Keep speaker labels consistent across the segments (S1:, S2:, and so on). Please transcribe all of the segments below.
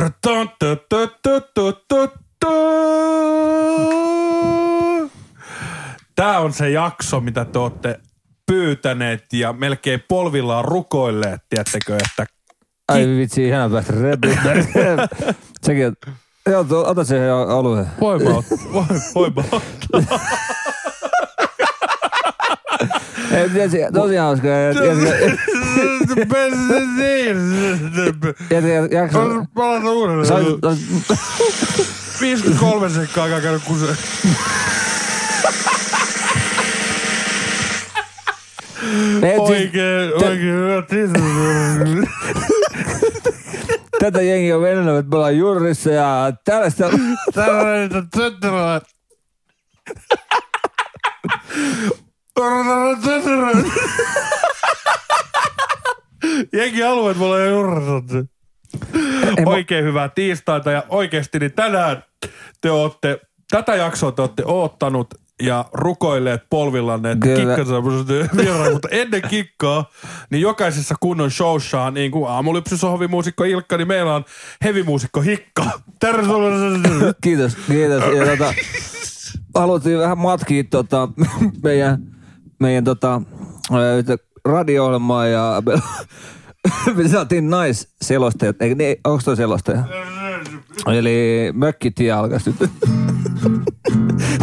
S1: Dun, dun, dun, dun, dun, dun, dun. Tää on se jakso, mitä te ootte pyytäneet ja melkein polvillaan rukoilleet, tiedättekö, että
S2: Ai vitsi, ihana päästä repytään. Sekin, on- joo, tuo, ota siihen alueen.
S1: voima ot- voi, voima ottaa.
S2: Ei, tietysti, tosiaan hauska. jätkä- jätkä- jätkä- jätkä- jakso-
S1: Palata
S2: Sä
S1: uudelleen.
S2: olit- olit-
S1: 53 sekkaa aikaa käynyt kuse.
S2: me etsi-
S1: Oikein, oikein hyvä tisu.
S2: Tätä jengiä on venäläinen, että me ollaan jurissa ja tällaista.
S1: Täällä on niitä tötteröitä. Tötteröitä. Jengi alueet mulla ei urrasattu.
S2: Ei mu-
S1: Oikein hyvää tiistaita ja oikeasti niin tänään te ootte, tätä jaksoa te ootte oottanut ja rukoilleet polvillanne, että
S2: Kyllä.
S1: kikkansa vieraan, mutta ennen kikkaa, niin jokaisessa kunnon showssahan, niin kuin aamulypsysohvimuusikko Ilkka, niin meillä on hevimuusikko Hikka. Tervetuloa.
S2: Kiitos, kiitos. Ja tota, haluttiin vähän matkia tota, meidän, meidän tota, ää, yhtä radio-ohjelmaa ja me, me saatiin naisselostajat. Eikö niin, onko toi selostaja? Eli mökkitie alkaisi nyt.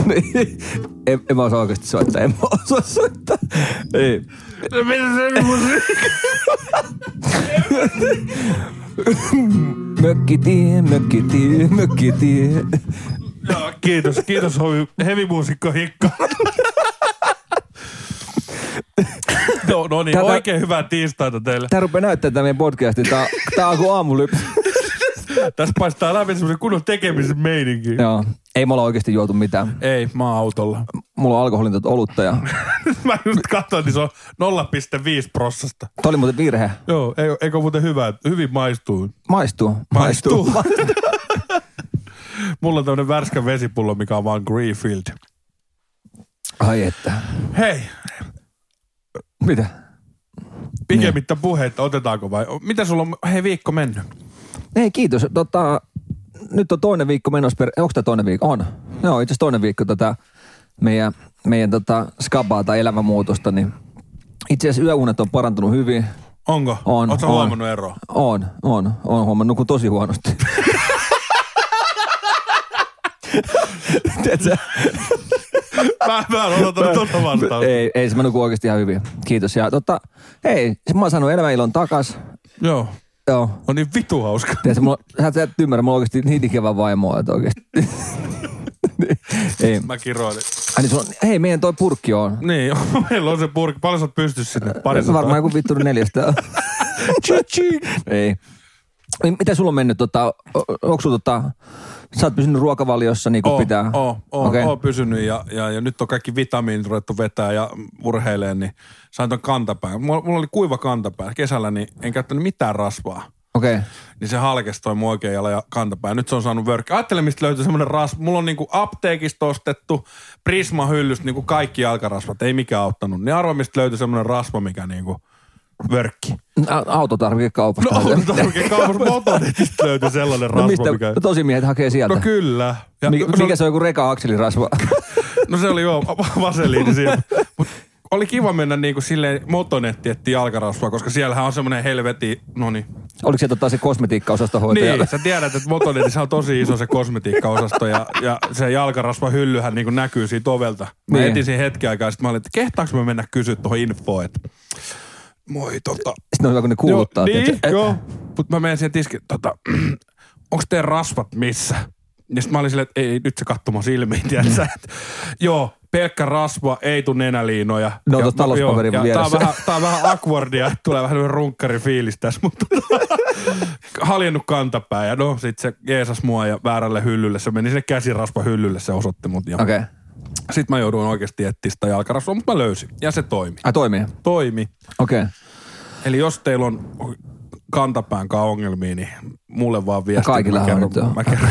S2: Niin, en, en mä osaa oikeasti soittaa, en mä osaa soittaa. Niin. Mökkitie, mökkitie, mökkitie.
S1: Joo, kiitos, kiitos hovi, hevimuusikko Hikka. No, no niin,
S2: Tätä-
S1: oikein hyvää tiistaita teille.
S2: Tää rupeaa näyttää tää meidän podcasti. Tää, tää on kuin aamulypsy.
S1: Tässä paistaa läpi semmoisen kunnon tekemisen meininki.
S2: Joo. Ei me olla oikeasti juotu mitään.
S1: Ei, mä oon autolla.
S2: Mulla on alkoholin tuota olutta ja...
S1: Mä just katsoin, niin se on 0,5 prossasta.
S2: Tää oli muuten virhe.
S1: Joo, ei, eikö muuten hyvä, hyvin maistuu.
S2: Maistuu.
S1: Maistuu. Mulla on tämmönen värskän vesipullo, mikä on vaan Greenfield.
S2: Ai että.
S1: Hei,
S2: Mitä? Niin.
S1: pikemmittä puheita, otetaanko vai? Mitä sulla on, hei viikko mennyt?
S2: Ei kiitos. Tota, nyt on toinen viikko menossa per... Onko tää toinen viikko? On. Joo, itse asiassa toinen viikko tätä meidän, meidän tota skabaa tai elämänmuutosta, niin itse asiassa yöunet on parantunut hyvin.
S1: Onko?
S2: On,
S1: Oletko
S2: on.
S1: huomannut eroa?
S2: On, on, on huomannut, kun tosi huonosti. Tiedätkö,
S1: Mä, mä en odottanut tuota vastaan.
S2: ei, ei, se mä nukun oikeasti ihan hyvin. Kiitos. Ja tota, hei, mä oon saanut elämäilon takas.
S1: Joo.
S2: Joo.
S1: On niin vitu hauska.
S2: Tiedätkö, mulla, sä, et- sä et ymmärrä, mulla on oikeasti niin ikävä vaimoa, että oikeasti. ei.
S1: Mä kiroilin.
S2: Ai niin, sulla on, hei, meidän toi purkki on.
S1: Niin, meillä on se purki. Paljon sä oot pystyssä sinne? Pari sataa.
S2: Äh, Varmaan joku vittu neljästä. ei. Niin, Mitä sulla on mennyt? Tota, o- onko sulla tota, sä oot pysynyt ruokavaliossa niin kuin
S1: Oon,
S2: pitää?
S1: Oon, oon,
S2: Okei.
S1: okay. oon pysynyt ja, ja, ja, nyt on kaikki vitamiinit ruvettu vetää ja urheileen, niin sain ton kantapään. Mulla, mulla oli kuiva kantapää. Kesällä niin en käyttänyt mitään rasvaa.
S2: Okei.
S1: Niin se halkesi toi mun oikea jala ja kantapää. Nyt se on saanut vörkkä. Ajattele, mistä löytyy semmoinen rasva. Mulla on niinku apteekista ostettu, Prisma hyllystä, niinku kaikki jalkarasvat. Ei mikään auttanut. Niin arvo, mistä löytyy semmoinen rasva, mikä niinku vörkki.
S2: A- Autotarvikekaupasta.
S1: No, autotarvikekaupassa Motonetista löytyi sellainen rasva,
S2: no mistä?
S1: mikä...
S2: No, tosi miehet hakee sieltä.
S1: No kyllä. Ja, no-
S2: Mik,
S1: se
S2: mikä
S1: oli,
S2: se on joku reka-akselirasva?
S1: no se oli joo, va- vaseliini siinä. Mut oli kiva mennä niinku silleen motonetti etti jalkarasvaa, koska siellähän on semmoinen helveti, no niin.
S2: Oliko sieltä taas se kosmetiikkaosastohoitaja?
S1: Niin, sä tiedät, että motonetissä on tosi iso se kosmetiikkaosasto ja, ja se jalkarasva hyllyhän niinku näkyy siitä ovelta. Mä
S2: Niin.
S1: niin. etin siinä hetki aikaa, sit mä olin, että kehtaanko mä mennä kysyä tuohon infoon, että moi tota,
S2: Sitten on hyvä, kun ne kuuluttaa.
S1: Joo, niin,
S2: tiedätkö? Et-
S1: joo. Mut mä menen siihen tiskiin, tota, onks teidän rasvat missä? Ja sit mä olin silleen, että ei, nyt se kattoma silmiin, tiedätkö? Et, joo, pelkkä rasva, ei tuu nenäliinoja.
S2: No,
S1: Ja
S2: tuossa
S1: mä- joo,
S2: talouspaperin
S1: ja Tää on
S2: vieressä.
S1: vähän, tää on vähän akwardia, että tulee vähän semmonen runkkari fiilis tässä, mutta tota, haljennut kantapää. Ja no, sit se jeesas mua ja väärälle hyllylle. Se meni sinne käsirasva hyllylle, se osoitti mut. Ja
S2: Okei. Okay.
S1: sit mä jouduin oikeesti etsiä sitä jalkarasvaa, mutta mä löysin. Ja se toimi.
S2: Ai toimii.
S1: Toimi.
S2: Okei. Okay.
S1: Eli jos teillä on kantapään kanssa ongelmia, niin mulle vaan viesti.
S2: Kaikilla
S1: mä
S2: on
S1: kerron,
S2: nyt, joo.
S1: mä kerron,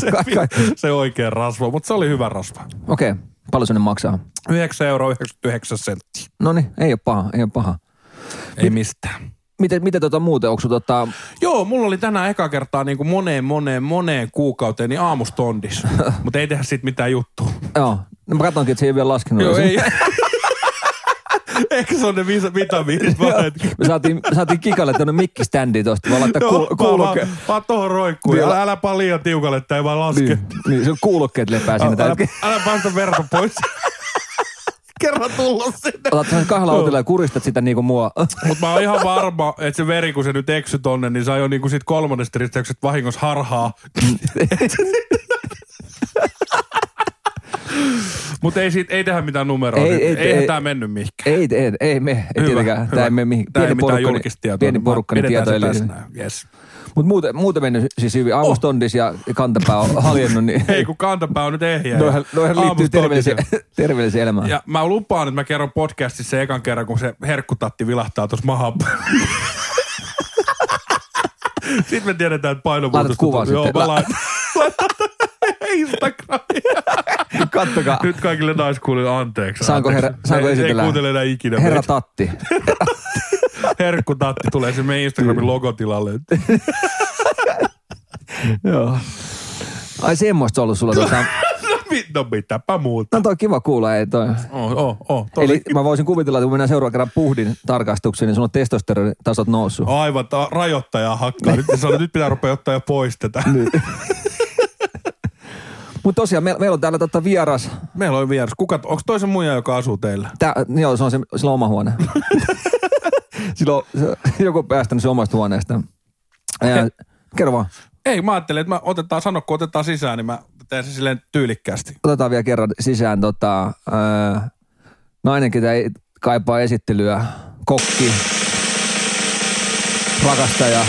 S1: se,
S2: Ka- ka-
S1: se oikea rasva, mutta se oli hyvä rasva.
S2: Okei. Okay. Paljon se ne maksaa?
S1: 9,99 euroa senttiä.
S2: No niin, ei ole paha, ei ole paha.
S1: Ei mistään.
S2: miten, miten tota muuten, onko tota,
S1: Joo, mulla oli tänään eka kertaa niin kuin moneen, moneen, moneen kuukauteen niin aamustondis. Mutta ei tehdä siitä mitään juttua.
S2: joo, no mä katsonkin, että se ei ole vielä laskenut.
S1: Joo,
S2: Se-
S1: ei. Ehkä se on ne visa- vitamiinit vaan. että-
S2: Me saatiin, saatiin kikalle tuonne mikkiständi tosta, vaan laittaa kuul,
S1: Joo,
S2: kuulokke.
S1: Vaan, vaan tohon roikkuu.
S2: Vielä-
S1: Älä, älä paa liian tiukalle, että ei vaan laske.
S2: Niin, niin, se on kuulokkeet lepää siinä tällä
S1: Älä,
S2: hetkellä.
S1: älä päästä verta pois. Kerran tullut sinne.
S2: Otat sen kahlautilla ja kuristat sitä niinku mua.
S1: Mutta mä oon ihan varma, että se veri, kun se nyt eksy tonne, niin sai jo niinku sit kolmannesta risteyksestä vahingossa harhaa. Mutta ei, siitä, ei tehdä mitään numeroa.
S2: Ei-
S1: Ei, ei,
S2: ei-
S1: Eihän
S2: ei-
S1: tää mennyt mihinkään.
S2: ei, ei, ei me, ei
S1: Hyvä,
S2: tietenkään.
S1: hyvä.
S2: Tää ei mene mihin.
S1: Tää ei
S2: Pieni
S1: mitään
S2: porukka,
S1: julkistietoa.
S2: niin, pieni
S1: Mä-
S2: porukka, niin
S1: pidetään se
S2: tieto eli...
S1: tässä näin. Yes.
S2: Mutta muuten, muuten mennyt siis hyvin. Aamustondis ja kantapää on haljennut, niin
S1: Ei, kun kantapää on nyt ehjä.
S2: noihän,
S1: ja
S2: noihän liittyy
S1: aamustondiseen.
S2: terveelliseen, terveelliseen elämään.
S1: Ja mä lupaan, että mä kerron podcastissa ekan kerran, kun se herkkutatti vilahtaa tuossa mahan päällä. Sitten me tiedetään, että
S2: Laitat
S1: painomuutosta...
S2: kuvan
S1: Joo,
S2: sitten.
S1: mä
S2: La-
S1: laitan. laitan Instagramiin.
S2: Kattokaa.
S1: Nyt kaikille naiskuulijoille anteeksi.
S2: Saanko
S1: anteeksi.
S2: herra- saanko
S1: ei,
S2: esitellä?
S1: Ei kuuntele enää ikinä.
S2: Herra
S1: meitä.
S2: Tatti.
S1: Herkkutatti tulee se meidän
S2: Niin.
S1: Instagramin logotilalle. No
S2: Joo. Ai semmoista ollut sulla tota.
S1: No, mit, no mitäpä muuta.
S2: No toi on kiva kuulla, ei toi.
S1: Oh, oh, oh, tosi.
S2: Eli mä voisin kuvitella, että kun mennään seuraavan kerran puhdin tarkastukseen, niin sun on testosteronitasot noussut.
S1: Aivan, ta- rajoittajaa hakkaa. Nyt, sanoo, nyt pitää rupea ottaa jo pois tätä.
S2: Niin. Mutta tosiaan, meillä meillä on täällä tota vieras.
S1: Meillä on vieras. Kuka, onko toisen muija, joka asuu teillä?
S2: Tää, joo, se on se, sillä on oma huone. Silloin joku on päästänyt se omasta huoneesta. Ja, kerro vaan,
S1: Ei, mä ajattelin, että mä otetaan, sano kun otetaan sisään, niin mä teen sen silleen tyylikkäästi.
S2: otetaan vielä kerran sisään tota, ää, nainen, ketä ei kaipaa esittelyä, kokki, rakastaja,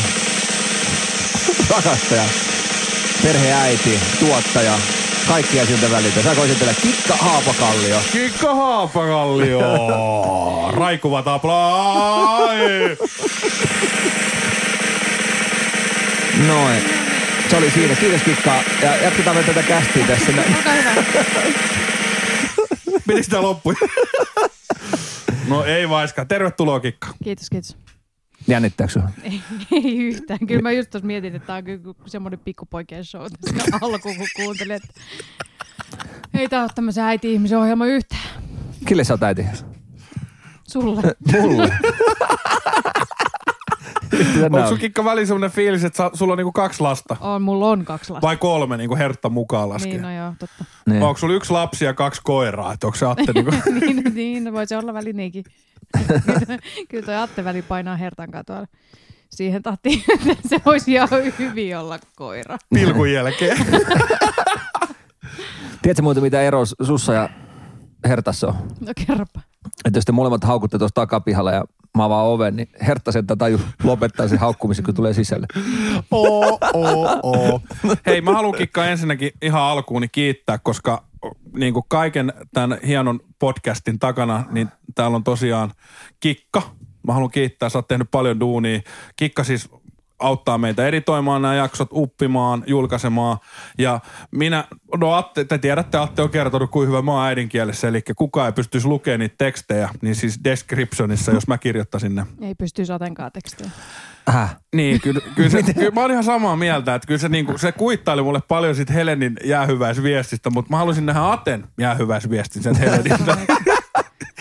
S2: rakastaja, perheäiti, tuottaja, kaikkia siltä väliltä. Saako esitellä Kikka Haapakallio?
S1: Kikka Haapakallio! Raikuvat aplai!
S2: Noin. Se oli siinä. Kiitos Kikka. Ja jatketaan vielä tätä kästiä tässä. näin.
S1: Miten sitä loppui? No ei vaiska. Tervetuloa Kikka.
S3: Kiitos, kiitos.
S2: Jännittääkö sinua?
S3: Ei, ei yhtään. Kyllä mä just tuossa mietin, että tämä on kyllä semmoinen pikkupoikien show tässä alkuun, kun kuuntelin, että ei tämä ole tämmöisen äiti-ihmisen ohjelma yhtään.
S2: Kille sä oot äiti?
S3: Sulle.
S2: Mulle. No.
S1: Onko sulla Kikka väliin sellainen fiilis, että sä, sulla on niinku kaksi lasta?
S3: On, mulla on kaksi lasta.
S1: Vai kolme niinku hertta mukaan laskee?
S3: Ah. Niin, no joo, totta.
S2: Niin.
S1: Onko sulla yksi lapsi ja kaksi koiraa? Et onko se Atte niinku...
S3: niin, niin, no voi se olla välineikin. Kyllä toi Atte väli painaa hertan katoa. Siihen tahtiin, että se voisi ihan hyvin olla koira.
S1: pilkun jälkeen.
S2: Tiedätkö muuten mitä ero sussa ja Hertassa on?
S3: No kerropa.
S2: Että jos te molemmat haukutte tuossa takapihalla ja mä avaan oven, niin Hertta sen taju lopettaa sen haukkumisen, kun tulee sisälle.
S1: Oo, oo, oo. Hei, mä haluan Kikka ensinnäkin ihan alkuun niin kiittää, koska niin kuin kaiken tämän hienon podcastin takana, niin täällä on tosiaan Kikka. Mä haluan kiittää, sä oot tehnyt paljon duunia. Kikka siis auttaa meitä editoimaan nämä jaksot, uppimaan, julkaisemaan. Ja minä, no Atte, te tiedätte, Atte on kertonut, kuin hyvä mä oon äidinkielessä, eli kukaan ei pystyisi lukemaan niitä tekstejä, niin siis descriptionissa, jos mä kirjoittaisin ne.
S3: Ei pysty satenkaan tekstiä.
S2: Häh?
S1: Niin, kyllä, kyllä, se, kyllä mä oon ihan samaa mieltä, että kyllä se, niinku, se kuittaili mulle paljon siitä Helenin jäähyväisviestistä, mutta mä halusin nähdä Aten jäähyväisviestin sen Heleniltä.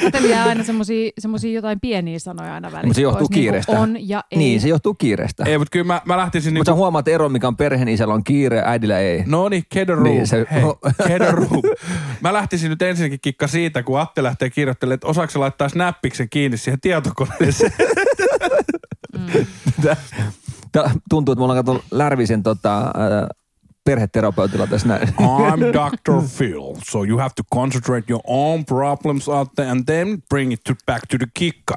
S3: Sitten jää aina semmosia, semmosia jotain pieniä sanoja aina välistä
S2: Mutta se johtuu
S3: pois, niin kuin
S2: kiireestä.
S3: on ja ei.
S2: Niin, se johtuu kiireestä.
S1: Ei, mutta kyllä mä, mä lähtisin
S2: Mutta
S1: niinku,
S2: sä huomaat ero, mikä on perheen isällä on kiire, äidillä ei.
S1: no niin, get a room,
S2: Niin, se-
S1: hei,
S2: no.
S1: get a room. Mä lähtisin nyt ensinnäkin kikka siitä, kun Atte lähtee kirjoittelemaan, että osaako se laittaa snappiksen kiinni siihen tietokoneeseen.
S2: Tää tuntuu, että me ollaan katsonut Lärvisen tota, ää, perheterapeutilla tässä näin.
S1: I'm Dr. Phil, so you have to concentrate your own problems out there and then bring it to back to the kikka.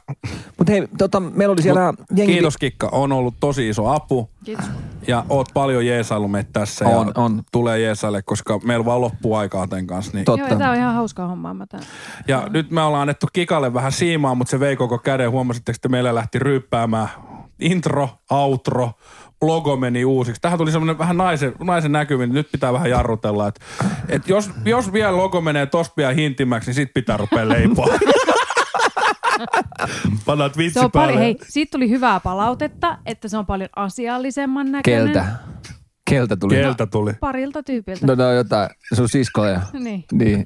S2: Mutta hei, tota, meillä oli siellä Mut, jengi...
S1: Kiitos kikka, on ollut tosi iso apu.
S3: Kiitos.
S2: Ah,
S1: Ja oot paljon jeesailu meitä tässä.
S2: On,
S1: ja
S2: on.
S1: Tulee jeesaille, koska meillä vaan loppuu aikaa tämän kanssa. Niin.
S2: Totta.
S3: Joo, ja tää on ihan hauskaa hommaa. Mä tän...
S1: Ja nyt me ollaan annettu Kikalle vähän siimaa, mutta se vei koko käden. Huomasitteko, että meillä lähti ryyppäämään intro, outro, logo meni uusiksi. Tähän tuli semmoinen vähän naisen, naisen näkyminen. Nyt pitää vähän jarrutella, että et jos, jos vielä logo menee tosta vielä hintimäksi, niin sit pitää rupea leipoa. Pannaan vitsi
S3: Se on
S1: päälle.
S3: paljon, hei, siitä tuli hyvää palautetta, että se on paljon asiallisemman näköinen.
S2: Keltä? Keltä tuli?
S1: Keltä tuli?
S3: Parilta tyypiltä.
S2: No ne on jotain, sun siskoja.
S3: Niin.
S2: Niin.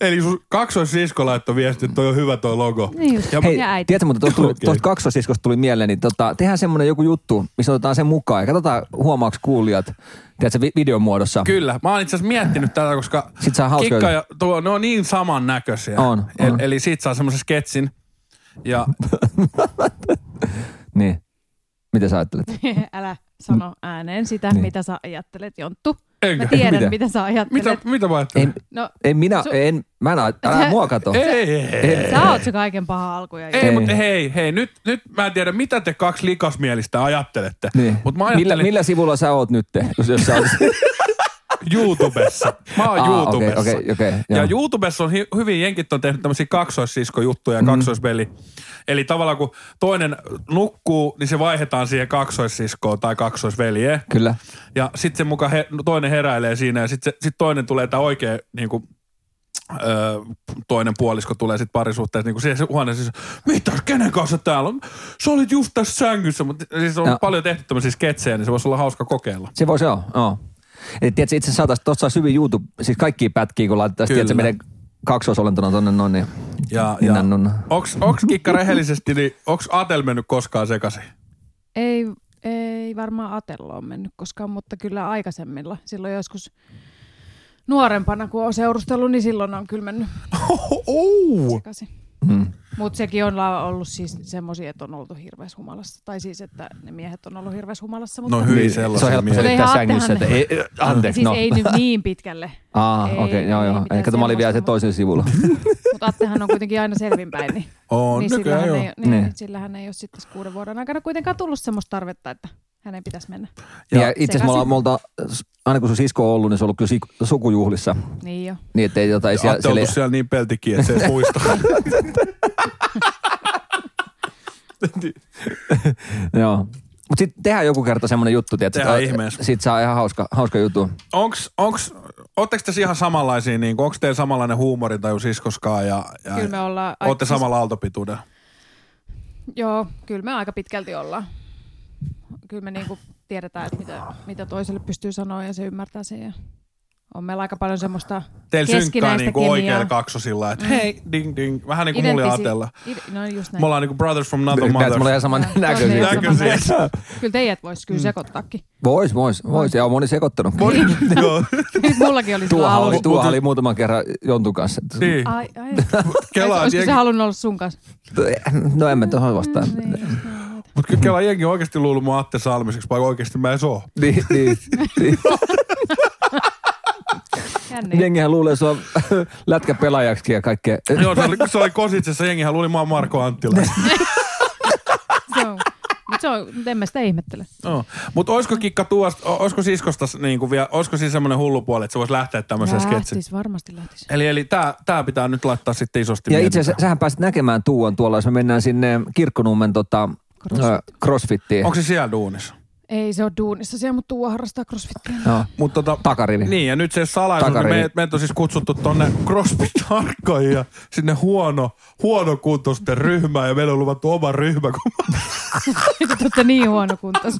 S1: Eli sun kaksoissisko laittoi viesti, että toi on hyvä toi logo.
S3: Niin just.
S1: Ja
S2: Hei,
S3: Ja äiti.
S2: tiedätkö, mutta tuosta, tuli,
S1: Okei.
S2: tuosta kaksosiskusta tuli mieleen, niin tota, tehdään semmoinen joku juttu, missä otetaan sen mukaan ja katsotaan huomaaks kuulijat, tiedätkö, vi- videon muodossa.
S1: Kyllä. Mä oon itse asiassa miettinyt tätä, koska
S2: Sit saa hauskoja.
S1: Kikka ja tuo, ne on niin samannäköisiä.
S2: On, on.
S1: El, eli sit saa semmoisen sketsin. Ja
S2: Niin. Mitä sä ajattelet?
S3: Älä sano ääneen sitä,
S2: Niin.
S3: niin. mitä sä ajattelet, Jonttu.
S1: Eikö?
S3: Mä tiedän,
S2: Mitä?
S3: mitä, mitä sä ajattelet.
S1: mitä, mitä mä
S2: Ei,
S1: ajattelin?
S3: No,
S2: ei minä,
S3: Su-
S2: en, mä en, aj- älä mua kato.
S1: Ei, ei, ei. ei.
S3: sä oot se kaiken paha alkuja.
S1: Ei,
S2: Ei.
S1: mutta hei, hei, nyt, nyt mä en tiedä, mitä te kaksi likasmielistä ajattelette.
S2: Niin.
S1: Mutta mä
S2: millä,
S1: ajattelin
S2: millä sivulla sä oot nyt, jos, jos sä oot...
S1: YouTubessa. Mä oon
S2: Aa,
S1: YouTubessa.
S2: okei, okei, okei,
S1: ja
S2: joo.
S1: YouTubessa on hi- hyvin, jenkit on tehnyt tämmöisiä kaksoissiskojuttuja ja
S2: Mm.
S1: kaksoisveli. Eli tavallaan kun toinen nukkuu, niin se vaihdetaan siihen kaksoissiskoon tai kaksoisveljeen.
S2: Kyllä.
S1: Ja sitten se muka he, no toinen heräilee siinä ja sitten sit toinen tulee tämä oikea niinku, öö, toinen puolisko tulee sitten parisuhteessa niinku siihen se huoneeseen. Siis, Mitä, kenen kanssa täällä on? Sä olit just tässä sängyssä, mutta siis on
S2: No.
S1: no. paljon tehty tämmöisiä sketsejä, niin se voisi olla hauska kokeilla.
S2: Se voisi olla, joo. Eli tiedätkö, itse saataisiin, tuossa saisi hyvin YouTube, siis kaikki pätkiä, kun laitetaan,
S1: Kyllä.
S2: tiedätkö, meidän kaksoisolentona tonne noin, niin
S1: Ja, ja
S2: ninnannun.
S1: onks, onks Kikka rehellisesti, niin onks Atel mennyt koskaan sekaisin?
S3: Ei, ei varmaan Atello on mennyt koskaan, mutta kyllä aikaisemmilla. Silloin joskus nuorempana, kun on seurustellut, niin silloin on kyllä mennyt
S1: Oh,
S3: sekaisin.
S2: Mm.
S3: Mutta sekin on la- ollut siis semmoisia, että on oltu hirveässä humalassa. Tai siis, että ne miehet on ollut hirveässä humalassa. Mutta
S1: no hyvin sellaisia
S2: Niin, Se on helppo
S1: miehiä.
S3: Se oli
S2: selittää
S3: ihan
S2: sängyssä, että
S3: Attehan.
S2: ei, ei, anteeksi,
S3: siis
S2: no.
S3: ei nyt niin pitkälle.
S2: Aa, okei,
S3: Ei,
S2: okay, joo,
S3: ei
S2: joo.
S3: mitään
S2: Ei, kato, mä olin vielä se
S3: semmoista,
S2: toisen sivulla.
S3: Mutta Attehan on kuitenkin aina selvinpäin, niin,
S1: On,
S3: niin,
S1: nykyään
S3: sillähän,
S1: joo.
S3: ei, niin,
S2: Niin.
S3: niin. sillähän ei ole sitten tässä kuuden vuoden aikana kuitenkaan tullut semmoista tarvetta, että hänen pitäisi mennä.
S2: Ja,
S1: Ja
S2: ja itse asiassa me ollaan- me olta, aina kun sun sisko on ollut, niin se on ollut kyllä sik- sukujuhlissa.
S3: Niin jo.
S2: Niin, ettei jota, ei siellä,
S1: Atte
S2: siellä,
S1: oltu siellä niin peltikin, että se ei muista.
S2: joo. Mutta sitten tehdään joku kerta semmoinen juttu, tiedätkö?
S1: Tehdään
S2: että-
S1: ihmeessä.
S2: Sit saa ihan hauska, hauska juttu.
S1: onks, onks, ootteko te ihan samanlaisia, niin onko teillä samanlainen huumorintaju siskoskaan ja, ja
S3: Kyllä me ollaan...
S1: ootte
S3: siis-
S1: samalla aaltopituudella?
S3: Joo, kyllä me aika pitkälti ollaan. Kyllä me niinku tiedetään, että mitä, mitä toiselle pystyy sanoa ja se ymmärtää sen. Ja on meillä aika paljon semmoista
S1: Teillä synkkää
S3: keskinäistä
S1: niinku
S3: kemiaa. Mm.
S1: oikealla kaksosilla, että hei, ding ding, vähän niin kuin mulla ja
S3: Identtisi-
S1: Atella.
S3: ide- No just näin.
S1: Me ollaan niinku brothers from another
S2: Näet,
S1: mother.
S2: mulla on ihan saman
S3: Joo,
S2: näköisiä.
S3: tosi
S1: Näköisiä.
S3: samanlaisia. Kyllä teidät voisi
S1: Mm.
S3: kyllä sekoittaakin.
S2: Vois, vois, vois. Ja on moni sekoittanut.
S1: Moni- Joo,
S3: Nyt mullakin oli silloin
S2: Tuohan oli,
S3: alussa.
S2: tuohan
S1: Mut-
S2: oli muutaman kerran Jontun kanssa.
S1: niin.
S3: Ai, ai.
S1: Kelaa,
S3: Olisiko
S1: jengi-
S3: se halunnut olla sun kanssa?
S2: No en mä tuohon vastaa.
S3: Niin,
S1: Mut kyllä Kela jengi oikeesti luulut mun Atte Salmiseksi, vaikka oikeesti mä en oo.
S2: Niin, niin, niin.
S1: Niin.
S3: Jänniä.
S2: Jengihän luulee sua lätkäpelaajaksi ja kaikkea.
S1: Joo, se oli, se oli Kositsessa, jengihän luuli mä oon Marko Anttila.
S3: Se on, mutta se on, mut en mä sitä ihmettele.
S1: No. Mutta olisiko Kikka tuosta, o- olisiko siskosta niinku vielä, olisiko siis semmoinen hullu puoli, että se voisi lähteä tämmöiseen sketsiin?
S3: Lähtis, varmasti lähtis.
S1: Eli, eli tää, tää pitää nyt laittaa sitten isosti
S2: Ja itse
S1: mietintään.
S2: asiassa sähän pääsit näkemään Tuuan tuolla, jos me mennään sinne Kirkkonummen tota,
S3: Crossfit.
S2: ö, crossfittiin.
S1: Onko se siellä duunissa?
S3: Ei se ole duunissa siellä, mutta Tuua harrastaa crossfittiä.
S2: No,
S1: Mut tota,
S2: takarivi.
S1: niin, ja nyt se salaisuus, niin
S2: Takarivi.
S1: meidät, meidät on siis kutsuttu tonne CrossFit-tarkkoihin ja sinne huono, huonokuntoisten ryhmään ja meillä on luvattu oma ryhmä, kun,
S3: Te olette niin huono kuntos.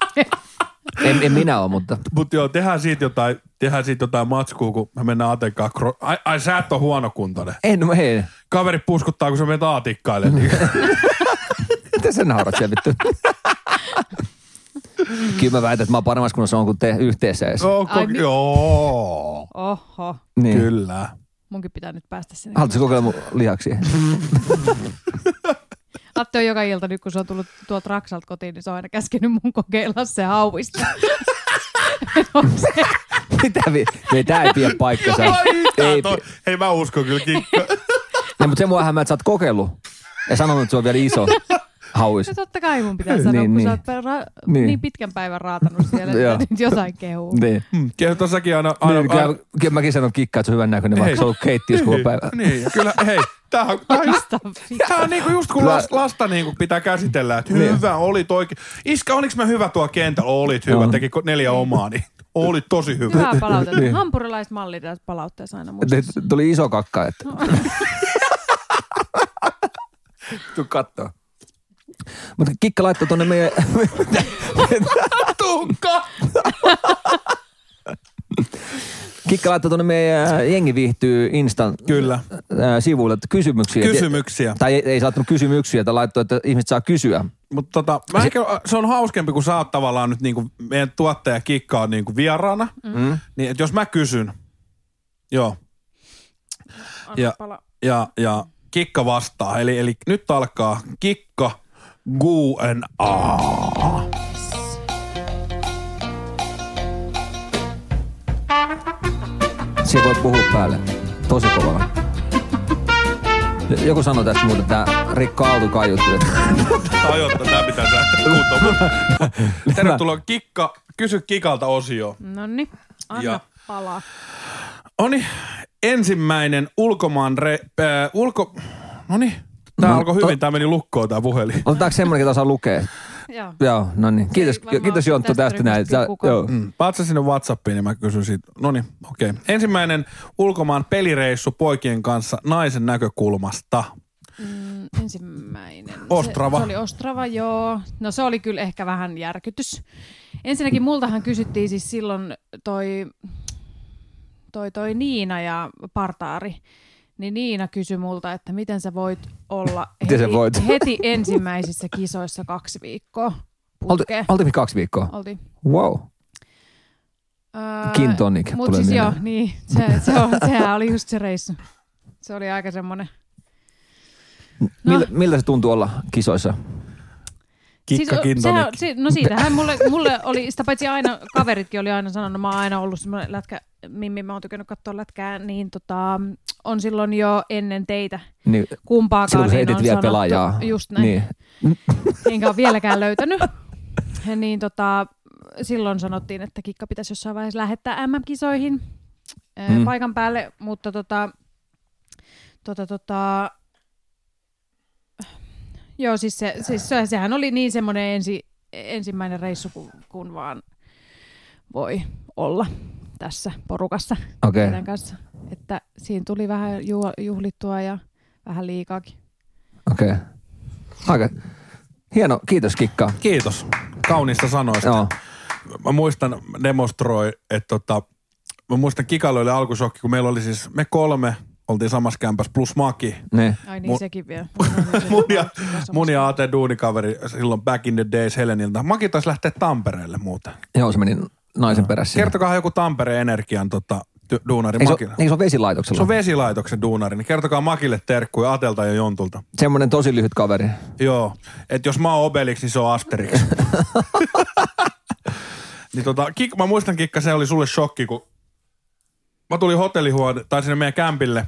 S2: En, en minä ole, mutta
S1: mut joo, tehdään siitä jotain, tehdään siitä jotain matskua, kun me mennään Atenkaan, kro- ai, ai sä et ole huonokuntoinen.
S2: en, no hei.
S1: Kaveri puskuttaa, kun sä menet aatikkaille. Niin.
S2: Mm. Miten sä naurat siellä vittu? Kyllä mä väitän, että mä oon paremmassa kunnossa on kuin te yhteensä edes.
S1: Onko,
S3: Ai mi-
S1: joo,
S3: Oho,
S2: Niin.
S1: kyllä.
S3: munkin pitää nyt päästä sinne.
S2: Haluatko kokeilla mun lihaksia?
S3: Atte on joka ilta nyt, kun se on tullut tuolta Raksalt kotiin, niin se on aina käskenyt mun kokeilla se hauista. No
S2: Mitä vi... Ei, tää ei pidä paikkansa.
S1: Ei,
S2: ei,
S1: toi, hei mä uskon kyllä kikka.
S2: no, mutta se mua hämää, että sä oot kokeillut. Ja sanonut, että se on vielä iso hauis.
S3: No totta kai mun pitää sanoa,
S2: Niin,
S3: kun
S2: niin.
S3: sä oot pä- ra-
S2: Niin.
S3: niin. niin pitkän päivän raatanut siellä,
S2: Joo.
S3: että nyt jotain kehuu.
S2: Niin.
S1: Kehto Mm, säkin aina... aina,
S2: Niin,
S1: aina
S2: kyllä, kyllä mäkin sanon kikkaa, että se on hyvän näköinen, vaikka
S1: Hei.
S2: se on ollut keittiössä koko päivä.
S1: niin, ja kyllä, hei, tämähän on, tämähän on just,
S3: Mistä vittu?
S1: tämähän on niinku just kun
S2: Kyllä.
S1: lasta, lasta niinku pitää käsitellä, että
S2: Niin.
S1: hyvä, olit oikein. Iskä, oliks mä hyvä tuo kentällä? Olit hyvä,
S2: On.
S1: teki ko- neljä omaa, niin olit tosi hyvä.
S3: Hyvää palautetta.
S2: Niin.
S3: Niin. Hampurilaiset mallit tässä palautteessa aina
S2: Nyt
S1: No.
S3: muistissa.
S2: Tuli iso kakka. Että.
S1: Tuu kattoo.
S2: Mutta Kikka laittoi tonne meidän...
S3: Tukka!
S2: Kikka laittoi tonne meidän äh, jengi viihtyy Instan
S1: Kyllä.
S2: ää, sivuille että kysymyksiä.
S1: Kysymyksiä.
S2: Tai ei, ei saattanut kysymyksiä, tai laittoi, että ihmiset saa kysyä.
S1: Mutta tota, mä ehkä, se on hauskempi, kun sä oot tavallaan nyt niinku, meidän tuottaja Kikka on niinku vieraana. Mm. Niin, että jos mä kysyn, joo,
S3: Anna
S1: Ja-
S3: pala.
S1: ja, ja Kikka vastaa. Eli, eli nyt alkaa Kikka Q&A.
S2: Siinä voit puhua päälle. Tosi kovaa. Joku sanoi tästä muuten, että tää Rikka Aalto kaiutti.
S1: Tajotta, tää pitää lähteä kuuntelemaan. Tervetuloa Kikka, kysy Kikalta osio.
S3: Nonni, No niin, anna
S1: Ja-
S3: ja. palaa.
S1: Oni, ensimmäinen ulkomaan re, äh, ulko... Noni, tää
S2: No,
S1: alkoi
S2: to-
S1: hyvin, tää meni lukkoon tää puhelin.
S2: Otetaanko semmoinen, ketä osaa lukea?
S3: Joo.
S2: Joo, no niin. Kiitos,
S3: Ei varmaan
S2: kiitos Jonttu
S3: tästä
S2: tästä näin.
S3: ryhmästä
S2: Sä,
S3: kukaan.
S2: joo.
S1: Mm. Paat sä sinne Whatsappiin, niin mä kysyn siitä. Noni, okei. Okay. Ensimmäinen ulkomaan pelireissu poikien kanssa naisen näkökulmasta.
S3: Mm, ensimmäinen.
S1: Ostrava.
S3: Se, se oli Ostrava, joo. No se oli kyllä ehkä vähän järkytys. Ensinnäkin multahan kysyttiin siis silloin toi, toi, toi Niina ja Partaari. Niin Niina kysyi multa, että miten sä voit olla
S2: Miten sä
S3: heti,
S2: voit?
S3: heti ensimmäisissä kisoissa kaksi viikkoa
S2: Oltiin
S3: putkeen.
S2: oltiin me kaksi viikkoa.
S3: Oltiin.
S2: Wow.
S3: Öö,
S2: Gin tonic
S3: mut
S2: tulee
S3: siis joo,
S2: mieleen.
S3: niin. Se, se on, sehän oli just se reissu. Se oli aika semmoinen. No.
S2: Mil, miltä se tuntuu olla kisoissa?
S1: Kikka
S3: siis,
S1: Kintonen.
S3: sehän- si, No siitähän mulle, mulle oli, sitä paitsi aina, kaveritkin oli aina sanonut, mä oon aina ollut semmoinen lätkä, mimmi, mä oon tykännyt katsoa lätkää, niin tota, on silloin jo ennen teitä
S2: Niin,
S3: kumpaakaan.
S2: silloin kun sä
S3: niin
S2: etit
S3: on
S2: vielä
S3: sanottu-
S2: pelaajaa.
S3: Just näin.
S2: Niin.
S3: enkä ole vieläkään löytänyt. Niin tota, silloin sanottiin, että kikka pitäisi jossain vaiheessa lähettää MM-kisoihin
S2: Mm.
S3: mm. paikan päälle, mutta tota, tota, tota, joo, siis, se, siis se, sehän oli niin semmoinen ensi, ensimmäinen reissu, kun, kun vaan voi olla tässä porukassa
S2: Okei.
S3: heidän kanssa. Että siinä tuli vähän ju, juhlittua ja vähän liikaakin.
S2: Okei. Okay. Aika. Hieno, kiitos Kikka.
S1: Kiitos. Kaunista sanoista.
S2: Joo.
S1: mä muistan, demonstroi, että tota, mä muistan Kikalla oli alkusokki, kun meillä oli siis me kolme, oltiin samassa kämpässä plus Maki.
S2: Niin.
S3: Ai niin,
S1: Mun-
S3: sekin vielä.
S1: Mun ja, mun ja AT Duunikaveri silloin back in the days Heleniltä. Maki taisi lähteä Tampereelle muuten.
S2: Joo, se meni naisen perässä.
S1: Kertokaa joku Tampereen Energian tota, ty- duunari
S2: Ei se,
S1: Makille.
S2: ole- niin se on vesilaitoksella.
S1: Se on vesilaitoksen duunari, niin kertokaa Makille terkkuja Atelta ja Jontulta.
S2: Semmoinen tosi lyhyt kaveri.
S1: Joo, että jos mä oon Obelix, niin se on Asterix. niin tota, kik, mä muistan Kikka, se oli sulle shokki, kun mä tulin hotellihuone, tai sinne meidän kämpille,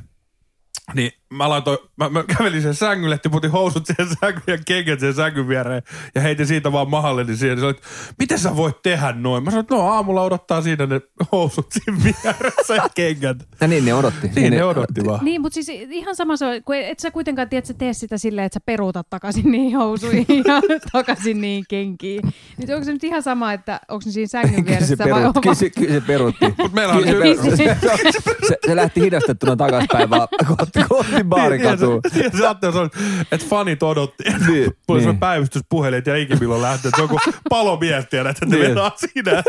S1: niin mä, laitoin, mä, mä kävelin sen sängylle, tiputin housut siihen sänkyyn ja kengät siihen sängyn viereen ja heitin siitä vaan mahalleni siihen. Niin se oli, että miten sä voit tehdä noin? Mä sanoin, että no aamulla odottaa siinä ne housut siinä vieressä ja kengät.
S2: Ja niin ne odotti.
S1: Niin ne odotti vaan.
S3: Niin, mutta siis ihan sama se on, kun et sä kuitenkaan tiedät, sä tee sitä silleen, että sä peruutat takaisin niihin housuihin ja takaisin niihin kenkiin. Nyt onko se nyt ihan sama, että onko ne siinä sängyn
S2: Kyllä se,
S3: vieressä vai
S2: peru,
S3: onko
S2: kyllä se, kyllä se perutti.
S1: Mut meillä oli
S2: Kyllä
S1: hyvä-
S2: se, perutti. se, se, lähti hidastettuna takaspäin vaan kohti, kohti baarikatuun.
S1: Niin, se ajattelee, se on, että fanit odotti.
S2: Niin,
S1: Niin, Tuli
S2: niin.
S1: niin. päivystyspuhelin, että ikinä milloin lähtee. Se on kuin palomies tiedät, että
S2: Niin.
S1: ne vetää siinä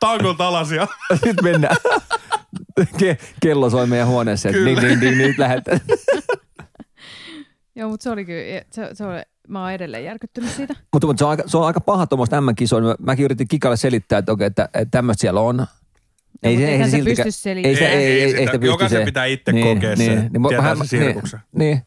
S1: tankon alasia.
S2: Nyt mennään. Ke, kello soi meidän huoneessa, että niin,
S1: Kyllä.
S2: niin, niin, niin, lähdetään.
S3: Joo, mutta se oli kyllä, se, se oli, mä oon edelleen järkyttynyt siitä.
S2: Mutta, mutta se, on aika, se on aika paha tuommoista M-kisoa. Mä, mäkin yritin Kikalle selittää, että okei, että, että tämmöistä siellä on.
S3: mut eihän se
S2: siltikään-
S3: pysty
S2: Ei,
S3: selittämään.
S2: se, ei,
S1: Ei,
S2: ei,
S1: ei
S2: ei,
S1: sitä-
S2: sitä pysty
S1: jokaisen
S2: se. niin,
S1: pitää itse kokea se.
S2: mut
S1: Tietää
S2: vähän-
S1: sen sirkuksen.
S2: Niin,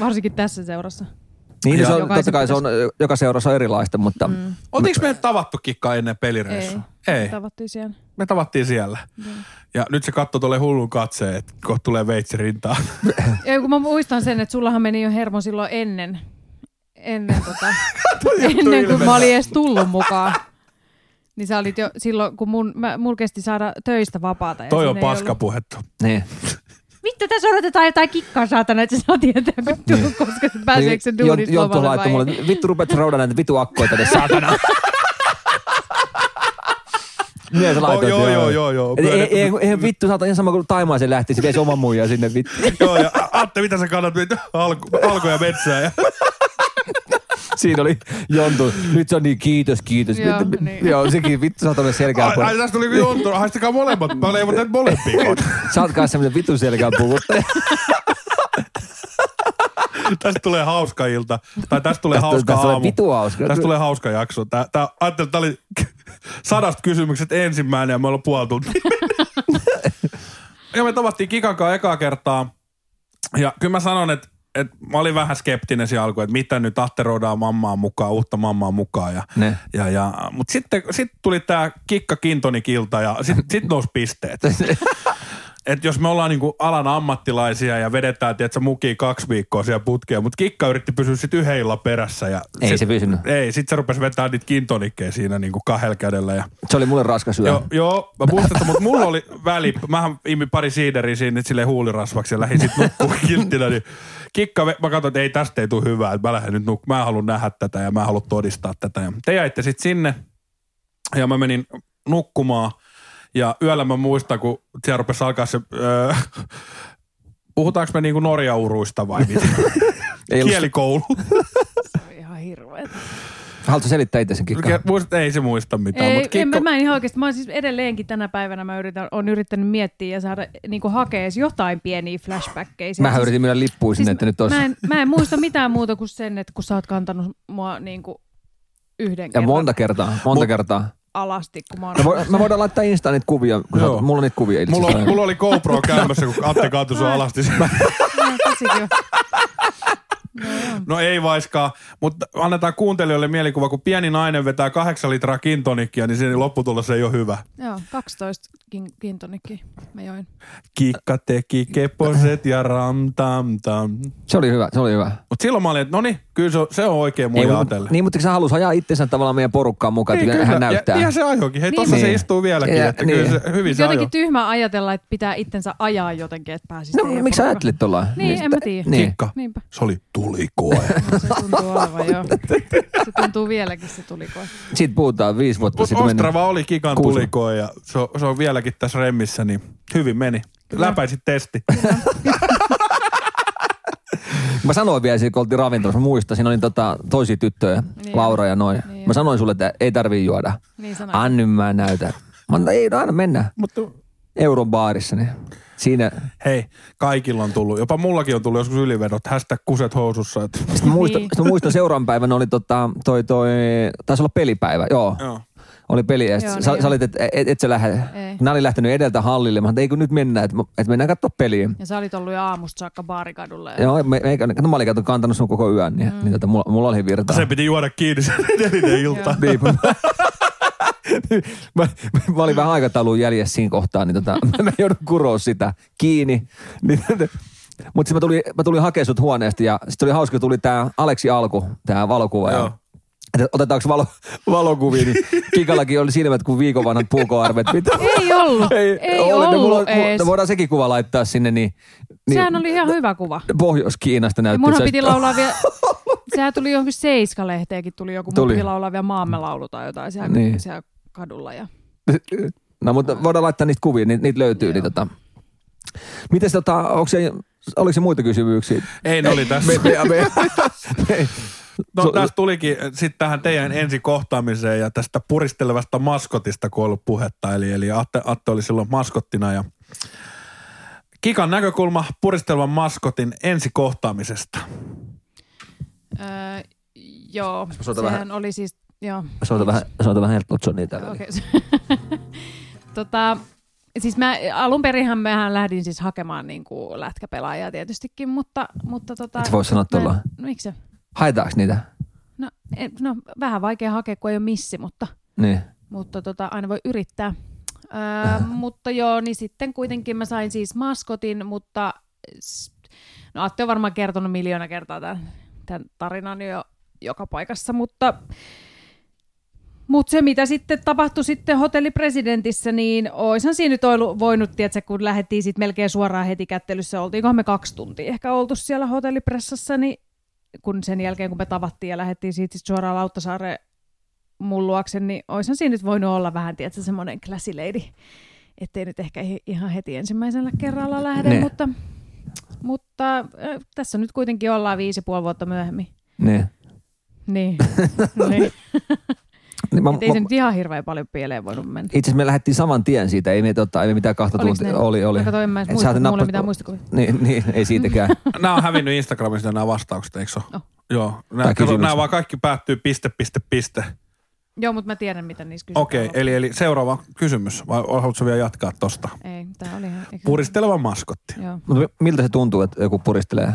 S3: Varsinkin tässä seurassa.
S2: niin, niin se on,
S3: Jokaisen
S2: totta kai se on, joka seurassa on erilaista, mutta mm.
S1: Oltiinko me tavattu kikkaa ennen pelireissua? Ei. Ei.
S3: Tavattiin siellä.
S1: Me tavattiin siellä.
S3: Niin.
S1: Ja nyt se katsoo tuolle hullun katseen, että kohta tulee veitsi rintaan.
S3: Ei, kun mä muistan sen, että sullahan meni jo hermo silloin ennen, ennen, tota, ennen kuin mä
S1: ilmenee.
S3: olin edes tullut mukaan. Niin sä olit jo silloin, kun mun, mä, mul kesti saada töistä vapaata. ja
S1: Toi
S3: siinä
S1: on
S3: ei ollut-
S1: paskapuhetta.
S2: niin.
S3: Mitä tässä odotetaan jotain kikkaa saatana, että se saa tietää, kun tuu, koska se pääseekö se duunista
S2: Jont- Niin. Jonttu
S3: lomalle vai
S2: laittoi mulle,
S3: ei.
S2: vittu rupeat rouda näitä vitu akkoja tänne, saatana. Mies Niin, laitoit.
S1: joo, joo, joo, joo.
S2: Et ei-
S1: Pyörit-
S2: ei- Eihän vittu, saata ihan sama kuin Taimaaseen lähtisi, veisi oman muijan sinne vittu.
S1: Joo, ja A- Atte, mitä sä kannat mit- alku, alkoja metsää? Ja...
S2: Siinä oli Jontu. Nyt se on niin kiitos, kiitos.
S3: Joo,
S2: Nyt-
S3: niin.
S2: joo sekin vittu, saata mennä selkään
S1: Ai, ai, tästä tuli jonttu, haistakaa molemmat, mä leivon teet molempia.
S2: Sä oot kanssa semmoinen vitun selkään puhuttaja.
S1: Tästä tulee hauska ilta, tai tästä tulee
S2: Tästä-
S1: hauska
S2: tästä tulee
S1: aamu.
S2: vitu hauska.
S1: Tästä tulee hauska jakso. Tää, tää, ajattelin, tää oli sadasta kysymykset ensimmäinen ja me ollaan puoli tuntia. ja me tavattiin Kikan kanssa ekaa kertaa. Ja kyllä mä sanon, että et mä olin vähän skeptinen siinä alkuun, että mitä nyt atteroidaan mammaa mukaan, uutta mammaa mukaan. Ja,
S2: Ne.
S1: ja, ja, mutta sitten sit tuli tämä kikka kintonikilta ja sitten sit nousi pisteet. Et jos me ollaan niinku alan ammattilaisia ja vedetään, tiedätkö, muki kaksi viikkoa siellä putkeen, mutta Kikka yritti pysyä sitten yhden illan perässä. Ja
S2: Ei
S1: sit,
S2: se pysynyt.
S1: Ei, sit se rupesi vetämään niitä kintonikkeja siinä niinku kahdella kädellä. Ja,
S2: Se oli mulle raskas yö.
S1: joo, joo, mä muistan, että mut mulla oli väli. Mähän imin pari siideriä siinä nyt silleen huulirasvaksi ja lähdin sit nukkuu kilttinä. Niin Kikka, ve- mä katsoin, että ei tästä ei tule hyvää, että mä lähden nyt nukkumaan. Mä haluan nähdä tätä ja mä haluan todistaa tätä. Ja te jäitte sit sinne ja mä menin nukkumaan. Ja yöllä mä muistan, kun siellä rupesi alkaa se... Öö, puhutaanko me niinku norjauruista vai mitä?
S2: Ei ollut-
S1: Kielikoulu.
S3: Se on ihan hirveä.
S2: Haluatko selittää itse sen kikkaan?
S1: Muistat, ei se muista mitään.
S3: Ei,
S1: mut
S3: en,
S1: Kikka-
S3: mä, mä en ihan oikeasti, mä oon siis edelleenkin tänä päivänä, mä yritän, on yrittänyt miettiä ja saada niin hakea edes jotain pieniä flashbackkejä.
S2: Mä
S3: Siis-
S2: yritin myydä lippuja sinne, että nyt olisi.
S3: Mä en, mä en muista mitään muuta kuin sen, että kun sä oot kantanut mua niin kuin yhden
S2: Ja
S3: kerran
S2: monta No, kertaa, monta kertaa.
S3: alasti, kun mä oon...
S2: Me, vo, me voidaan laittaa Instaan niitä kuvia, kun sä,
S1: Joo.
S2: mulla on niitä kuvia itse
S1: Mulla,
S2: asiassa.
S1: mulla oli GoPro käymässä, kun Atte kaatui sun alasti.
S3: No, tosi kiva. No, joo.
S1: No ei vaiskaan, mutta annetaan kuuntelijoille mielikuva, kun pieni nainen vetää kahdeksan litraa kintonikkia, niin sen lopputulos ei ole hyvä.
S3: joo, 12 kin, kintonikki mä join.
S1: Kikka teki keposet ja ramtam tam.
S2: Se oli hyvä, se oli hyvä.
S1: Mutta silloin mä olin, että no niin, kyllä se on, se on oikein mun
S2: mutta,
S1: ajatelle.
S2: niin, mutta sä halus ajaa itsensä tavallaan meidän porukkaan mukaan,
S3: Niin,
S2: että kyllä hän näyttää.
S1: Ja, ihan se ajoikin. Hei, tossa
S2: Niin.
S1: se istuu vieläkin.
S2: Ja-
S1: Ja, että niin.
S2: niin.
S1: kyllä se, hyvin
S3: Mut
S1: se ajoi.
S3: jotenkin tyhmä ajatella, että pitää itsensä ajaa jotenkin, että pääsisi
S2: no
S3: teidän
S2: miksi sä
S3: porukkaan.
S2: ajattelit tuolla?
S3: Niin, en mä tiedä.
S2: Niin.
S1: Kikka,
S3: Niinpä.
S1: se oli tulikoe.
S3: No, se tuntuu olevan, joo. Se tuntuu vieläkin se tulikoe.
S2: Siitä puhutaan viisi vuotta
S1: Mutta
S2: sitten mennyt.
S1: Ostrava oli kikan
S2: Kuusi.
S1: tulikoe ja se on, se on vieläkin tässä remmissä, niin hyvin meni. Läpäisit testi.
S2: Mä sanoin vielä siitä, kun oltiin ravintolassa, mä muistan, siinä oli tota, toisia tyttöjä,
S3: Niin.
S2: Laura ja noin.
S3: Niin.
S2: Mä sanoin sulle, että ei tarvii juoda.
S3: Niin sanoin.
S2: Anny mä näytän. Mä sanoin, ei, no aina mennään.
S1: Mutta
S2: Euron baarissa, niin siinä.
S1: hei, kaikilla on tullut. Jopa mullakin on tullut joskus ylivedot. Hästä kuset housussa. Et.
S2: Sitten mä muistan,
S3: Niin.
S2: sit mä muistan seuraavan päivän oli tota, toi, toi, taisi olla pelipäivä, joo.
S1: Joo.
S2: Oli peli ja sit
S3: Joo,
S2: sä,
S3: niin
S2: sä
S3: on.
S2: olit, että et, et sä lähde.
S3: Ei.
S2: Nää oli lähtenyt edeltä hallille. Mä sanoin, että ei kun nyt mennään, että et mennään katsoa peliä.
S3: Ja sä olit ollut jo aamusta saakka baarikadulla. Ja...
S2: Joo, me, me, no, mä olin kato, kantanut sun koko yön, niin, mm. niin tota, mulla, mulla oli virtaa.
S1: Se piti juoda kiinni sen edellinen ilta.
S2: Niin, mä, mä, mä, olin vähän aikataulun jäljessä siinä kohtaa, niin tota, mä joudun kuroa sitä kiinni. Niin, mutta sitten mä tulin, mä tulin hakemaan sut huoneesta ja sitten oli hauska, tuli tämä Aleksi Alku, tämä valokuva.
S1: Joo.
S2: Ja, että otetaanko valo, valokuvia, niin Kikallakin oli silmät kuin viikon vanhat puukoarvet. Mitä?
S3: Ei ollut, ei,
S2: ole. No,
S3: ollut
S2: mulla-
S3: ees.
S2: no, voidaan sekin kuva laittaa sinne, niin, niin
S3: Sehän oli ihan hyvä kuva.
S2: Pohjois-Kiinasta
S3: Ja
S2: näytti.
S3: munhan
S2: se-
S3: piti laulaa vielä, sehän tuli johonkin seiskalehteenkin, tuli joku, mun
S2: Tuli.
S3: piti laulaa vielä maamme laulu tai jotain siellä,
S2: Niin.
S3: niin. siellä kadulla. Ja...
S2: No mutta voidaan laittaa niitä kuvia, niitä, niitä löytyy. Niin, tota. Mites tota, onko se, oliko se muita kysymyksiä?
S1: Ei, ne oli tässä.
S2: Me, me, me, me.
S1: No
S2: So-
S1: tästä tulikin sitten tähän teidän ensi kohtaamiseen ja tästä puristelevasta maskotista, kun on ollut puhetta. Eli, eli Atte, Atte oli silloin maskottina ja Kikan näkökulma puristelevan maskotin ensi kohtaamisesta.
S3: Öö, joo,
S2: Soita
S3: sehän
S2: vähän.
S3: oli siis, joo.
S2: Soita vähän, soita vähän Helppo Johnny tällä. Okay.
S3: Okei. tota, siis mä, alun perinhän mähän lähdin siis hakemaan niin kuin lätkäpelaajaa tietystikin, mutta... mutta tota,
S2: Et sä voi sanoa
S3: mä en-
S2: tuolla.
S3: No miksi se?
S2: Haetaanko niitä?
S3: No, en, no, vähän vaikea hakea, kun ei ole missi, mutta
S2: Niin.
S3: mutta tota, aina voi yrittää. Öö, mutta joo, niin sitten kuitenkin mä sain siis maskotin, mutta s- no Atte on varmaan kertonut miljoona kertaa tämän, tämän tarinan jo joka paikassa, mutta, mutta se mitä sitten tapahtui sitten hotellipresidentissä, niin oishan siinä nyt ollut, voinut, tiedätkö, kun lähdettiin sitten melkein suoraan heti kättelyssä, oltiinkohan me kaksi tuntia ehkä oltu siellä hotellipressassa, niin kun sen jälkeen kun me tavattiin ja lähdettiin siitä sit suoraan Lauttasaareen mun luokse, niin oishan siinä nyt voinut olla vähän, tiedätkö, semmoinen classy lady. Ettei nyt ehkä hi- ihan heti ensimmäisellä kerralla lähde,
S2: Ne.
S3: mutta, mutta äh, tässä nyt kuitenkin ollaan viisi ja puoli vuotta myöhemmin.
S2: Niin.
S3: Niin, niin.
S2: Niin mä,
S3: Et ei
S2: mä,
S3: se nyt ihan hirveän paljon pieleen voinut mennä.
S2: itse asiassa me lähdettiin saman tien siitä, ei me, tota, ei me mitään kahta
S3: Oliks
S2: tuntia.
S3: ne?
S2: Oli, oli.
S3: Mä katsoin, mä en
S2: Et
S3: muista,
S2: sä
S3: mulla ei
S2: nappas-
S3: mitään muistikuvia.
S2: Niin, niin, ei siitäkään.
S1: Nämä on hävinnyt Instagramista nämä vastaukset, eikö se ole?
S3: Oh.
S1: Joo. Nämä,
S2: Tai
S1: kato,
S2: kysymys.
S1: nämä vaan kaikki päättyy piste, piste, piste.
S3: Joo, mutta mä tiedän, mitä niissä kysytään.
S1: Okei, okay, eli, eli seuraava kysymys. Vai haluatko vielä jatkaa tosta?
S3: Ei, tää oli ihan... eikö-
S1: Puristeleva maskotti.
S3: Joo.
S2: Mutta miltä se tuntuu, että joku puristelee?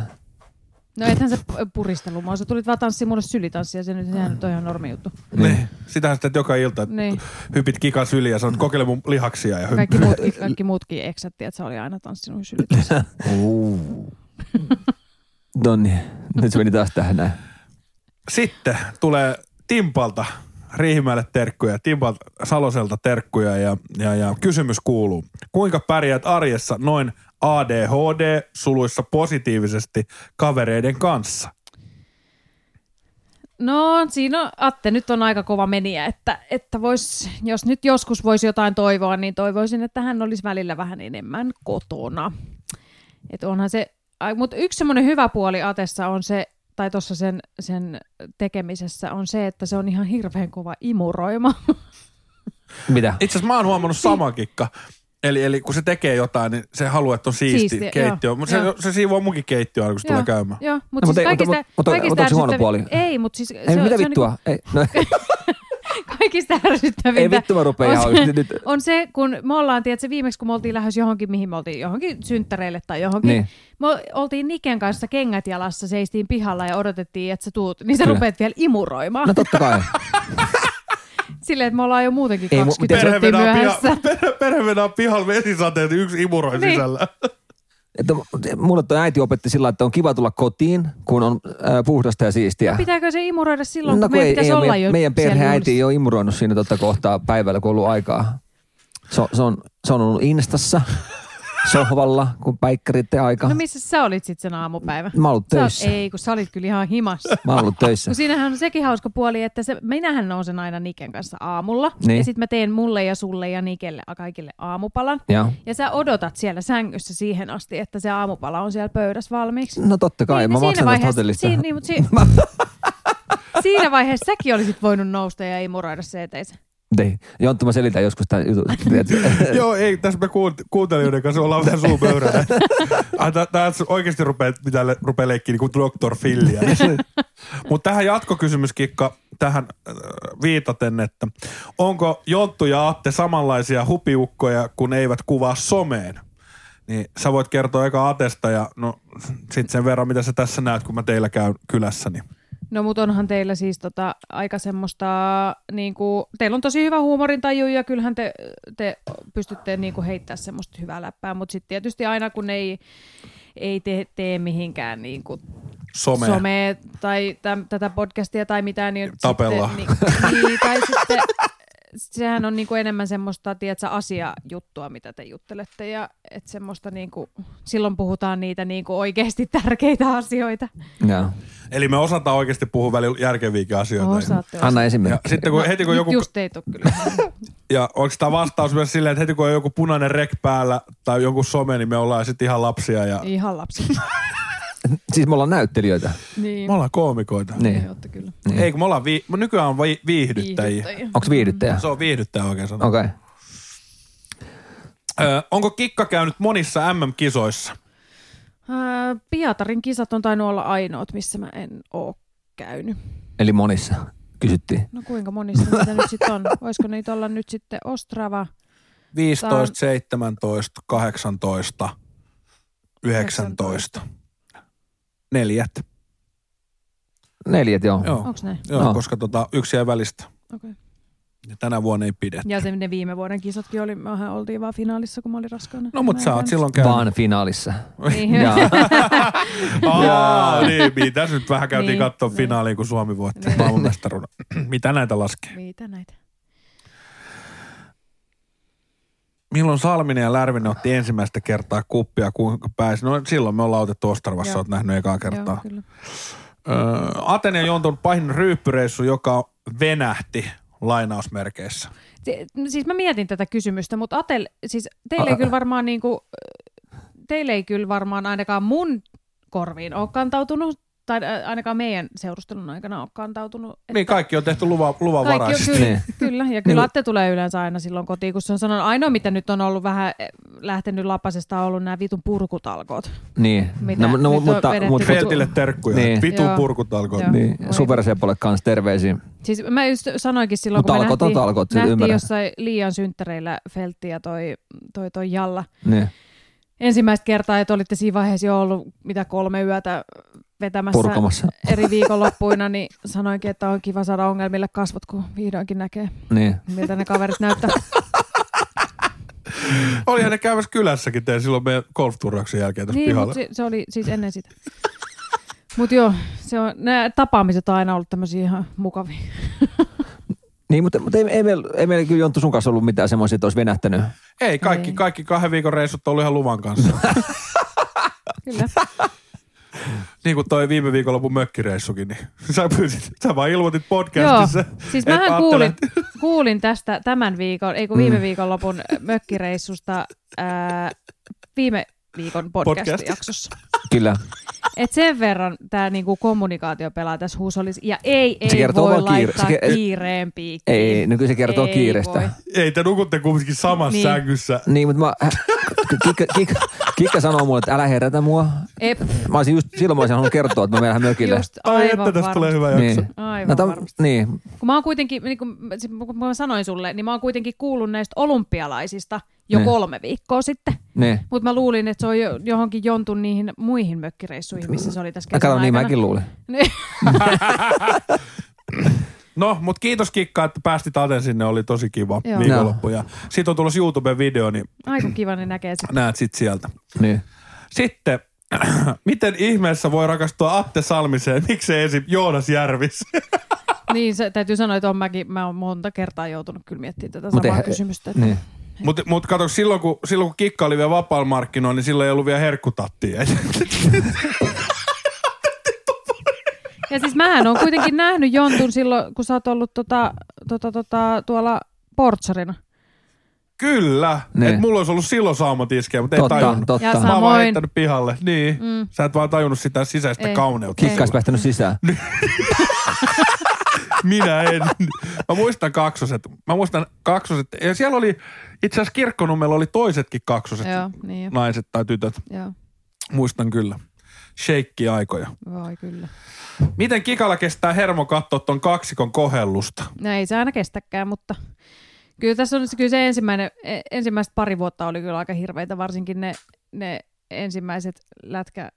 S3: No ethän se pu- puristelu mua. Sä tulit vaan tanssiin mulle sylitanssia, se nyt sehän nyt on ihan normi juttu.
S1: Niin. Sitähän sitten joka ilta, että
S3: Niin.
S1: hypit kikan syliin ja sanot, kokeile mun lihaksia ja hyppää.
S3: Kaikki muutkin, kaikki muutkin eksatti, että se oli aina tanssinut sylitanssia.
S2: Niin. No niin, nyt se meni taas tähän näin.
S1: Sitten tulee Timpalta Riihimäelle terkkuja, Timpalta Saloselta terkkuja ja, ja, ja kysymys kuuluu. Kuinka pärjäät arjessa noin ADHD suluissa positiivisesti kavereiden kanssa?
S3: No siinä on, Atte nyt on aika kova meniä, että, että vois, jos nyt joskus voisi jotain toivoa, niin toivoisin, että hän olisi välillä vähän enemmän kotona. Et onhan se, mutta yksi semmoinen hyvä puoli Atessa on se, tai tuossa sen, sen tekemisessä on se, että se on ihan hirveän kova imuroima.
S2: Mitä?
S1: Itse asiassa mä oon huomannut sama kikka. Eli, eli kun se tekee jotain, niin se haluaa, että on siisti,
S3: Siistiä,
S1: siisti keittiö.
S3: joo,
S1: Mutta se,
S3: joo.
S1: se siivoo munkin keittiö aina, kun se tulee käymään.
S3: Joo,
S2: No,
S3: mutta
S2: mut
S3: siis
S2: ei-
S3: kaikista,
S2: mut- mut- mut onko-
S3: kaikista
S2: mut onko se huono
S3: ärsyttävi-
S2: puoli?
S3: Ei, mutta siis
S2: Ei,
S3: se, on-
S2: mitä
S3: se on
S2: vittua? Ei, no,
S3: niinku kaikista ärsyttävintä.
S2: ei vittu mä rupea
S3: on
S2: ihan
S3: se-
S2: nyt. nyt.
S3: on se, kun me ollaan, tiedätkö, viimeksi kun me oltiin lähes johonkin, mihin me oltiin, johonkin synttäreille tai johonkin,
S2: Niin.
S3: niin. me oltiin Niken kanssa kengät jalassa, seistiin pihalla ja odotettiin, että sä tuut, niin sä
S2: Kyllä.
S3: rupeat vielä imuroimaan.
S2: No
S3: No.
S2: totta kai.
S3: Silleen, että me ollaan jo muutenkin
S2: Ei, mu-
S3: 20
S2: miten se-
S1: Perhe
S3: minuuttia
S1: vedää, piha,
S3: myöhässä.
S1: perhe, perhe vedää pihalla vesisateet, yksi imuroi niin.
S3: Niin.
S1: sisällä.
S2: Että mulle toi äiti opetti sillä lailla, että on kiva tulla kotiin, kun on äh, puhdasta ja siistiä.
S3: Pitääkö se imuroida silloin,
S2: no,
S3: kun meidän
S2: ei,
S3: pitäisi
S2: ei, ole-
S3: olla jo
S2: meidän, meidän
S3: siellä
S2: perheäiti ei
S3: juhlissa?
S2: ole imuroinut siinä totta kohtaa päivällä, kun on ollut aikaa. Se, on- se, on, se on ollut instassa, sohvalla, kun päikkäritte aika.
S3: No missä sä olit sitten sen aamupäivän?
S2: Mä oon ollut
S3: Sä,
S2: töissä.
S3: ei, kun sä olit kyllä ihan himassa.
S2: Mä oon ollut töissä.
S3: Kun siinähän on sekin hauska puoli, että se, minähän nousen aina Niken kanssa aamulla.
S2: Niin.
S3: Niin. Ja sitten mä teen mulle ja sulle ja Nikelle ja kaikille aamupalan.
S2: Ja.
S3: Ja sä odotat siellä sängyssä siihen asti, että se aamupala on siellä pöydässä valmiiksi.
S2: No totta kai,
S3: Niin,
S2: mä
S3: niin
S2: maksan tästä hotellista.
S3: Siinä, niin, mutta si- siinä vaiheessa säkin olisit voinut nousta ja imuroida se eteensä.
S2: Ei. Jonttu, mä selitän Niin. joskus tämän jutun.
S1: Joo, ei, tässä me kuunt- kuuntelijoiden kanssa ollaan vähän Ah, suupöydällä. Tämä oikeasti rupeaa, mitä le- rupeaa leikkiä niin kuin Dr. Filliä. Mutta tähän jatkokysymyskikka, tähän äh, viitaten, että onko Jonttu ja Atte samanlaisia hupiukkoja, kun eivät kuvaa someen? Niin sä voit kertoa eka Atesta ja no sit sen verran, mitä sä tässä näet, kun mä teillä käyn kylässä. Niin.
S3: No mut onhan teillä siis tota, aika semmoista, niinku, teillä on tosi hyvä huumorintaju ja kyllähän te, te pystytte niinku, heittää semmoista hyvää läppää, mutta sitten tietysti aina kun ei, ei te, tee mihinkään niinku,
S1: Some.
S3: somea tai täm, tätä podcastia tai mitään, niin
S1: Tapellaan.
S3: Sitten, niin, niin, tai sitten sehän on niinku enemmän semmoista, tiedätkö, asiajuttua, mitä te juttelette ja et semmoista niinku, silloin puhutaan niitä niinku oikeasti tärkeitä asioita.
S2: Joo.
S1: Eli me osataan oikeasti puhua välillä järkeviäkin asioita.
S3: Osaatte
S2: Anna
S1: Ja
S2: esimerkki.
S1: sitten kun, heti kun
S3: Nyt
S1: joku
S3: just ei tule kyllä.
S1: Ja onko tämä vastaus myös silleen, että heti kun on joku punainen rek päällä tai jonkun some, niin me ollaan sitten ihan lapsia ja
S3: Ihan lapsi.
S2: Siis me ollaan näyttelijöitä.
S3: niin.
S1: me ollaan koomikoita.
S2: Niin.
S3: Ei ootte kyllä.
S2: Niin.
S1: Ei kun me ollaan, vii- nykyään on vi- viihdyttäjiä.
S3: Viihdyttäjiä.
S2: Onko viihdyttäjä?
S1: Se on viihdyttäjä oikein sana.
S2: Okei. Okay.
S1: Öö, onko Kikka käynyt monissa MM-kisoissa?
S3: Ää, Pietarin kisat on tainnut olla ainoat, missä mä en oo käynyt.
S2: Eli monissa kysyttiin.
S3: No kuinka monissa niitä nyt sitten on? Voisiko niitä olla nyt sitten Ostrava?
S1: 15, 17, 18, 19. Neljät.
S2: Neljät, joo.
S1: Joo,
S3: Onko näin?
S1: joo
S2: No.
S1: koska tota, yksi jäi välistä.
S3: Okay.
S1: Ja tänä vuonna ei pidä.
S3: Ja se ne viime vuoden kisatkin oli, mehän oltiin vaan finaalissa, kun mä olin raskaana.
S1: No mut
S3: Mä en
S1: sä oot
S3: käynyt.
S1: silloin käynyt.
S2: Vaan finaalissa.
S3: Niin.
S2: Joo.
S1: Aa, niin, niin, tässä nyt vähän käytiin niin,
S3: Niin,
S1: katsoa
S3: niin.
S1: finaaliin, kun Suomi voitti niin.
S3: Niin.
S1: maailmanmestaruuden. Mitä näitä laskee?
S3: Mitä näitä?
S1: Milloin Salminen ja Lärvinen otti ensimmäistä kertaa kuppia, kuinka pääsi? No silloin me ollaan otettu Ostarvassa,
S3: Joo.
S1: oot nähnyt ekaa
S3: Joo,
S1: kertaa.
S3: kyllä.
S1: Öö, Atene ja Jonton pahin ryyppyreissu, joka venähti. lainausmerkeissä?
S3: Si- Siis mä mietin tätä kysymystä, mutta Atel, siis teille ei
S2: Ä-
S3: kyllä varmaan niinku, teille ei kyllä varmaan ainakaan mun korviin ole kantautunut, tai ä, ainakaan meidän seurustelun aikana ole kantautunut.
S1: Niin, kaikki on tehty luva,
S3: Kaikki on
S1: luvanvaraisesti.
S3: kyllä,
S2: Niin.
S3: kyllä, ja kyllä Atte tulee yleensä aina silloin kotiin, kun se on sanonut, ainoa mitä nyt on ollut vähän eh, lähtenyt lapasesta on ollut nämä vitun purkutalkoot.
S2: Niin.
S3: Mitä
S2: no,
S3: nyt
S2: no,
S3: on
S2: mutta,
S3: vedetty
S2: mutta,
S3: Fel-
S1: Feltille terkkuja.
S2: Niin.
S1: Vitu
S3: Joo.
S1: purkut alkoi.
S3: Joo.
S2: niin,
S3: Voi.
S2: supersepolle kanssa terveisiä.
S3: Siis mä just sanoinkin silloin,
S2: No
S3: kun me
S2: talkoot on
S3: nähtiin,
S2: talkoot,
S3: nähtiin
S2: ymmärrän.
S3: jossain liian synttäreillä Feltti ja toi, toi, toi Jalla.
S2: Niin,
S3: Ensimmäistä kertaa, että olitte siinä vaiheessa jo ollut mitä kolme yötä vetämässä
S2: purkamassa.
S3: eri viikonloppuina, niin sanoinkin, että on kiva saada ongelmille kasvot, kun vihdoinkin näkee,
S2: Niin.
S3: miltä ne kaverit näyttää.
S1: Olihan ne käymässä kylässäkin tein silloin meidän golfturauksen jälkeen tässä
S3: niin,
S1: pihalla.
S3: mutta se, se, oli siis ennen sitä. Mutta joo, se on, nämä tapaamiset on aina ollut tämmöisiä ihan mukavia.
S2: Niin, mutta, mutta ei, ei, meillä, ei meillä kyllä Jonttu sun kanssa ollut mitään semmoisia, että olisi venähtänyt.
S1: Ei, kaikki,
S3: Ei.
S1: kaikki kahden viikon reissut on ollut ihan luvan kanssa.
S3: Kyllä.
S1: niin kuin toi viime viikonlopun mökkireissukin, niin sä, pyysit, sä vaan ilmoitit podcastissa.
S3: Siis
S1: että
S3: mähän
S1: Attila-
S3: kuulin, kuulin tästä tämän viikon, ei kun viime viikonlopun mökkireissusta ää, viime viikon podcast-jaksossa.
S2: Kyllä.
S3: Et sen verran tämä niinku kommunikaatio pelaa tässä huusolissa. Ja ei, ei
S2: Se kertoo
S3: voi
S2: vaan kiire-
S3: laittaa
S2: se ke-
S3: kiireen piikkiin.
S2: Ei, ei, no kyllä se kertoo
S3: Ei
S2: kiireestä.
S3: voi.
S1: Ei, te nukutte kumminkin samassa
S3: Niin.
S1: niin. sängyssä.
S2: Niin, mutta mä, kikka, kikka, kikka sanoo mulle, että älä herätä mua.
S3: Ep,
S2: Mä olisin just, silloin mä olisin halunnut kertoa, että me mennään mökille.
S3: just
S1: Ai
S3: aivan
S1: että tästä
S3: varmasti.
S1: tulee hyvä jakso.
S2: niin.
S1: Niin.
S3: Aivan
S2: No, tam-
S3: varmasti.
S2: niin,
S3: Kun mä oon kuitenkin, niin kun, mä- siis kun mä sanoin sulle, niin mä oon kuitenkin kuullut näistä olympialaisista jo
S2: Niin.
S3: kolme viikkoa sitten.
S2: niin.
S3: Mutta mä luulin, että se on jo, johonkin jontun niihin muihin mökkireissuihin, missä se oli tässä
S2: Mä
S3: kesän
S2: katson, niin
S3: aikana.
S2: mäkin luulin.
S3: Niin.
S1: No, mutta kiitos Kikka, että päästit Aten sinne, oli tosi kiva
S3: Joo.
S1: Joo. viikonloppu. Ja siitä on tulossa YouTube-video, niin
S3: Ai kun kiva ne näkee sit.
S1: näet sit sieltä.
S2: Niin.
S1: Sitten, miten ihmeessä voi rakastua Atte Salmiseen, miksei esim. Joonas Järvis?
S3: Niin, se, täytyy sanoa, että on mäkin, mä oon monta kertaa joutunut kyllä miettimään tätä
S2: Mut
S3: samaa
S2: eihän-
S3: kysymystä. Että...
S2: Niin.
S1: Mutta mut kato, silloin kun, silloin kun kikka oli vielä vapaalla markkinoilla, niin silloin ei ollut vielä herkkutattia.
S3: Ja siis mähän on kuitenkin nähnyt Jontun silloin, kun sä oot ollut tota, tota, tota, tuolla portsarina.
S1: Kyllä.
S2: Niin.
S1: Et mulla olisi ollut silloin saamatiskejä, mutta ei
S2: Totta,
S1: tajunnut.
S3: Ja
S2: totta.
S1: Mä oon vaan
S3: Samoin.
S1: heittänyt pihalle. Niin. Mm. Sä et vaan tajunnut sitä sisäistä
S3: Ei.
S1: ei. kauneutta.
S2: Kikka olisi päästänyt sisään.
S1: Minä en. Mä muistan kaksoset. Mä muistan kaksoset. Ja siellä oli, itse asiassa kirkkonummella oli toisetkin kaksoset.
S3: Joo, niin jo.
S1: Naiset tai tytöt.
S3: Joo,
S1: Muistan kyllä. Sheikki-aikoja.
S3: voi kyllä.
S1: Miten kikalla kestää hermo katsoa ton kaksikon kohellusta?
S3: No ei se aina kestäkään, mutta kyllä tässä on kyllä se ensimmäinen, e- ensimmäiset pari vuotta oli kyllä aika hirveitä, varsinkin ne, ne ensimmäiset lätkä,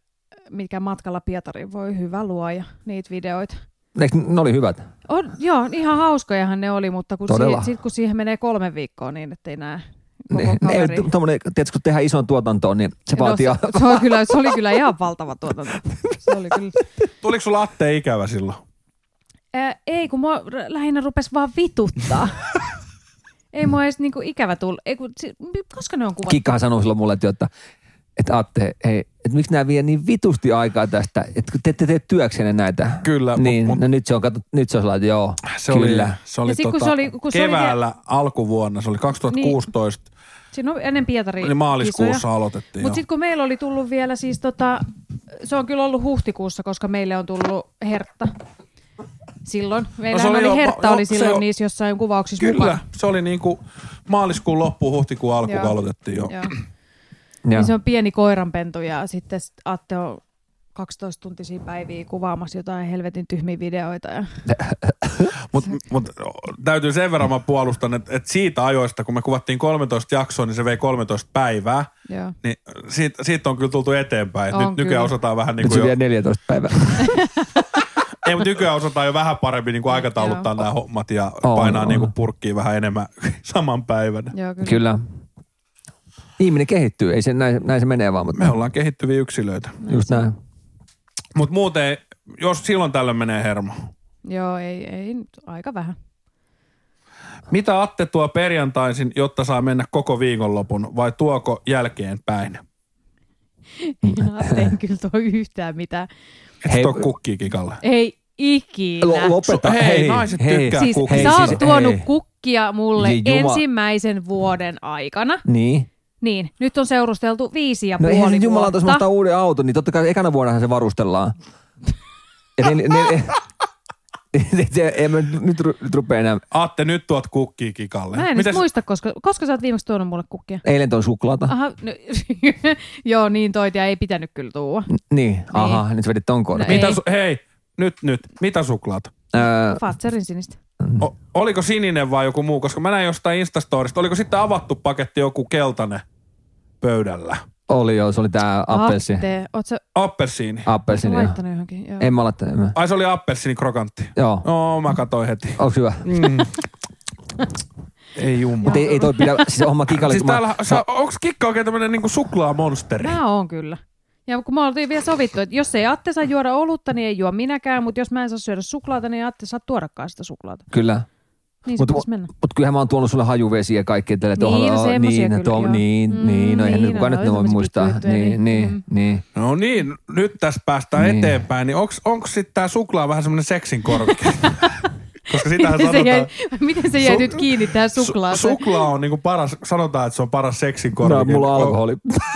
S3: mikä matkalla Pietariin voi hyvä luoja, niitä videoita.
S2: Eikö, ne oli hyvät.
S3: On, joo, ihan hauskojahan ne oli, mutta kun,
S2: Todella.
S3: si- sit, kun siihen menee kolme viikkoa niin, ettei näe koko
S2: Niin, ne, ei,
S3: kaveria.
S2: tu- tommonen, tiedätkö, kun tehdään isoon tuotantoon, niin se vaatii...
S3: No, se, se, on kyllä, se oli kyllä ihan valtava tuotanto. Se oli kyllä.
S1: Tuliko sulla Atte ikävä silloin?
S3: Ää, ei, kun mua r- lähinnä rupes vaan vituttaa. ei mua edes niinku ikävä tullut. Ei, kun, si- mi- koska ne on kuvattu?
S2: Kikkahan sanoi silloin mulle, että, että, että Atte, hei, että miksi nämä vie niin vitusti aikaa tästä, että kun te ette tee työksenne näitä.
S1: Kyllä, mut-
S2: Niin,
S1: mut-
S2: no nyt se on, kato, nyt se on sellainen, että joo,
S1: Se
S2: kyllä.
S1: oli, se oli,
S3: Ja sit kun
S1: tota,
S3: se oli- kun se oli
S1: keväällä alkuvuonna, se oli 2016,
S3: Siinä on ennen Pietari
S1: niin, niin maaliskuussa aloitettiin.
S3: Mutta
S1: Mut
S3: sitten kun meillä oli tullut vielä siis tota, se on kyllä ollut huhtikuussa, koska meille on tullut hertta. Silloin. Meillä
S1: No, oli
S3: oli,
S1: jo-
S3: hertta
S1: jo-
S3: oli
S1: se
S3: silloin
S1: on-
S3: niissä jossain kuvauksissa
S1: Kyllä,
S3: mukana.
S1: Siis se oli niinku maaliskuun loppuun, huhtikuun alkuun kun
S3: Joo.
S1: aloitettiin jo.
S3: Joo.
S2: Joo.
S3: Niin se on pieni koiranpentu ja sitten s- Atte on 12-tuntisia päiviä kuvaamassa jotain helvetin tyhmiä videoita. Ja...
S1: Mutta mut, täytyy sen verran mä puolustan, että et siitä ajoista, kun me kuvattiin 13 jaksoa, niin se vei 13 päivää.
S3: Joo.
S1: Niin siitä, siitä on kyllä tultu eteenpäin. Et
S3: On
S1: Nyt kyllä.
S3: kyllä.
S1: nykyään osataan vähän niin
S2: Nyt
S1: kuin
S2: se
S1: jo,
S2: vie 14 päivää.
S1: ei, mut nykyään osataan jo vähän paremmin niin kuin aikatauluttaa nämä hommat ja
S2: On,
S1: painaa
S2: on.
S1: niin kuin purkkiin vähän enemmän saman päivän.
S3: Joo, kyllä.
S2: kyllä. Ihminen kehittyy, ei se, näin, näin se menee vaan, mutta
S1: Me ollaan kehittyviä yksilöitä.
S2: just näin.
S1: Mutta muuten, jos silloin tällöin menee hermo.
S3: Joo, ei, ei, nyt aika vähän.
S1: Mitä Atte tuo perjantaisin, jotta saa mennä koko viikonlopun, vai tuoko jälkeenpäin?
S2: Mm.
S3: Atte ei kyllä tuo yhtään mitään.
S1: Et
S2: Hei-
S1: Hei, tuo kukkii kikalle.
S3: Ei, ikinä.
S2: Lo- lopeta.
S1: Su- hei,
S2: hei,
S1: naiset
S2: hei.
S1: tykkää
S3: siis
S1: kukkista.
S3: sä oot
S2: siis-
S3: tuonut
S2: hei.
S3: kukkia mulle
S2: Ei juma-
S3: ensimmäisen vuoden aikana.
S2: Niin.
S3: Niin, nyt on seurusteltu viisi ja
S2: No
S3: puoli
S2: eihän se jumala
S3: vuotta.
S2: jos mä ostan uuden auton, niin totta kai ekana vuodahan se varustellaan. Et ne, ne, ne, ne, ne, en mä nyt, nyt, ru- nyt rupea enää.
S1: Atte, nyt tuot kukkia kikalle.
S3: Mä en
S1: Mites-
S3: Mites... muista, koska, koska sä oot viimeksi tuonut mulle kukkia.
S2: Eilen toi suklaata.
S3: Aha, no, joo, niin toit ja ei pitänyt kyllä tuua.
S2: Niin, aha, nyt vedit ton koodin.
S3: No
S1: Mitä
S3: Ei.
S1: su- hei, nyt, nyt. Mitä suklaata?
S2: Öö,
S3: Fatserin sinistä.
S2: Mm.
S1: O- oliko sininen vai joku muu? Koska mä näin jostain Instastorista. Oliko sitten avattu paketti joku keltainen pöydällä?
S2: oli joo, se oli tää appelsi.
S3: Atte, oot sä,
S1: Appelsiini.
S2: Appelsiini. joo.
S3: Ah, laittanut johonkin? Joo.
S2: En mä laittaa. en mä-
S1: Ai se oli appelsiini krokantti.
S2: Joo,
S1: No, mä katsoin heti.
S2: onks hyvä?
S3: Niin.
S1: Mm. Ei jumma.
S2: Mut ei, ei toi pidä, siis homma kikalle.
S1: Siis
S2: kun mä-
S1: täällä, sä, onks kikka oikein tämmönen niinku suklaamonsteri?
S3: Mä oon kyllä. Ja kun me oltiin vielä sovittu, että jos ei Atte saa juoda olutta, niin ei juo minäkään, mutta jos mä en saa syödä suklaata, niin ei Atte saa tuodakaan sitä suklaata.
S2: Kyllä.
S3: Niin se
S2: Mut-
S3: pitäisi mennä.
S2: Mutta kyllähän mä oon tuonut sulle hajuvesiä ja kaikkea tällä
S3: Niin, no semmosia
S2: niin, no
S3: kyllä, joo.
S2: niin,
S3: Mm,
S2: niin, no eihän
S3: niin,
S2: nyt kukaan
S3: no,
S2: nyt ne voi
S3: tämmöisiä
S2: muistaa.
S3: pikkujuttuja,
S2: Niin,
S3: niin,
S2: niin,
S3: mm.
S2: niin.
S1: No niin, nyt tässä päästään
S2: Niin.
S1: niin. eteenpäin, niin onks, onks sit tää suklaa vähän semmonen seksin korvike? Koska sitähän
S3: Miten se,
S1: sanotaan...
S3: jäi, miten se jäi
S1: Su-
S3: nyt kiinni tähän suklaaseen?
S1: Su- suklaa on niinku paras, sanotaan, että se on paras seksin
S2: No,
S1: korvike.
S2: mulla on alkoholi.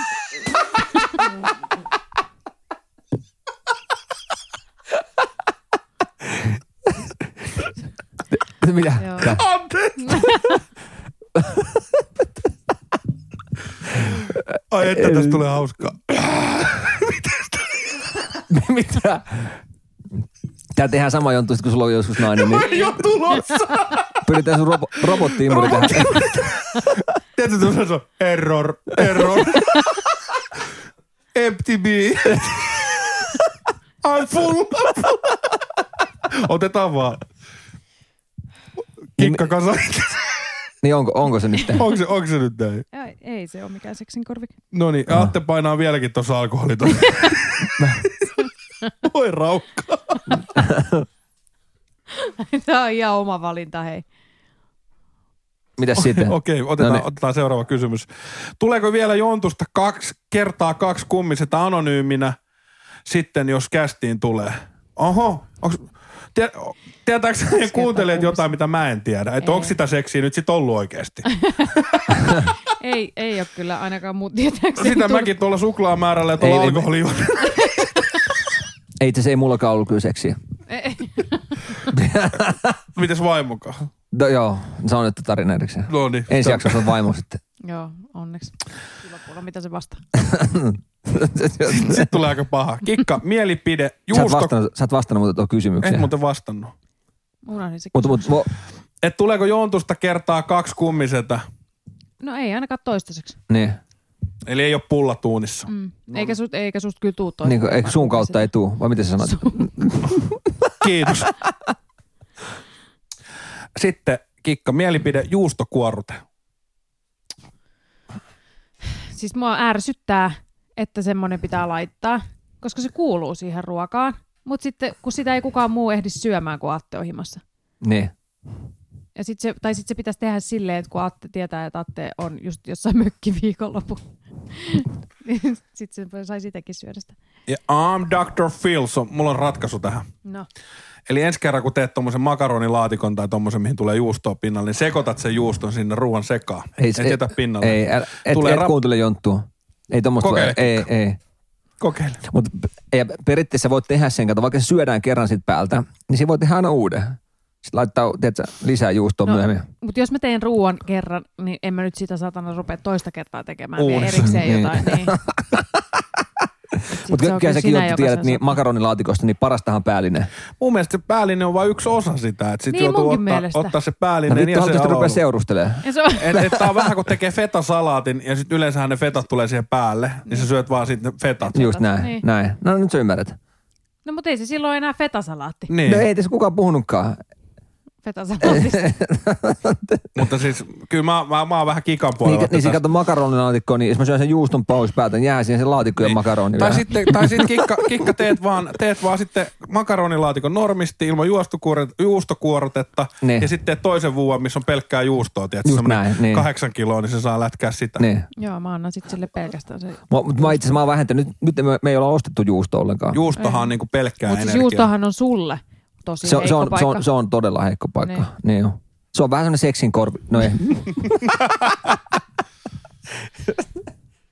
S2: Mitä?
S3: Joo.
S2: Tää-
S1: Anteeksi! Ai että tästä tulee hauskaa.
S2: Mitä? Tää tehdään sama juttu, sit kun sulla on joskus nainen, niin
S1: Ei ole tulossa!
S2: pyritään sun robo- robottiimuri tähän.
S1: Tiedätkö, että se on error, error. Empty me. I'm full. I'm full. Otetaan vaan. Kikka kasa.
S2: Niin onko, onko se nyt?
S1: Onko se, onko se nyt näin?
S3: Ei, ei se ole mikään seksin korvike.
S1: No niin,
S2: Ah.
S1: Atte painaa vieläkin tuossa alkoholita. Voi raukka.
S3: Tämä on ihan oma valinta, hei.
S2: Mitäs sitten?
S1: Okei, otetaan,
S2: No niin.
S1: otetaan seuraava kysymys. Tuleeko vielä Jontusta kaksi kertaa kaksi kummiseta anonyyminä sitten, jos kästiin tulee? Oho, onks, tie, tietääks ne kuuntelijat
S3: kummis.
S1: jotain, mitä mä en tiedä? Että
S3: Ei.
S1: onko sitä seksiä nyt sit ollut oikeasti?
S3: Ei, ei ole kyllä ainakaan muut tietääkseni.
S1: Sitä
S3: tullut.
S1: mäkin tuolla suklaamäärällä ja tuolla
S2: Ei, ei,
S1: alkoholilla.
S2: Ei itse asiassa ei mullakaan ollut kyllä seksiä.
S3: Ei,
S1: Mites vaimokaan?
S2: No joo, se on nyt tarina erikseen.
S1: No niin.
S2: Ensi jaksossa on vaimo sitten.
S3: Joo, onneksi. Kyllä kuulla, mitä se vastaa.
S1: Sitten tulee aika paha. Kikka, mielipide,
S2: Sä et
S1: juusto.
S2: vastannut, sä et vastannut muuten tuohon
S1: Et
S2: kysymykseen.
S1: muuten vastannut.
S3: Unohdin se.
S2: Mutta mut, vo-
S1: Et tuleeko Jontusta kertaa kaksi kummiseta?
S3: No ei ainakaan toistaiseksi.
S2: niin,
S1: Eli ei ole pullatuunissa.
S3: Mm. Eikä, sust, eikä susta kyllä tuu toista.
S2: No niin kuin, eikö suun kautta ei tuu, vai miten sä sanot?
S1: Kiitos. Sitten Kikka, mielipide juustokuorrute.
S3: Siis mua ärsyttää, että semmoinen pitää laittaa, koska se kuuluu siihen ruokaan. Mutta sitten, kun sitä ei kukaan muu ehdi syömään kuin Atte on himassa.
S2: niin.
S3: Ja sit se, tai sitten se pitäisi tehdä silleen, että kun Atte tietää, että Atte on just jossain mökkiviikonlopu. sitten se sai sitäkin syödä sitä.
S1: Ja I'm Dr. Phil, so, mulla on ratkaisu tähän.
S3: No.
S1: Eli ensi kerran, kun teet tommosen makaronilaatikon tai tommosen, mihin tulee juustoa pinnalle, niin sekoitat sen juuston sinne ruoan sekaan. Ei, et jätä pinnalle.
S2: Ei, äl, et,
S1: Tulee
S2: et
S1: rap-
S2: kuuntele jonttua. Ei tommoista
S1: Kokeile,
S2: ei, ei.
S1: Kokeile.
S2: Mutta periaatteessa voit tehdä sen, kato, vaikka se syödään kerran sit päältä, niin se voi tehdä aina uuden. Sitten laittaa, tiedätkö, lisää juustoa no. myöhemmin.
S3: Mutta jos mä teen ruoan kerran, niin en mä nyt sitä satana rupea toista kertaa tekemään. Uudessa.
S1: Uudessa.
S2: Niin.
S3: erikseen jotain. Niin.
S2: Mutta kyllä säkin jonttu tiedät, niin makaronilaatikosta, niin parastahan päällinen.
S1: Mun mielestä se päällinen on vain yksi osa sitä, että sit
S3: Niin,
S1: joutuu
S3: munkin
S1: ottaa,
S3: mielestä.
S1: ottaa se
S2: No
S1: päällinen
S2: vittu,
S1: niin, ja se
S2: haluaisitko rupea
S1: alaulu.
S2: seurustelemaan?
S3: Ja se on,
S1: Et, et tää on vähän kun tekee fetasalaatin ja sit yleensähän ne fetat tulee siihen päälle, niin sä syöt vaan sitten fetat.
S2: Just näin, niin.
S3: Niin.
S2: näin. No nyt sä ymmärrät.
S3: no mutta ei se silloin enää fetasalaatti.
S1: Niin.
S2: No ei tässä kukaan puhunutkaan.
S3: Fetasalaatista.
S1: Mutta siis kyllä mä, mä, mä oon vähän kikan puolella.
S2: Niin,
S1: että
S2: niin se
S1: tässä-
S2: kato makaronilaatikkoa, niin jos mä syön sen juuston pois päältä, niin jää siihen se laatikko ja makaroni.
S1: Tai
S2: niin vielä.
S1: sitten, tai sitten kikka, kikka teet, vaan, teet vaan sitten makaronilaatikon normisti ilman juostokuoret- juustokuorotetta
S2: Niin.
S1: niin. ja sitten teet toisen vuoden, missä on pelkkää juustoa, tiedätkö,
S2: Just
S1: semmoinen
S2: näin, niin.
S1: kahdeksan kiloa, niin se saa lätkää sitä.
S2: Niin.
S3: Joo, mä annan sitten sille pelkästään se.
S2: Mä, mut mä itse asiassa mä oon vähentänyt, nyt, nyt me, me ei olla ostettu juusto ollenkaan.
S1: Juustohan on niinku pelkkää
S3: Mutta siis
S1: energiaa.
S3: juustohan on sulle. tosi
S2: Se, on-
S3: heikko
S2: se, on, se,
S3: paikka.
S2: on, se on todella heikko paikka.
S3: Niin.
S2: Niin. Niin on. Se on vähän semmoinen seksin korvi. No ei.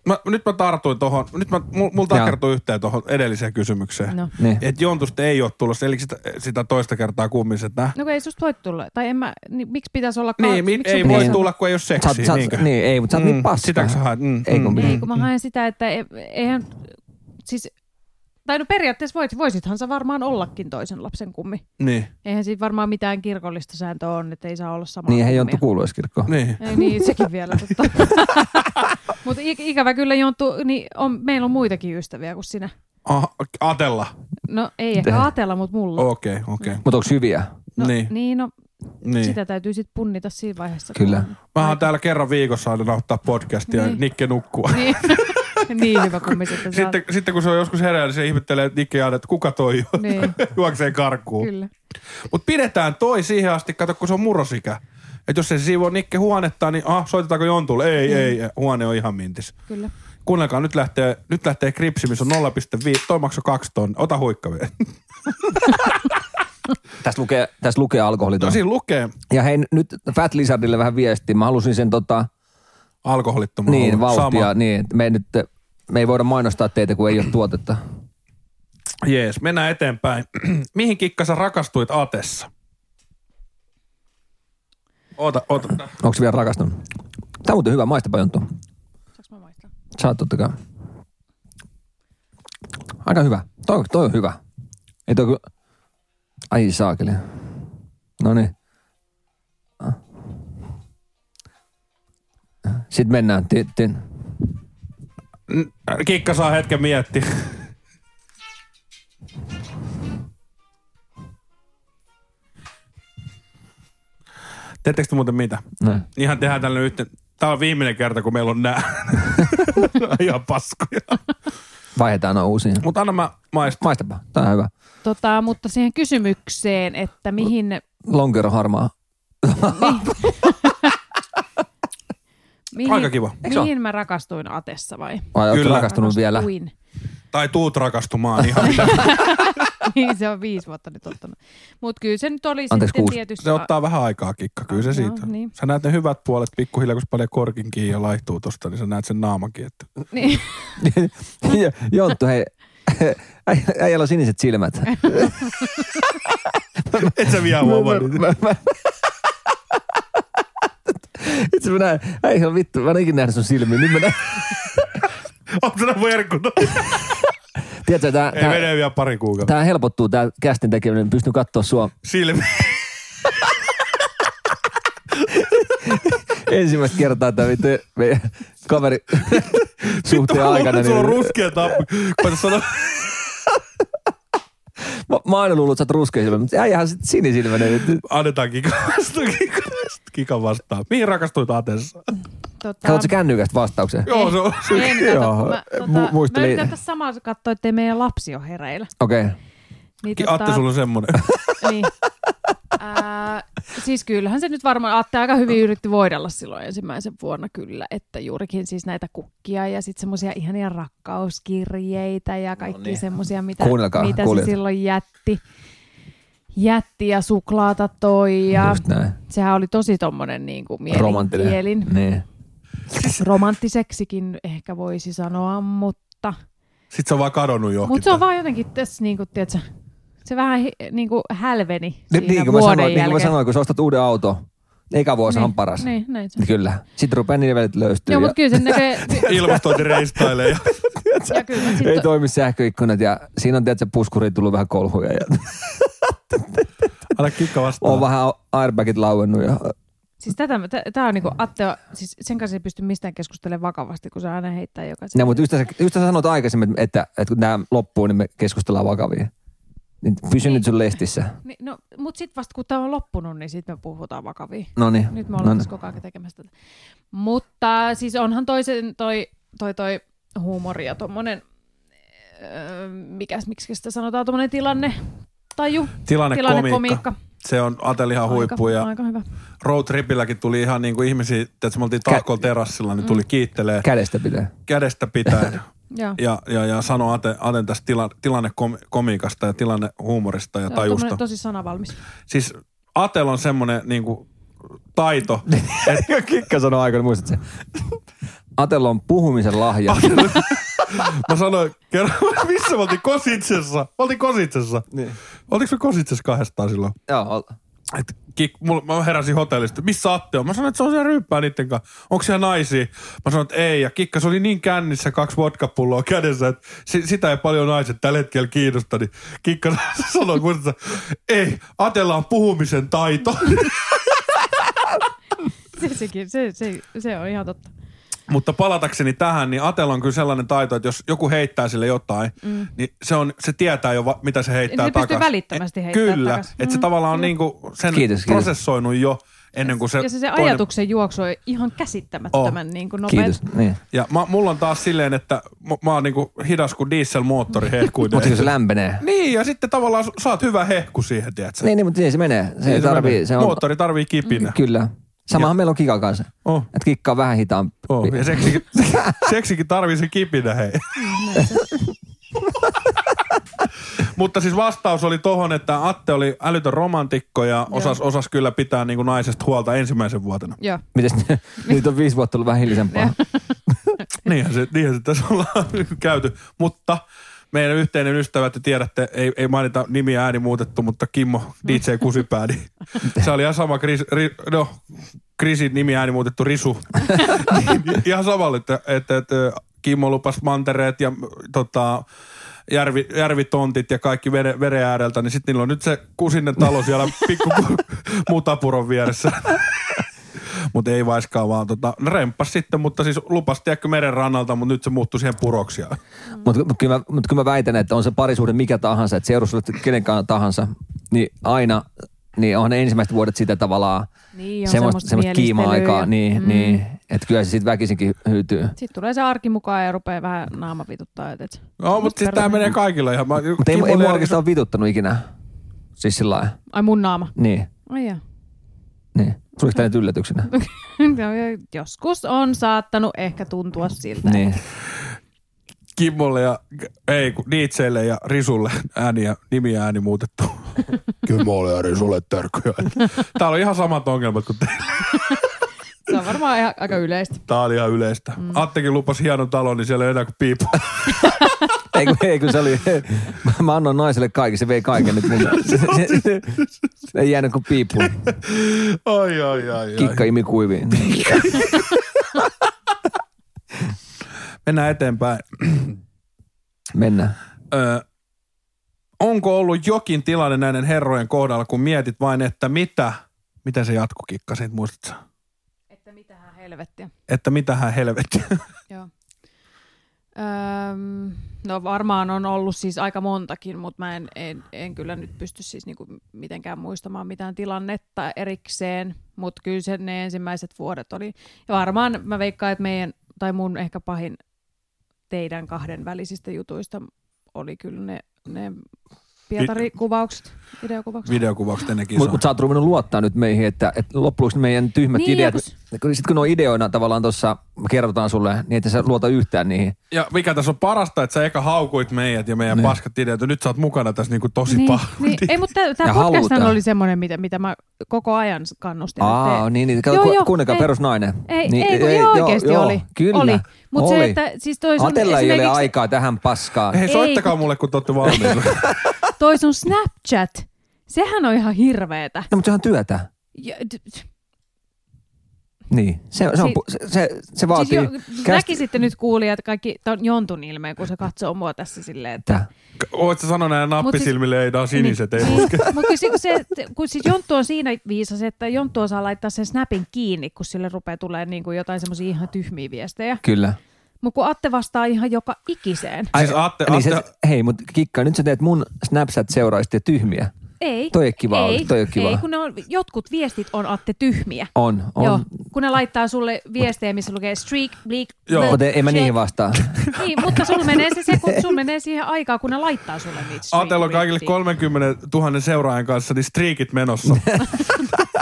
S1: Mä, nyt mä tartuin tohon, nyt mä, mul, mul
S2: Joo.
S1: takertui yhteen tohon edelliseen kysymykseen.
S3: No.
S2: niin.
S1: Et jontusta ei ole tulossa, eli sitä, sitä toista kertaa kummin, että
S3: No kun ei susta voi tulla. Tai en mä, niin, miksi pitäisi olla...
S2: No,
S3: Ka-
S1: Niin, mi-
S3: miksi
S1: ei
S3: sun
S1: voi
S3: pitäisi-
S1: tulla, kun ei ole
S2: Sä oot-
S1: seksiä,
S2: sä oot-
S1: niinkö?
S2: niin, ei, mutta sä oot niin paska.
S1: Sitäkö Mm, sä haet? Mm,
S2: Ei
S1: mm.
S2: kun-
S3: Ei, Niin, kun mä haen sitä, että e- eihän... Siis, tai no periaatteessa voit, voisithan sä varmaan ollakin toisen lapsen kummi.
S1: Niin,
S3: Eihän siitä varmaan mitään kirkollista sääntöä on, että ei saa olla samaa
S2: Niin, eihän Jonttu
S3: kummia.
S2: kuulu edes kirkkoon.
S1: niin.
S3: Ei niin, sekin vielä totta. Mutta ikävä kyllä Jonttu, niin on, meillä on muitakin ystäviä kuin sinä.
S1: Aha, atella.
S3: No ei ehkä ajatella, mutta mulla.
S1: Okei, okei.
S2: Mutta onko hyviä?
S3: no,
S1: Oh, niin,
S3: niin, no
S1: niin.
S3: sitä täytyy sitten punnita siinä vaiheessa. kun
S2: Kyllä.
S3: on-
S1: Mä oon täällä kerran viikossa aina ottaa podcastia ja
S3: Niin.
S1: Nikke nukkua.
S3: Niin, niin hyvä kummi sitten saa.
S1: Sitten, sitten kun se on joskus herää, niin se ihmettelee että Nikke aina, että kuka toi on.
S3: Niin.
S1: juoksee karkuun.
S3: Kyllä.
S1: Mutta pidetään toi siihen asti, kato kun se on murrosikä. Et jos ei se siivoo Nikke huonetta, niin ah, soitetaanko Jontulle? Ei,
S2: Niin.
S1: ei, ei, huone on ihan mintis.
S3: Kyllä.
S1: Kuunnelkaa, nyt lähtee, nyt lähtee kripsi, missä on 0,5, toi maksoi 2 tonnia. Ota huikka vielä.
S2: Tässä lukee, tässä lukee alkoholi.
S1: No siinä lukee
S2: Ja hei, nyt Fat Lizardille vähän viestiä. Mä halusin sen tota,
S1: alkoholittoman
S2: niin,
S1: oluen.
S2: vauhtia.
S1: Sama.
S2: Niin, että me, ei nyt, me ei voida mainostaa teitä, kun ei ole tuotetta.
S1: Jees, mennään eteenpäin. Mihin kikka sä rakastuit Atessa? Oota, oota.
S2: Onko vielä rakastunut? Tämä on muuten hyvä maistapa, Jonttu.
S3: Saanko mä maistaa?
S2: Saat totta kai. Aika hyvä. Toi, toi on hyvä. Ei toi ky- Ai saakeli. No niin. Sitten mennään. Tin, tin.
S1: Kikka saa hetken miettiä. Teettekö te muuten mitä?
S2: Näin.
S1: Ihan tehdään tällä nyt. Tää on viimeinen kerta, kun meillä on nää. Ihan paskoja.
S2: Vaihdetaan on uusia.
S1: Mutta anna mä maistaa.
S2: Maistapa. Tämä on hyvä.
S3: Tota, mutta siihen kysymykseen, että mihin,
S2: Lonkero harmaa.
S3: mihin,
S1: Aika kiva.
S2: Eikö se
S3: mihin mä rakastuin Atessa vai?
S2: Vai oletko
S1: Kyllä.
S2: rakastunut vielä?
S3: Rakastuin.
S1: Tai tuut rakastumaan ihan. mitä-
S3: niin, se on viisi vuotta nyt ottanut. Mutta kyllä se nyt oli
S2: Anteeksi,
S3: sitten
S2: kuusi.
S3: tietysti...
S1: Se ottaa vähän aikaa, Kikka. Kyllä se
S3: Joo,
S1: siitä.
S3: niin.
S1: Sä näet ne hyvät puolet pikkuhiljaa, kun se paljon korkin kiinni ja laihtuu tosta, niin sä näet sen naamankin. Että...
S3: Niin,
S2: Jo- Jonttu, hei. Äi- Äijällä on siniset silmät.
S1: Et sä vielä
S2: Mä- mä- mä- Itse mä näen, ei se on vittu, mä en ikinä nähnyt sun silmiä. Nyt mä näen,
S1: Onko sä verkut?
S2: tiedätkö, tää,
S1: Ei
S2: tää,
S1: mene vielä pari kuukautta.
S2: tää helpottuu, tää kästin tekeminen, pystyy katsoa sua
S1: Silmi.
S2: ensimmäistä kertaa tää vittu meidän kaveri suhteen aikana.
S1: Sulla on
S2: Niin,
S1: ruskea tappi. Koita sanoa.
S2: mä, mä aina luullut, että sä oot ruskea silmä, mutta äijähän sit sinisilmäinen. vittu.
S1: Annetaan kikasta. Kika vastaa. Mihin rakastuit Atessa?
S3: tota,
S2: Haluatko sä kännykästä vastauksen?
S1: Joo, se on.
S3: en, kato,
S2: Joo,
S3: kun mä, tota,
S2: mu- muistelin.
S3: mä yritän tässä samalla katsoa, ettei meidän lapsi ole hereillä.
S2: Okei. Okay.
S3: Niin,
S1: Atte, sulla on semmonen.
S3: Niin. Ää, siis kyllähän se nyt varmaan, Atte aika hyvin yritti voidella silloin ensimmäisen vuonna kyllä, että juurikin siis näitä kukkia ja sitten semmoisia ihania rakkauskirjeitä ja kaikki no niin. semmoisia, mitä,
S2: Kuunnelkaa,
S3: mitä se
S2: kuulijat.
S3: silloin jätti. Jätti ja suklaata toi ja
S2: Just näin.
S3: sehän oli tosi tommonen niin kuin
S2: Romanttinen.
S3: mielin.
S2: Niin.
S3: Romanttiseksikin ehkä voisi sanoa, mutta...
S1: Sitten se on vaan kadonnut johonkin.
S3: Mutta se on vaan jotenkin tässä, niin kuin, tiedätkö, se vähän niin kuin hälveni
S2: Niin,
S3: siinä
S2: niin, kuin mä
S3: vuoden
S2: sanoin, niin
S3: jälkeen.
S2: kuin mä sanoin, kun sä ostat uuden auton, eka vuosi on paras.
S3: Niin, näin se. on.
S2: Niin Kyllä. Sitten rupeaa nivelet löystyy. ja-
S3: Joo, mutta kyllä sen näkee. ky-
S1: Ilmastointi reistailee. Ja...
S3: ja kyllä, sit
S2: Ei
S3: to-
S2: toimi sähköikkunat ja siinä on tietysti puskuri tullut vähän kolhuja ja
S1: Anna kikka vastaa.
S2: on vähän airbagit lauennut ja
S3: Siis tätä, tämä on niinku, Atte, on- siis sen kanssa ei pysty mistään keskustelemaan vakavasti, kun se aina heittää jokaisen.
S2: No, mutta ystä, sä- ystä sä sanoit aikaisemmin, että, että kun nämä loppuu, niin me keskustellaan vakavia. Niin pysy nyt sun lestissä.
S3: Niin, no, mut sit vasta kun tämä on loppunut, niin sitten me puhutaan vakavia.
S2: No niin.
S3: Nyt me ollaan tässä koko ajan tekemässä tätä. Mutta siis onhan toisen, toi, toi, toi huumori ja tommonen, öö, mikäs, miksi sitä sanotaan, tommonen tilanne, taju,
S1: Tilanne,
S3: tilanne
S1: komiikka.
S3: komiikka.
S1: Se on Atel ihan huippu ja
S3: aika hyvä.
S1: road tripilläkin tuli ihan niin kuin ihmisiä, että me oltiin
S2: Kä-
S3: Mm.
S1: tahkolla terassilla, niin tuli kiittelee
S2: Kädestä pitää.
S1: kädestä pitäen.
S3: Joo.
S1: ja, ja, ja sanoi Aten, Aten tästä tila, tilannekomiikasta ja tilannehuumorista ja tajusta.
S3: tommonen tosi sanavalmis.
S1: Siis Atel on semmoinen niinku, taito, että
S2: Kikka sanoi aikoina, muistat sen? Atella on puhumisen lahja.
S1: mä sanoin kerran, missä me oltiin Kositsessa? Me oltiin Kositsessa. Niin. Oltiinko me Kositsessa kahdestaan silloin?
S2: Joo, ol-
S1: Et, kik, mulla, mä heräsin hotellista, missä Atte on? Mä sanoin, että se on siellä ryyppää niitten kanssa. Onko siellä naisia? Mä sanoin, että ei. Ja Kikka, se oli niin kännissä kaksi vodkapulloa kädessä, että si, sitä ei paljon naiset tällä hetkellä kiinnosta. Niin Kikka sanoi, muistat, ei, Atella on puhumisen taito.
S3: Se, sekin, se, se, se on ihan totta.
S1: Mutta palatakseni tähän, niin Atella on kyllä sellainen taito, että jos joku heittää sille jotain, mm. niin se, on, se tietää jo, va- mitä se heittää
S3: Niin se pystyy
S1: takaisin. E,
S3: välittömästi heittämään
S1: Kyllä,
S3: takas.
S1: että se
S3: Mm,
S1: tavallaan on niinku sen
S2: Kiitos,
S1: kiitos,
S2: kiitos.
S1: prosessoinut jo ennen kuin se,
S3: Ja se, se
S1: toinen-
S3: ajatuksen juoksu on ihan käsittämättömän niin kuin nopea.
S2: kiitos. Niin.
S1: Ja mä, mulla on taas silleen, että mä, mä oon niinku hidas kuin dieselmoottori hehkuinen.
S2: Mutta kun siis se lämpenee.
S1: niin, ja sitten tavallaan s- saat hyvä hehku siihen, tiedätkö?
S2: Niin, niin mutta niin se menee. Se,
S1: Niin
S2: niin,
S1: se
S2: tarvii,
S1: menee.
S2: se on,
S1: Moottori tarvii kipinä.
S2: Kyllä. Samahan meillä on Kikan kanssa.
S1: Oh.
S2: Että Kikka on vähän hitaampi.
S1: Oh, ja seksikin, seksikin tarvii se kipinä, hei. Mutta siis vastaus oli tohon, että Atte oli älytön romantikko ja osas, osas kyllä pitää niinku naisesta huolta ensimmäisen vuotena.
S3: Joo.
S2: Mites, nyt on viisi vuotta ollut vähän hiljaisempaa.
S1: Niinhän se, niinhän se tässä ollaan käyty. Mutta meidän yhteinen ystävä, te tiedätte, ei, ei mainita nimiä ääni muutettu, mutta Kimmo DJ Kusipää, niin se oli ihan sama, Chris, ri, no, Krisin nimi ääni muutettu Risu. Niin, ihan samalla, että, että, että Kimmo lupas mantereet ja tota, järvi, järvitontit ja kaikki vere, veren ääreltä, niin sitten niillä on nyt se kusinen talo siellä pikku mutapuron vieressä. Mutta ei vaiskaan vaan tota, remppas sitten, mutta siis lupas tiedätkö meren rannalta, mutta nyt se muuttui siihen puroksia.
S2: Mutta mut kyllä, mä- mut kyllä mä väitän, että on se parisuhde mikä tahansa, että seurustelet kenenkään tahansa, niin aina niin on ne ensimmäiset vuodet sitä tavallaan
S3: Niin, on semmoista
S2: kiima-aikaa.
S3: mielistelyä.
S2: Niin, mm. niin, että kyllä se sitten väkisinkin hyytyy.
S3: Sitten tulee se arki mukaan ja rupeaa vähän naama vituttaa. Et, et.
S1: No, mutta siis tää menee kaikilla ihan. Mä,
S2: Mutta ei, mu- ei mua oikeastaan ole vituttanut ikinä. Siis sillä lailla.
S3: Ai mun naama.
S2: Niin,
S3: Ai joo.
S2: niin. Tuliko tämä nyt yllätyksenä?
S3: Joskus on saattanut ehkä tuntua siltä.
S2: niin.
S1: Kimmolle ja, ei kun Niitseille ja Risulle ääniä, nimi ääni muutettu. Kimmolle ja Risulle törkyä. Täällä on ihan samat ongelmat kuin teillä.
S3: Se on varmaan ihan, aika yleistä.
S1: Tää oli ihan yleistä. Mm. Attekin lupas hienon talon, niin siellä ei enää kuin piipu.
S2: Ei kun, ei kun se oli, mä- mä annoin naiselle kaiken, se vei kaiken nyt multa. Se, se, se, se ei jäänyt kuin piippu.
S1: Ai, ai, ai, ai.
S2: Kikka imi kuiviin.
S1: Mennään eteenpäin.
S2: Mennään.
S1: Ö, onko ollut jokin tilanne näiden herrojen kohdalla, kun mietit vain, että mitä, mitä se jatkukikka siitä, muistatko? sä?
S3: Että mitähän helvettiä.
S1: Että mitähän helvetti.
S3: Joo. Öm, no varmaan on ollut siis aika montakin, mutta mä en, en, en kyllä nyt pysty siis niinku mitenkään muistamaan mitään tilannetta erikseen. Mutta kyllä se ne ensimmäiset vuodet oli. Ja varmaan mä veikkaan, että meidän tai mun ehkä pahin teidän kahden välisistä jutuista oli kyllä ne, ne Pietari-kuvaukset, videokuvaukset.
S1: Videokuvaukset ennen kisaa.
S2: Mutta mut sä oot ruvennut luottaa nyt meihin, että, että loppujen lopuksi meidän tyhmät
S3: Niin,
S2: ideat,
S3: ja
S2: kun... sit kun ne on ideoina tavallaan tuossa kerrotaan sulle, niin että sä luota yhtään niihin.
S1: Ja mikä tässä on parasta, että sä eka haukuit meidät ja
S2: Niin.
S1: meidän paskat ideat, ja nyt sä oot mukana tässä niinku tosi niin,
S3: niin,
S1: pahoin.
S3: niin, ei, mutta tämä
S2: Ja
S3: podcast
S2: halutaan.
S3: oli semmoinen, mitä, mitä mä koko ajan kannustin. että
S2: Aa,
S3: te-
S2: niin, niin
S3: Joo,
S2: kato,
S3: joo,
S2: kuunnelkaa
S3: ei.
S2: perusnainen.
S3: Ei,
S2: niin,
S3: niin, ei, kun ei, ihan oikeasti joo, oli.
S2: Kyllä,
S3: oli. Mutta se,
S2: oli.
S3: että siis toi sun,
S2: Atella ei ole
S3: esimerkiksi
S2: aikaa tähän paskaan.
S1: Hei,
S3: Ei,
S1: soittakaa mulle, kun te ootte valmiita.
S3: toi sun Snapchat, sehän on ihan hirveetä.
S2: No, mutta sehän on työtä.
S3: Ja, d- siis
S2: Niin, se, se, on, pu- se, se, se vaatii...
S3: jo,
S2: Siis
S3: näkisitte nyt kuulijat kaikki ton jontun ilmeen, kun se katsoo mua tässä silleen, että...
S1: Oot sä sanonut näin nappisilmille, ei, nää on siniset, ei
S3: siis- Niin.
S1: uske.
S3: Mut kun, se, kun se, kun siis Jonttu on siinä viisas, että Jonttu osaa laittaa sen snapin kiinni, kun sille rupeaa tulemaan niin kuin jotain semmoisia ihan tyhmiä viestejä.
S2: Kyllä.
S3: Mutta kun Atte vastaa ihan joka ikiseen.
S1: Siis Atte,
S2: niin
S1: Atte,
S2: se, hei, mutta Kikka, nyt sä teet mun Snapchat-seuraajista tyhmiä.
S3: Ei.
S2: Toi ei kivaa
S3: ei,
S2: ollut, toi ei kivaa.
S3: Ei, kun ne on, jotkut viestit on Atte tyhmiä.
S2: On, on.
S3: Joo, kun ne laittaa sulle viestejä, missä lukee streak, bleak,
S1: Joo.
S3: blö,
S2: Mutta en mä
S3: check.
S2: niihin vastaa.
S3: Niin, mutta sulla menee, se, se, kun sulla menee siihen aikaan, kun ne laittaa sulle niitä streak,
S1: Aatella on kaikille
S3: bleak.
S1: 30 000 seuraajan kanssa, niin striikit menossa.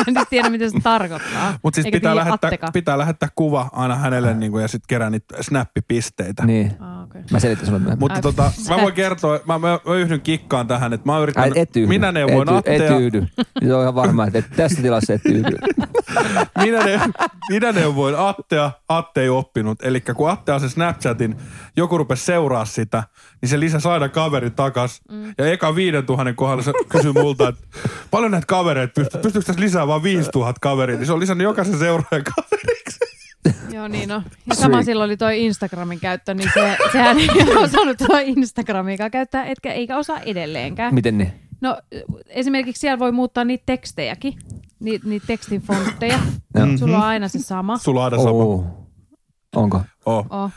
S3: En siis tiedä, mitä se tarkoittaa.
S1: Mutta siis
S3: Eikä
S1: pitää
S3: tiedä
S1: lähettää,
S3: Attekaan.
S1: niin pitää lähettää kuva aina hänelle niinku, ja sitten kerää niitä snappipisteitä.
S2: Niin.
S3: Aa, Ah, okei.
S2: Mä selitän sulle myöhemmin.
S1: Mutta
S3: Ai,
S1: tota,
S3: sä
S1: mä
S3: et-
S1: voin kertoa, mä, mä, mä yhdyn kikkaan tähän, että mä oon
S2: Ai,
S1: yrittänyt,
S2: et yhdy.
S1: minä neuvoin
S2: et,
S1: Attea,
S2: Et yhdy. Se on ihan varma, että et tässä tilassa et yhdy.
S1: minä, ne, minä neuvoin Attea, Atte ei oppinut. Eli kun Attea se Snapchatin, joku rupesi seuraa sitä, niin se lisäsi aina kaveri takas. Mm. Ja eka 5000 kohdalla se kysyi multa, että paljon näitä kavereita, pystyy, pystyykö tässä lisää vaan 5000 kaveria? Niin se on lisännyt jokaisen seuraajan kaveriksi.
S3: Joo, niin no. Ja sama
S2: Sweet.
S3: silloin oli toi Instagramin käyttö, niin se, sehän ei osannut tuo Instagramiakaan käyttää, etkä eikä osaa edelleenkään.
S2: Miten niin?
S3: No esimerkiksi siellä voi muuttaa niitä tekstejäkin, ni, niitä tekstin fontteja.
S2: Joo.
S3: Sulla
S1: Mhm.
S3: on aina se sama.
S1: Sulla on aina sama.
S2: Oo. Onko?
S1: Oh.
S3: Oh.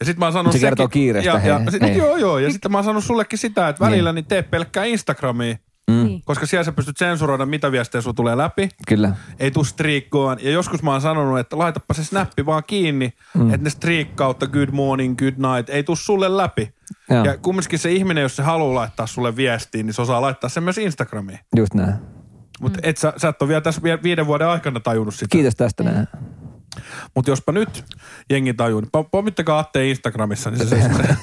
S1: Ja sit mä oon sanonut
S2: Se kertoo
S1: senkin-
S2: kiireestä,
S1: Ja, ja,
S2: hei.
S1: sit,
S2: Niin.
S1: joo, joo. Ja sitten mä oon sanonut sullekin sitä, että välillä niin tee pelkkää Instagramia,
S3: Mm. Niin.
S1: koska siellä sä pystyt sensuroida, mitä viestejä sulla tulee läpi.
S2: Kyllä.
S1: Ei tuu striikkoon. Ja joskus mä oon sanonut, että laitapa se snappi vaan kiinni, mm. että ne striik kautta good morning, good night ei tuu sulle läpi.
S2: Joo.
S1: Joo. Ja kumminkin se ihminen, jos se haluaa laittaa sulle viestiin, niin se osaa laittaa sen myös Instagramiin.
S2: Just näin.
S1: Mutta mm. et sä, sä et ole vielä tässä vie- viiden vuoden aikana tajunnut sitä.
S2: Kiitos tästä
S3: Niin.
S2: näin.
S1: Mutta jospa nyt jengi tajuu, niin pom- pommittakaa Atte Instagramissa, niin se, se, se,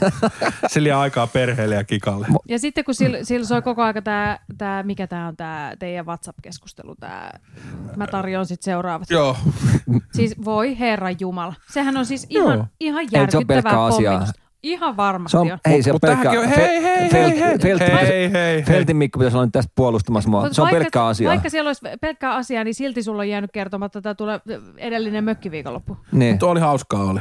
S1: se liian aikaa perheelle ja kikalle.
S3: Ja sitten kun sillä sil soi koko aika tämä, tää, mikä tämä on tämä teidän WhatsApp-keskustelu, tää, mä tarjoan sitten seuraavat.
S1: Joo.
S3: Siis voi herra Jumala. Sehän on siis ihan,
S1: Joo.
S3: ihan
S2: se ole
S3: järkyttävää
S2: pelkkää asiaa.
S3: pommitusta. Ihan varmasti
S2: Se on,
S3: on.
S2: ei se on
S1: Mutta
S2: pelkkä...
S1: tähänkin on, hei, hei, hei, hei, hei, hei, hei.
S2: Feltin Mikko pitäisi olla nyt tästä puolustamassa mua.
S3: Mut
S2: Se on
S3: vaikka-
S2: pelkkä asia.
S3: Vaikka siellä olisi pelkkää asiaa, niin silti sulla on jäänyt kertomatta tämä tulee edellinen mökkiviikonloppu.
S2: Niin.
S1: Tuo oli hauskaa oli.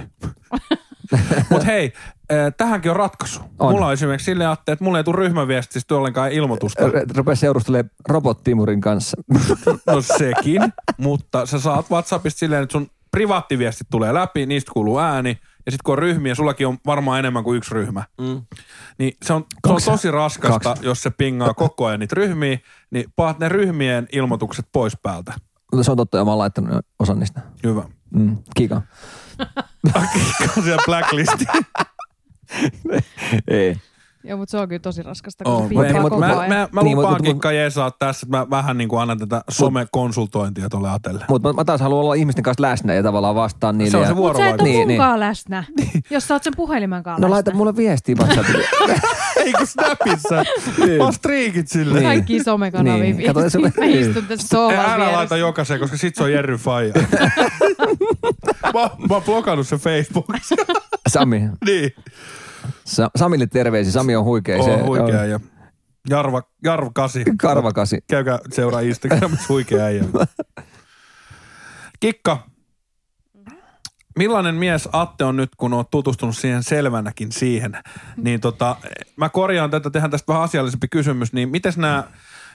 S1: Mutta hei, eh, tähänkin on ratkaisu.
S2: On.
S1: On. Mulla on esimerkiksi silleen Atte, että mulla ei tule ryhmäviestistä ollenkaan ilmoitusta.
S2: R- Rupesi seurustelemaan robottimurin kanssa.
S1: No sekin, mutta sä saat WhatsAppista silleen, että sun privaattiviestit tulee läpi, niistä kuuluu ääni. Ja sitten kun on ryhmiä, sullakin on varmaan enemmän kuin yksi ryhmä. Mm. Niin se on, se on
S2: Kaksi.
S1: tosi raskasta,
S2: Kaksi.
S1: jos se pingaa koko ajan niitä ryhmiä, niin paat ne ryhmien ilmoitukset pois päältä.
S2: Mutta se on totta, ja mä oon laittanut osan niistä.
S1: Hyvä.
S2: Mm, kika.
S1: Klikkaa siellä blacklistiin.
S2: Ei.
S3: Joo, mutta se on kyllä tosi raskasta, kun
S1: Oh,
S3: se piippaa
S2: mut
S3: Niin, koko
S1: mä,
S3: ajan.
S1: mä, mä
S2: Niin, mut-
S1: lupaan
S2: mut-
S1: kikka Jeesaa tässä, että mä vähän niin kuin annan tätä somekonsultointia tuolle Atelle.
S2: Mutta mä, mä, taas haluan olla ihmisten kanssa läsnä ja tavallaan vastaan niille.
S1: Se on
S2: ja-
S1: se
S3: Mut sä et ole
S1: vuorovaikutus.
S2: Niin,
S3: niin,
S2: niin.
S3: munkaan läsnä, jos sä oot sen puhelimenkaan
S2: No
S3: läsnä.
S2: laita mulle viestiä WhatsAppille.
S1: Eikö Snapissa? Mä oon striikit sille.
S2: Niin.
S3: Kaikki somekanaviin
S2: Niin. Kato,
S3: niin.
S2: se-
S3: Mä istun tässä
S1: Ei,
S3: sohvalla
S1: Älä laita
S3: vieressä.
S1: jokaisen, koska sit se on Jerry Faija. mä, oon- mä oon blokannut sen Facebookissa.
S2: Sami.
S1: niin.
S2: Sa- Samille terveisiä. Sami on huikea.
S1: Ei,
S2: se
S1: on huikea.
S2: on
S1: Ja Jarva, Jarv Kasi.
S2: Karvakasi.
S1: Käykää seuraa Instagramissa huikea äijä. Kikka. Millainen mies Atte on nyt, kun oot tutustunut siihen selvänäkin siihen? Niin tota, mä korjaan tätä, tehdään tästä vähän asiallisempi kysymys. Niin mites nämä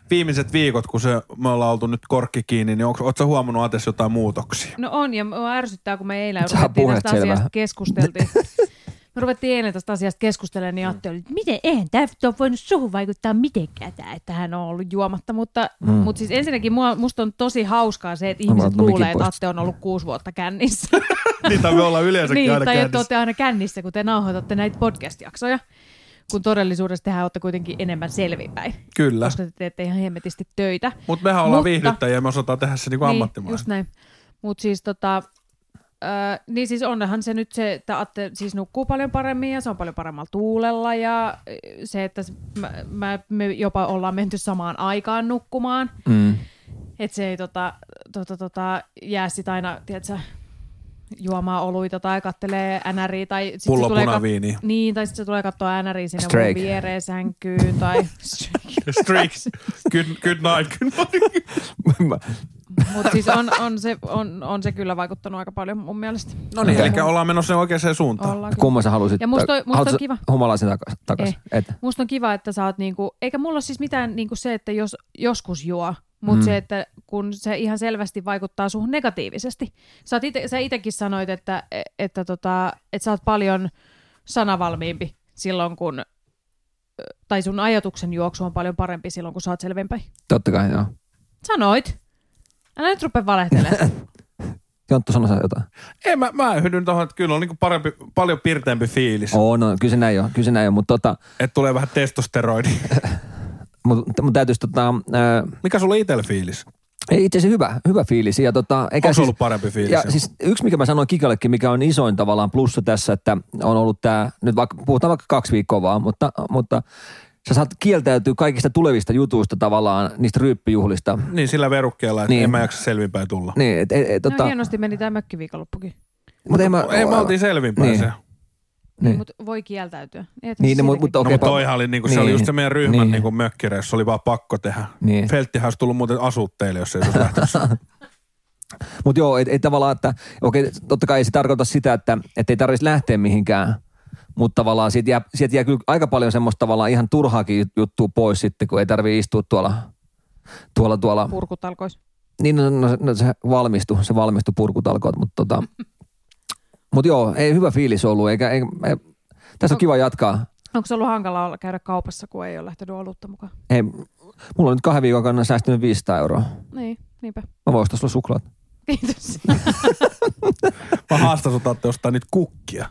S1: viimeiset viikot, kun se, me ollaan oltu nyt korkki kiinni, niin onko, sä huomannut Ates jotain muutoksia?
S3: No on, ja mua ärsyttää, kun me eilen
S2: Sä
S3: ruvettiin
S2: puhet
S3: tästä
S2: selvää.
S3: asiasta keskusteltiin. Me ruvettiin eilen tästä asiasta keskustelemaan, niin Atte oli, että miten, eihän tämä ole voinut suhun vaikuttaa mitenkään, tää, että hän on ollut juomatta. Mutta,
S2: Hmm.
S3: mm. mutta siis ensinnäkin mua, musta on tosi hauskaa se, että ihmiset
S2: ottanut
S3: luulee,
S2: No, mikin
S3: että
S2: pois.
S3: Atte on ollut kuusi vuotta kännissä.
S1: Niitä me ollaan yleensäkin
S3: niin,
S1: aina
S3: tai että
S1: käynnissä.
S3: olette aina kännissä, kun te nauhoitatte näitä podcast-jaksoja. Kun todellisuudessa tehän olette kuitenkin enemmän selvinpäin,
S1: Kyllä.
S3: koska te teette ihan hemmetisti töitä.
S1: Mutta mehän ollaan
S3: Mutta-
S1: Mutta... viihdyttäjiä ja me osataan tehdä se niinku
S3: Niin, just
S1: ammattimaisesti.
S3: näin. Mutta siis tota, Öö, niin siis onnehan se nyt se, että Atte siis nukkuu paljon paremmin ja se on paljon paremmalla tuulella ja ö, se, että s- mä, mä, me jopa ollaan menty samaan aikaan nukkumaan,
S2: Mm.
S3: että se ei tota, tota, tota, jää sit aina, tiedätkö, juomaan oluita tai kattelee NRI tai sit
S1: Pullo
S3: se tulee
S1: punaviiniä.
S3: niin, tai sitten se tulee katsoa NRI sinne mun
S2: Strike.
S3: viereen sänkyyn tai Strike.
S1: Streaks. Good, good night, good morning.
S2: Mm.
S3: Mutta siis on, on, se, on, on se kyllä vaikuttanut aika paljon mun mielestä.
S1: No niin,
S2: Okei.
S1: eli ollaan menossa oikeaan suuntaan.
S3: Ollaan kyllä.
S2: Kumman sä halusit?
S3: Ja musta toi- musta
S2: Haluatko
S3: on
S2: sä
S3: kiva.
S2: Humalaisen takas. takas? Et.
S3: Musta on kiva, että sä oot niinku, eikä mulla ole siis mitään niinku se, että jos joskus juo, mutta mm. se, että kun se ihan selvästi vaikuttaa suhun negatiivisesti. Sä, oot ite, sä itekin sanoit, että, että, tota, että sä oot paljon sanavalmiimpi silloin, kun tai sun ajatuksen juoksu on paljon parempi silloin, kun sä oot selvempi.
S2: Totta kai, joo.
S3: Sanoit. Älä nyt rupea valehtelemaan.
S2: Jonttu, sano sä jotain.
S1: Ei, mä, mä yhdyn tuohon, että kyllä on niinku parempi, paljon pirteämpi fiilis. Oh.
S2: Oo, no, kyllä se näin on, kyllä se näin on, mutta tota,
S1: Että tulee vähän testosteroidi.
S2: mut, mut täytyisi tota, ää,
S1: Mikä sulla itsellä fiilis?
S2: Ei itse asiassa hyvä, hyvä fiilis. Ja tota, eikä
S1: Onko
S2: siis,
S1: ollut parempi fiilis?
S2: Ja siis yksi, mikä mä sanoin Kikallekin, mikä on isoin tavallaan plussa tässä, että on ollut tämä, nyt vaikka, puhutaan vaikka kaksi viikkoa vaan, mutta, mutta sä saat kieltäytyä kaikista tulevista jutuista tavallaan, niistä ryyppijuhlista.
S1: Niin sillä verukkeella, että niin.
S2: Niin.
S1: en mä jaksa selvinpäin tulla.
S2: Niin, et, et, et,
S3: No tota...
S2: tota,
S3: hienosti meni tämä mökkiviikonloppukin.
S2: mutta ei mä,
S1: No, Ei me oltiin selvinpäin niin.
S2: Niin.
S1: se.
S2: Niin.
S3: Niin. Mutta voi kieltäytyä. Ei tässä
S2: Niin, mutta, mutta
S3: siitäkään.
S1: No,
S2: okei.
S1: mutta toihan oli, niinku, se
S2: niin,
S1: oli just se meidän ryhmän niin.
S2: niin.
S1: niinku, mökkireissu, oli vaan pakko tehdä. Niin.
S2: Niin.
S1: Felttihän olisi tullut muuten asua teille, jos ei se olisi lähtenyt.
S2: Mutta joo, ei, ei tavallaan, että okei, totta kai ei se tarkoita sitä, että et ei tarvitsisi lähteä mihinkään. Mutta tavallaan siitä jää, siitä jää kyllä aika paljon semmoista tavallaan ihan turhaakin jut- juttua pois sitten, kun ei tarvitse istua tuolla, tuolla, tuolla.
S3: purkutalkois.
S2: Niin, no, no, no se valmistui, se valmistui purkutalkoot, mutta tota, mut joo, ei hyvä fiilis ollut, eikä, eikä, ei,
S3: No-
S2: tästä on kiva jatkaa.
S3: Onko se ollut hankalaa olla- käydä kaupassa, kun ei ole lähtenyt olutta mukaan?
S2: Hei, mulla on nyt kahden viikon kannassa säästynyt 500 euroa.
S3: Niin, niinpä.
S2: Mä voin ostaa sulla suklaat.
S3: Kiitos.
S1: Mä haastan sut, että ostaa niitä kukkia.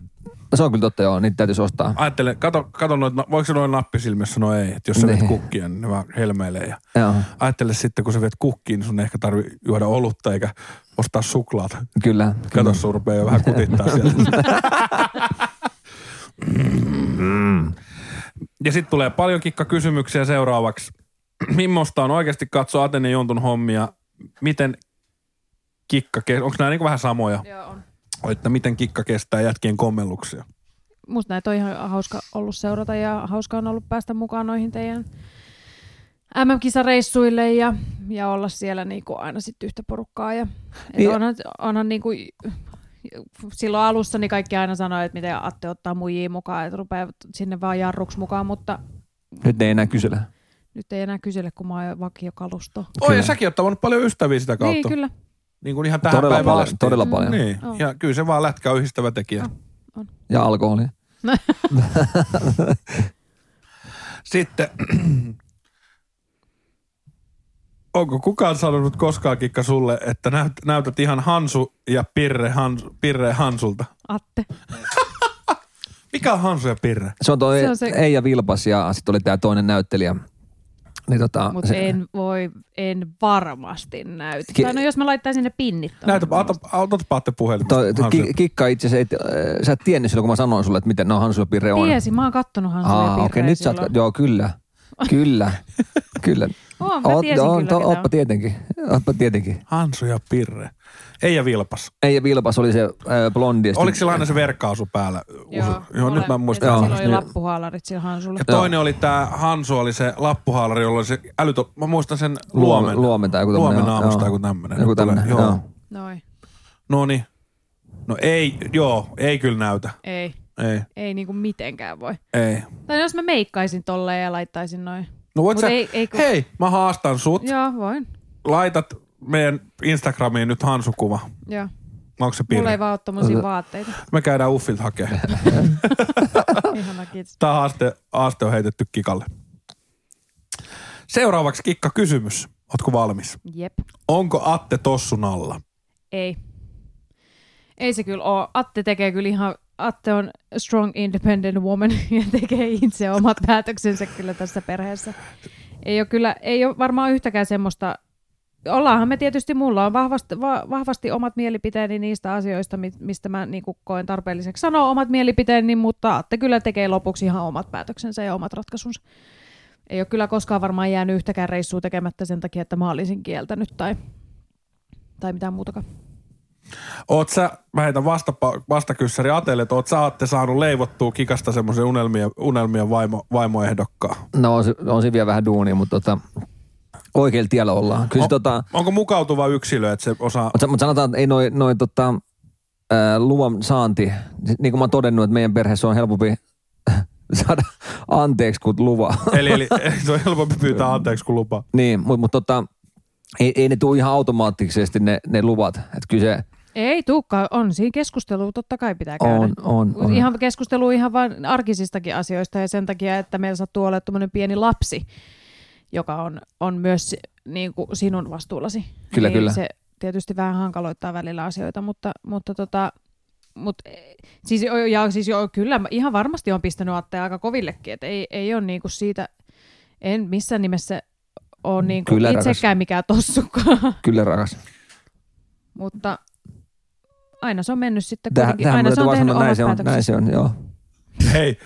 S2: No se on kyllä totta, joo, niitä täytyisi ostaa.
S1: Ajattele, kato, kato noit, no, voiko se noin nappisilmissä, no ei. Että jos sä niin.
S2: Niin.
S1: viet kukkia, niin ne vaan helmeilee. Ja
S2: Joo,
S1: ajattele sitten, kun sä viet kukkiin, niin sun ei ehkä tarvi juoda olutta eikä ostaa suklaata.
S2: kyllä.
S1: Kato, sun rupeaa jo vähän kutittaa sieltä. Mm. ja sitten tulee paljon kikka-kysymyksiä seuraavaksi. Mimmosta on oikeasti katsoa Aten ja Jontun hommia? Miten kikka kestää? Onko nämä niinku vähän samoja?
S3: Joo, on.
S1: Että miten kikka kestää jätkien kommelluksia?
S3: Musta näitä on ihan hauska ollut seurata ja hauska on ollut päästä mukaan noihin teidän MM-kisareissuille ja, ja olla siellä niinku aina sitten yhtä porukkaa. Ja, et
S2: Niin.
S3: onhan, onhan niinku, silloin alussa niin kaikki aina sanoi, että miten Atte ottaa muijia mukaan, että rupeaa sinne vaan jarruksi mukaan, mutta
S2: Nyt ne ei enää kysellä.
S3: nyt ei enää kysele, kun mä oon jo vakiokalusto.
S1: Oi, ja
S2: Kyllä.
S1: säkin oot tavannut paljon ystäviä sitä kautta.
S3: Niin, kyllä.
S1: Niin kuin ihan tähän
S2: Todella
S1: päivään
S2: paljon,
S1: asti.
S2: todella paljon.
S1: Niin.
S3: On.
S1: Ja kyllä se vaan lätkä on yhdistävä tekijä.
S2: Ja alkoholia.
S1: Sitten, onko kukaan sanonut koskaan Kikka sulle, että näyt, näytät ihan Hansu ja Pirre, Hansu, Pirre Hansulta?
S3: Atte.
S1: Mikä on Hansu ja Pirre?
S2: Se on toi
S3: Se
S2: se
S3: on
S2: on
S3: se-
S2: Eija Vilpas ja sitten oli tämä toinen näyttelijä. Niin tota,
S3: Mutta
S2: se,
S3: en voi, en varmasti näytä.
S2: Ki-
S3: Tai no jos mä laittaisin ne pinnit. tuohon.
S1: Näytä, otapa Atte puhelimesta.
S2: toi, toi,
S1: Hansu ja
S2: ki, kikka itse asiassa, et, äh, sä et tiennyt silloin, kun mä sanoin sulle, että miten ne on Hansu ja Pirre on.
S3: Tiesin, mä oon kattonut Hansu ja
S2: Aa,
S3: Pirreä
S2: okei, okay, nyt sä oot,
S3: silloin.
S2: joo, kyllä, kyllä, kyllä.
S3: Oon, mä tiesin
S2: joo,
S3: kyllä,
S2: to-
S3: ketä on.
S2: ootpa tietenkin, ootpa tietenkin.
S1: Hansu ja Pirre. Ei ja Vilpas.
S2: Eija Vilpas oli se äh, blondi. ja sitten-
S1: Oliko sillä aina se verkkaasu päällä? Joo, joo nyt mä
S3: olen-
S1: muistan.
S3: ja
S1: Joo.
S3: Sillä oli
S2: Joo.
S3: lappuhaalarit sillä Hansulla.
S1: Ja toinen oli tämä Hansu, oli se lappuhaalari, jolla oli se älytö, mä muistan sen luomen.
S2: luomen tai joku tämmönen,
S1: Luomen
S2: joo,
S1: aamusta
S2: joo.
S1: joku tämmönen.
S2: Joku
S1: Nyt tulee,
S2: tämmönen, joo.
S3: Noin.
S1: No niin. No ei, joo, ei kyllä näytä.
S3: Ei.
S1: Ei,
S3: Ei niinku mitenkään voi.
S1: ei.
S3: Tai jos mä meikkaisin tolleen ja laittaisin noin.
S1: No voit
S3: Mut
S1: sä,
S3: ei- ei kun-
S1: hei, mä haastan sut.
S3: Joo, voin. laitat
S1: Laitat meidän Instagramiin nyt Hansukuva.
S3: Joo.
S1: Onko se
S3: Mulla ei
S1: pirre?
S3: vaan ole tommosia vaatteita.
S1: Me käydään Uffilta hakemaan.
S3: Ihana, kiitos.
S1: Tää haaste, haaste on heitetty kikalle. Seuraavaksi kikka kysymys. Ootko valmis?
S3: Jep.
S1: Onko Atte tossun alla?
S3: Ei. Ei se kyllä ole. Atte tekee kyllä ihan, Atte on strong independent woman ja tekee itse omat päätöksensä kyllä tässä perheessä. Ei ole kyllä, ei ole varmaan yhtäkään semmoista, ollaanhan me tietysti, mulla on vahvasti, va, vahvasti omat mielipiteeni niistä asioista, mi- mistä mä niin koen tarpeelliseksi sanoa omat mielipiteeni, mutta Atte kyllä tekee lopuksi ihan omat päätöksensä ja omat ratkaisunsa. Ei ole kyllä koskaan varmaan jäänyt yhtäkään reissua tekemättä sen takia, että mä olisin kieltänyt tai, tai mitään muutakaan.
S1: Oot sä, mä heitän vastapa, vastakyssäri Atelle, että oot sä Atte saanut leivottua kikasta semmoisen unelmien, unelmien vaimo, vaimoehdokkaan?
S2: No on, se- on siinä vielä vähän duunia, mutta tota, oikealla tiellä ollaan. Kyllä se tota,
S1: Onko mukautuva yksilö, että se osaa...
S2: Mutta mut sanotaan, että ei noin noi, tota, ää, luvan saanti, niin kuin mä oon todennut, että meidän perheessä on helpompi saada anteeksi kuin luva.
S1: Eli, eli, eli se on helpompi pyytää anteeksi kuin lupa.
S2: niin, mutta mut, tota, ei, ei ne tule ihan automaattisesti ne, ne luvat. Et kyllä se
S3: Ei tuukka, on siinä keskustelua totta kai pitää käydä.
S2: on, on,
S3: Mut
S2: on.
S3: Ihan keskustelua ihan vain arkisistakin asioista ja sen takia, että meillä sattuu olemaan tuommoinen pieni lapsi, joka on, on myös niin kuin sinun vastuullasi.
S2: Kyllä,
S3: niin
S2: kyllä.
S3: Se tietysti vähän hankaloittaa välillä asioita, mutta, mutta tota, mut, eh, siis, jo- ja, siis jo, kyllä mä ihan niin varmasti on pistänyt Attea aika kovillekin, että ei, ei ole niinku siitä, en missään nimessä ole niin kuin
S2: Mm, Kyllä, rakas.
S3: itsekään mikään tossukaan.
S2: Kyllä rakas.
S3: Mutta aina se on mennyt sitten
S2: Tähän,
S3: kuitenkin.
S2: tähän
S3: aina
S2: mun
S3: se on
S2: täytyy vaan
S3: tehnyt
S2: sanoa,
S3: omat
S2: näin se on,
S3: päätöksensä.
S2: näin se on, joo.
S1: Hei,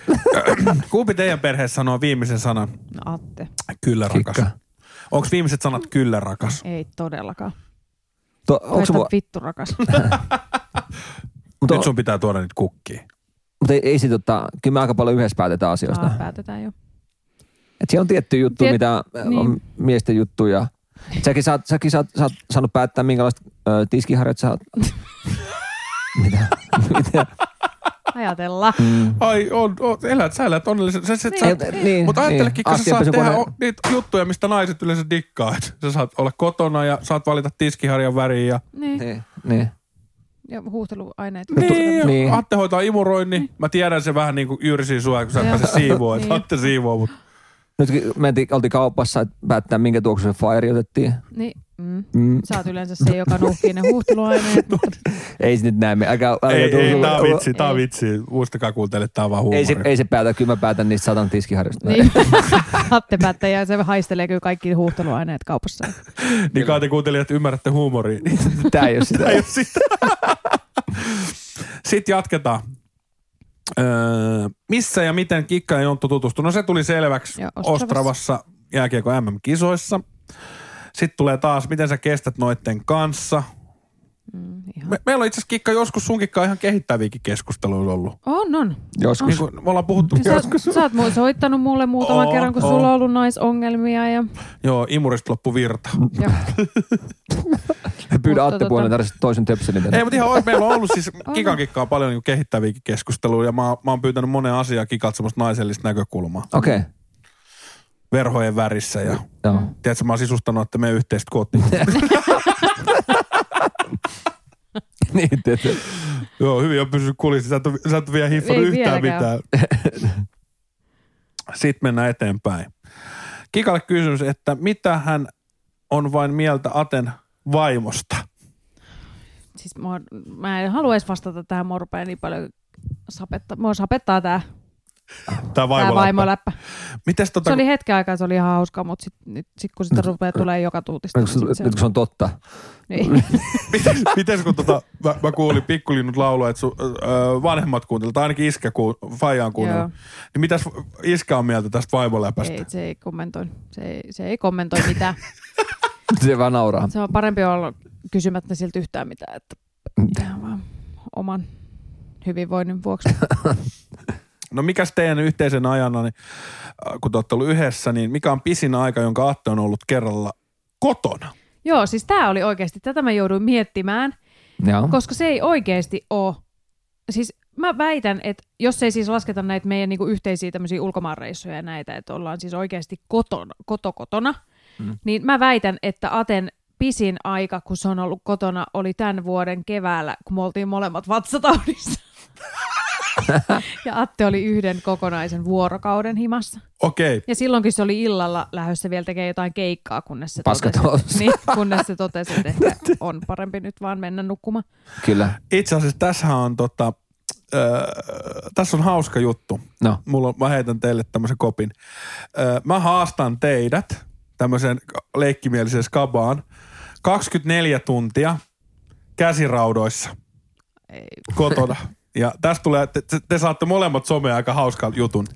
S1: kumpi teidän perheessä sanoo viimeisen sanan?
S3: No, Atte,
S1: Kyllä rakas.
S2: Kikka.
S1: Onko viimeiset sanat kyllä rakas?
S3: ei todellakaan.
S2: To,
S3: Onko
S2: onks mua,
S3: vittu rakas.
S2: mutta,
S1: Nyt sun pitää tuoda niitä kukkiin.
S2: mutta ei, ei sit, tota, kyllä me aika paljon yhdessä päätetään asioista.
S3: Aa, päätetään jo.
S2: Et se on tietty juttu,
S3: Tiet-
S2: Tiet, mitä niin. on
S3: niin.
S2: miesten juttu. Ja... Säkin saat, säkin saat, saat saanut päättää, minkälaista ö, tiskiharjat sä oot. mitä? mitä?
S3: Ajatella.
S2: Mm.
S1: Ai, on, on, elät, sä elät onnellisen. Sä, sä, sä,
S3: Niin.
S2: niin,
S1: Mutta ajattelekin, kun sä saat tehdä
S2: Astianpesukone-
S1: o, niitä juttuja, mistä naiset yleensä dikkaa. Et sä saat olla kotona ja saat valita tiskiharjan väriin. Ja,
S3: Niin.
S2: Niin, niin.
S3: Ja huuhteluaineet.
S1: niin, ja
S2: niin.
S1: Atte hoitaa imuroinnin. Mä tiedän se vähän niin kuin yrsii sua, kun sä et
S3: Joo.
S1: pääse siivoon. Että
S3: Niin.
S1: Atte siivoo, mutta
S2: Nytkin mentiin, oltiin kaupassa, että päättää, minkä tuoksuisen fire otettiin.
S3: Niin. Mm.
S2: Mm.
S3: Sä oot yleensä se, joka nuhkii ne huuhteluaineet. mutta
S2: Ei se nyt näin. me- Älkää, älkää
S1: ei,
S2: tulko-
S1: ei, tää on
S2: ei-
S1: vitsi, tää on
S3: Ei.
S1: vitsi. Muistakaa kuuntele, tää on vaan huumori.
S2: Ei se, ei se päätä, kyllä mä päätän niistä satan tiskiharjoista.
S3: niin. Atte päättää ja se haistelee kyllä kaikki huuhteluaineet kaupassa.
S1: Niin kai te kuuntelijat ymmärrätte huumoria. Niin
S2: Tää ei ole sitä.
S1: ei oo sitä. Sitten jatketaan. Öö, missä ja miten Kikka ja Jonttu tutustu? No se tuli selväksi
S3: Joo, Ostravassa.
S1: Ostravassa jääkiekko MM-kisoissa. Sitten tulee taas, miten sä kestät noitten kanssa.
S3: Mm, ihan.
S1: Me, meillä on itse asiassa Kikka joskus sun Kikka ihan kehittäviäkin keskusteluja ollut.
S3: On, on.
S1: Niin
S2: Joskus.
S1: kuin me ollaan puhuttu.
S3: Ja Sä, sä oot mu- soittanut mulle muutaman
S1: Oo,
S3: kerran, kun
S1: oo.
S3: sulla on ollut naisongelmia. Ja,
S1: Joo, imurista loppu virta.
S3: ja
S2: Pyydä
S3: mutta
S2: Atte Puolinen
S3: tota-
S2: tarvitset toisen niin töpselin tänne.
S1: Ei, mutta ihan oikein. Meillä on ollut siis
S3: On.
S1: Kikan Kikkaa paljon niin kehittäviäkin keskusteluja. Ja mä, oon- mä oon pyytänyt monen asiaa Kikalta semmoista naisellista näkökulmaa.
S2: Okei, okay.
S1: Verhojen värissä ja
S2: joo.
S1: Tiedätkö, mä oon sisustanut, että me yhteistä kotiin.
S2: niin, tietysti.
S1: Joo, hyvin on pysynyt kulissi. Sä et, oo- sä et oo vielä hiffannut
S3: Ei
S1: yhtään
S3: vieläkään.
S1: mitään. Sitten mennään eteenpäin. Kikalle kysymys, että mitä hän on vain mieltä Aten vaimosta?
S3: siis mä, oon- mä en halua edes vastata tähän, mua rupeaa niin paljon sapetta, mua sapettaa tää,
S1: Tämä
S3: tää
S1: vaimo.
S3: vaimoläppä.
S1: Mites tota,
S3: Se oli hetken aikaa, se oli ihan hauska, mutta sit, nyt, sit kun sitä rupeaa tulee joka tuutista.
S2: Nyt
S3: niin
S2: kun se-
S3: sit se-
S2: Nyt kun se on totta.
S3: niin.
S1: mites, mites kun tota, mä, mä kuulin pikkulinnut laulua, että sun öö, vanhemmat kuuntelivat, tai ainakin iskä kuul, faija on
S3: Joo.
S1: kuunnellut. Niin mitäs iskä on mieltä tästä vaimoläpästä?
S3: Ei, se ei kommentoi. Se ei, se ei kommentoi mitään.
S2: Se vaan nauraa.
S3: Se on parempi olla kysymättä siltä yhtään mitään, että ihan vaan oman hyvinvoinnin vuoksi.
S1: No mikäs teidän yhteisen ajana, niin, äh, kun te olette ollut yhdessä, niin mikä on pisin aika, jonka Atte on ollut kerralla kotona?
S3: Joo, siis tämä oli oikeasti, tätä mä jouduin miettimään,
S2: Joo.
S3: koska se ei oikeasti ole. Siis mä väitän, että jos ei siis lasketa näitä meidän niinku yhteisiä tämmöisiä ulkomaanreissuja ja näitä, että ollaan siis oikeasti kotona, kotokotona, mm. niin mä väitän, että Aten pisin aika, kun se on ollut kotona, oli tämän vuoden keväällä, kun me oltiin molemmat vatsataudissa. ja Atte oli yhden kokonaisen vuorokauden himassa.
S1: Okei,
S3: Ja silloinkin se oli illalla lähdössä vielä tekee jotain keikkaa, kunnes se
S2: Paskat
S3: totesi,
S2: housussa.
S3: niin, kunnes se totesi, että ehkä on parempi nyt vaan mennä nukkumaan.
S2: Kyllä.
S1: itse asiassa tässä on tota, öö, tässä on hauska juttu.
S2: No.
S1: Mulla on, mä heitän teille tämmöisen kopin. Öö, mä haastan teidät tämmöiseen leikkimieliseen skabaan 24 tuntia käsiraudoissa
S3: Ei,
S1: kotona. Ja tästä tulee, te, te- te saatte molemmat somea aika hauskan jutun.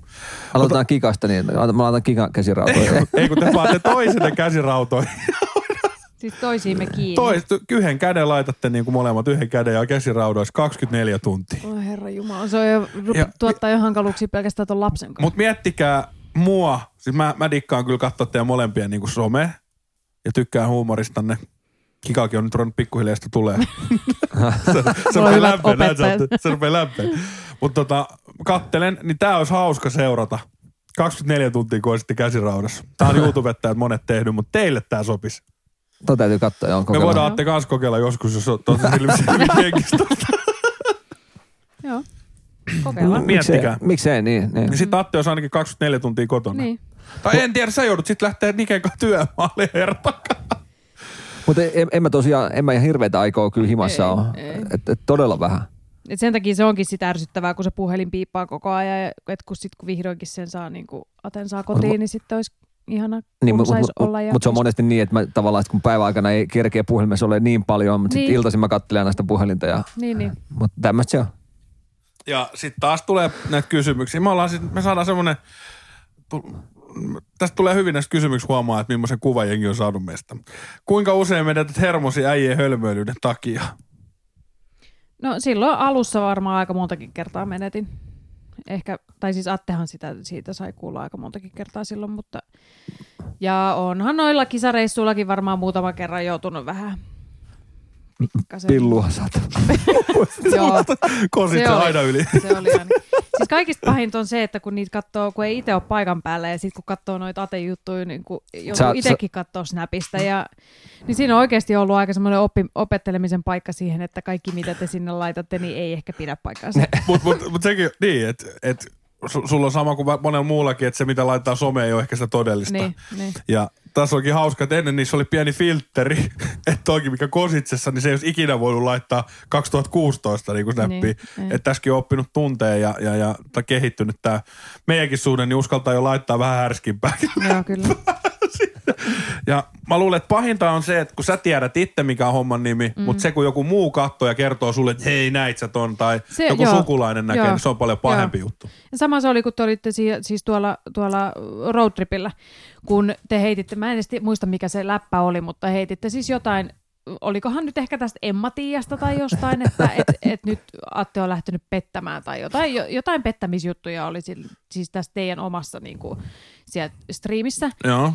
S2: Aloitetaan kikasta niin. Mä laitan kikan käsirautoja.
S1: Ei kun te paatte toisenne käsirautoihin.
S3: Niin. siis toisiimme kiinni.
S1: Tois, yhden käden laitatte niin kuin molemmat yhden käden ja käsiraudoissa 24 tuntia.
S3: Oi herra jumala, se on jo,
S1: Ja-
S3: rup- tuottaa jo hankaluuksia pelkästään ton lapsen kanssa.
S1: Mut miettikää mua, siis mä, mä dikkaan kyllä katsoa teidän molempien niin kuin some ja tykkään huumoristanne. Kikakin on nyt ruvennut pikkuhiljaa, sitä tulee. se, se
S3: Mulla
S1: rupeaa
S3: on hyvät
S1: lämpeä, näin
S3: opettajat.
S1: sanotte. se rupeaa lämpeä. Mutta tota, kattelen, niin tää olisi hauska seurata. 24 tuntia, kun olisitte käsiraudassa. Tää on YouTubettajat monet tehnyt, mutta teille tää sopisi.
S2: Tota täytyy katsoa. Joo,
S1: Me
S2: kokeillaan.
S1: voidaan Atte kanssa kokeilla joskus, jos on tosi silmisenkistä.
S3: Joo, kokeillaan.
S1: Miettikää.
S2: Miksei, miksei niin, niin.
S1: Niin sit Atte olisi ainakin 24 tuntia kotona.
S3: Niin.
S1: Tai en tiedä, sä joudut sit lähteä Niken kanssa työmaalle hertakaan.
S2: Mutta en, en, mä tosiaan, en mä ihan hirveitä aikaa kyllä himassa
S3: Ei,
S2: ole.
S3: ei.
S2: Et, et todella vähän.
S3: Et sen takia se onkin sitä ärsyttävää, kun se puhelin piippaa koko ajan, että kun, sit, kun vihdoinkin sen saa, niin kun Aten saa kotiin,
S2: Mut-
S3: niin sitten olisi ihana
S2: Niin,
S3: kun
S2: mutta
S3: sais
S2: mut,
S3: olla. Ja
S2: mut se on monesti niin, että mä tavallaan sit kun päiväaikana ei kerkeä puhelimessa ole niin paljon, mutta niin.
S3: Niin.
S2: sitten iltaisin mä katselen aina sitä puhelinta. Ja,
S3: Niin, niin.
S2: mutta tämmöistä se on.
S1: Ja sitten taas tulee näitä kysymyksiä. Me, ollaan sit, me saadaan semmoinen, tu- tästä tulee hyvin näistä kysymyksiä huomaa, että millaisen kuvan jengi on saanut meistä. Kuinka usein menetät hermosi äijien hölmöilyyden takia?
S3: No silloin alussa varmaan aika montakin kertaa menetin. Ehkä, tai siis Attehan sitä, siitä sai kuulla aika montakin kertaa silloin, mutta... Ja onhan noilla kisareissuillakin varmaan muutama kerran joutunut vähän... pikkasen-
S2: Pillua saat.
S3: Joo,
S1: Kosit
S3: Se
S1: se
S3: oli.
S1: aina yli.
S3: se oli aina. Siis kaikista pahinta on se, että kun niitä katsoo, kun ei itse ole paikan päällä ja sitten kun katsoo noita atejuttuja, niin kun joutuu
S2: Sä-
S3: itsekin katsoa snapista. Ja, niin siinä on oikeasti ollut aika semmoinen oppi, opettelemisen paikka siihen, että kaikki mitä te sinne laitatte, niin ei ehkä pidä paikkaansa.
S1: Mutta mut, mut sekin, niin, että et, su, sulla on sama kuin va- monella muullakin, että se mitä laittaa someen ei ole ehkä sitä todellista.
S3: Niin, niin.
S1: Ja tässä onkin hauska, että ennen niissä oli pieni filtteri, että toikin mikä Kositsessa, niin se ei olisi ikinä voinut laittaa 2016 niin kuin snappia.
S3: Niin,
S1: Niin,
S3: niin.
S1: että tässäkin on oppinut tunteen ja, ja, ja tai kehittynyt tämä meidänkin suhde, niin uskaltaa jo laittaa vähän härskimpää.
S3: Joo, kyllä.
S1: Ja mä luulen, että pahinta on se, että kun sä tiedät itse, mikä on homman nimi, mm. mutta se kun joku muu katsoo ja kertoo sulle, että hei näit sä ton, tai se,
S3: Se-
S1: joku joo,
S3: joo.
S1: sukulainen näkee,
S3: Joo.
S1: niin se on paljon pahempi joo.
S3: Joo.
S1: juttu.
S3: Ja sama se oli, kun te olitte si- siis tuolla, tuolla roadtripillä, kun te heititte, mä en edes ti- muista mikä se läppä oli, mutta heititte siis jotain, olikohan nyt ehkä tästä Emma-Tiiasta tai jostain, että et, et nyt Atte on lähtenyt pettämään tai jotain, jo- jotain pettämisjuttuja oli sil- siis tässä teidän omassa niin kuin, siellä striimissä.
S1: Joo.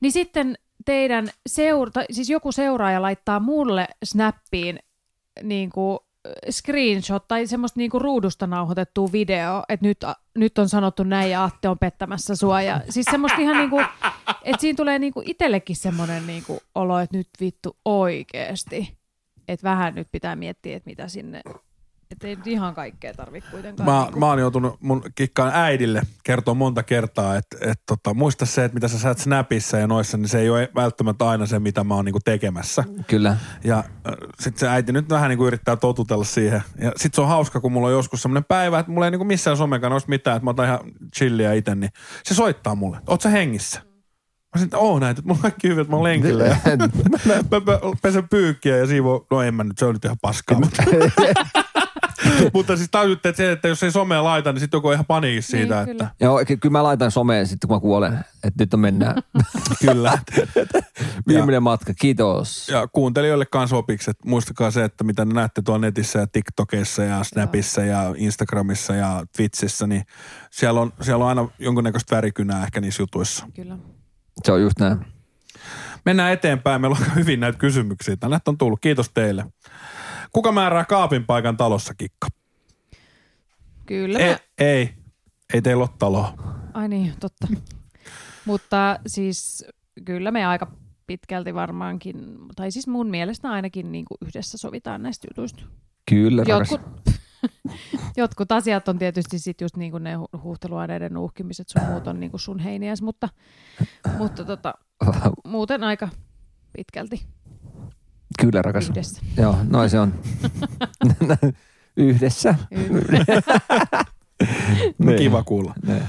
S3: Niin sitten teidän seura, tai siis joku seuraaja laittaa mulle snappiin niin kuin screenshot tai semmoista niinku ruudusta nauhoitettua video, että nyt, äh, nyt on sanottu näin ja Atte on pettämässä sua. Ja siis semmoista ihan niinku, että siinä tulee niinku itsellekin semmoinen niinku olo, että nyt vittu oikeesti. Että vähän nyt pitää miettiä, että mitä sinne, että ei nyt ihan kaikkea tarvitse kuitenkaan.
S1: Mä,
S3: niinku-
S1: mä oon joutunut mun kikkaan äidille kertoa monta kertaa, että et, tota, muista se, että mitä sä saat Snapissa ja noissa, niin se ei ole välttämättä aina se, mitä mä oon niinku tekemässä.
S2: Kyllä.
S1: Ja sitten se äiti nyt vähän niinku yrittää totutella siihen. Ja sitten se on hauska, kun mulla on joskus semmoinen päivä, että mulla ei niinku missään somekanavassa mitään, että mä otan ihan chilliä itse, niin se soittaa mulle. Oot sä hengissä? Mä sanoin, että oon näin, että mulla on kaikki hyvin, että mä oon lenkillä. Ja mä, mä, mä pesen pyykkiä ja siivoo, no en mä nyt, se on nyt ihan paskaa. mutta, mutta siis tajutte, että, se, että jos ei somea laita, niin sitten joku on ihan paniikissa
S3: Niin,
S1: siitä,
S3: kyllä.
S1: että
S2: Joo, ky- kyllä mä laitan someen sitten, kun mä kuolen, että nyt on mennään.
S1: kyllä.
S2: Viimeinen matka, kiitos.
S1: ja kuuntelijoille kanssa opiksi, että muistakaa se, että mitä ne näette tuolla netissä ja TikTokissa ja Snapissa ja Instagramissa ja Twitchissä, niin siellä on, siellä on aina jonkunnäköistä värikynää ehkä niissä jutuissa.
S3: Kyllä.
S2: Se on just näin.
S1: Mennään eteenpäin, meillä on aika hyvin näitä kysymyksiä. Tänne on tullut, kiitos teille. Kuka määrää kaapin paikan talossa, Kikka?
S3: Kyllä. mä-
S1: Ei, ei, ei teillä ole taloa.
S3: Ai niin, totta. Mutta siis kyllä me aika pitkälti varmaankin, tai siis mun mielestä ainakin niin kuin yhdessä sovitaan näistä jutuista.
S2: Kyllä, rakas.
S3: Jotkut, jotkut asiat on tietysti sit just niin kuin ne hu- huuhteluaineiden nuuhkimiset sun muut on niin kuin sun heiniäs, mutta, mutta tota, muuten aika pitkälti
S2: Kyllä, rakas.
S3: yhdessä.
S2: Joo, noin se on. Yhdessä.
S3: Yhdessä.
S2: Niin.
S1: No Kiva kuulla.
S2: Niin.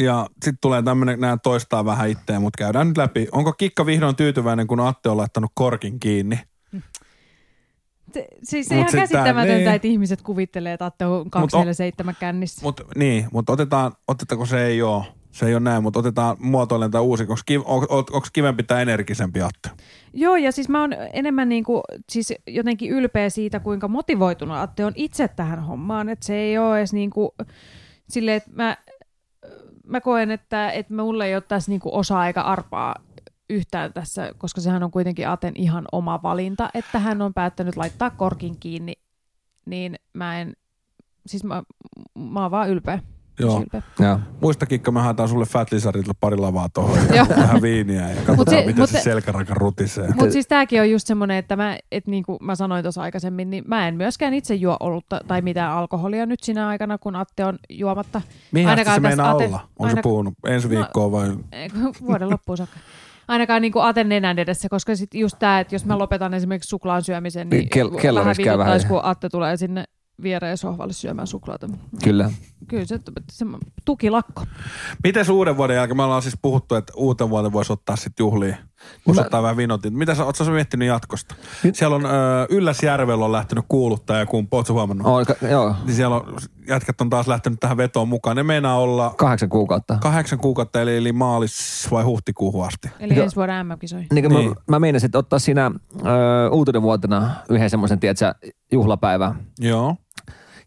S1: Ja sitten tulee tämmöinen, nämä toistaa vähän itteä, mutta käydään nyt läpi. Onko Kikka vihdoin tyytyväinen, kun Atte on laittanut korkin kiinni?
S3: Se- Siis
S1: Mut
S3: ihan
S1: sit tää-
S3: käsittämätöntä,
S1: niin.
S3: että ihmiset kuvittelee, että Atte on 247 kännissä.
S1: Mut, niin, mutta otetaan, otetaanko se ei ole. Se ei ole näin, mutta otetaan muotoilen tämä uusi. Onko, kiv, on, onko kivempi tai energisempi Atte?
S3: Joo, ja siis mä oon enemmän niin kuin, siis jotenkin ylpeä siitä, kuinka motivoitunut Atte on itse tähän hommaan. Että se ei ole edes niin kuin, silleen, että mä, mä koen, että, että mulle ei ole tässä niin kuin osaa eikä arpaa yhtään tässä, koska sehän on kuitenkin Aten ihan oma valinta, että hän on päättänyt laittaa korkin kiinni, niin mä en, siis mä, mä oon vaan ylpeä.
S1: Joo.
S3: ylpeä.
S2: Joo.
S1: Muista Kikka, me haetaan sulle Fat Lizardilla pari lavaa tuohon ja
S3: Joo.
S1: vähän viiniä ja katsotaan,
S3: se-
S1: miten
S3: mut
S1: se
S3: se-
S1: selkäraka rutisee.
S3: Mutta siis tämäkin on just semmoinen, että mä, et niin kuin mä sanoin tuossa aikaisemmin, niin mä en myöskään itse juo olutta tai mitään alkoholia nyt sinä aikana, kun Atte on juomatta.
S1: Mihin asti se
S3: ainakaan tässä
S1: meinaa
S3: ate-
S1: olla? Onko se
S3: ainakaan- No-
S1: puhunut ensi viikkoa vai?
S3: vuoden loppuun saakka. Ainakaan niin kuin Aten nenän edessä, koska sit just tämä, että jos mä lopetan esimerkiksi suklaan syömisen, niin
S2: Kel- kellarissa käy vähän.
S3: viituttaisi, kun Atte tulee sinne viereen sohvalle syömään suklaata.
S2: Kyllä.
S3: Kyllä se, se tukilakko.
S1: Miten uuden vuoden jälkeen, me ollaan siis puhuttu, että uuten vuoden voisi ottaa sitten juhliin, voisi
S2: Mä-
S1: ottaa vähän vinotin. Mitä sä, ootko sä miettinyt jatkosta? Siellä on, ö, Ylläsjärvellä on lähtenyt kuuluttaja, kun oot sä huomannut?
S2: On, ka- joo,
S1: Niin siellä on, jätkät on taas lähtenyt tähän vetoon mukaan. Ne meinaa olla
S2: kahdeksan kuukautta.
S1: kahdeksan kuukautta, eli, eli maalis vai huhtikuuhun asti.
S3: Eli
S2: Joo.
S3: ensi vuoden MM-kisoihin.
S2: Niin, niin. Mä,
S1: Niin.
S2: mä meinasin että ottaa siinä ö, uutena vuotena yhden semmoisen, tiedätkö, juhlapäivän.
S1: Joo,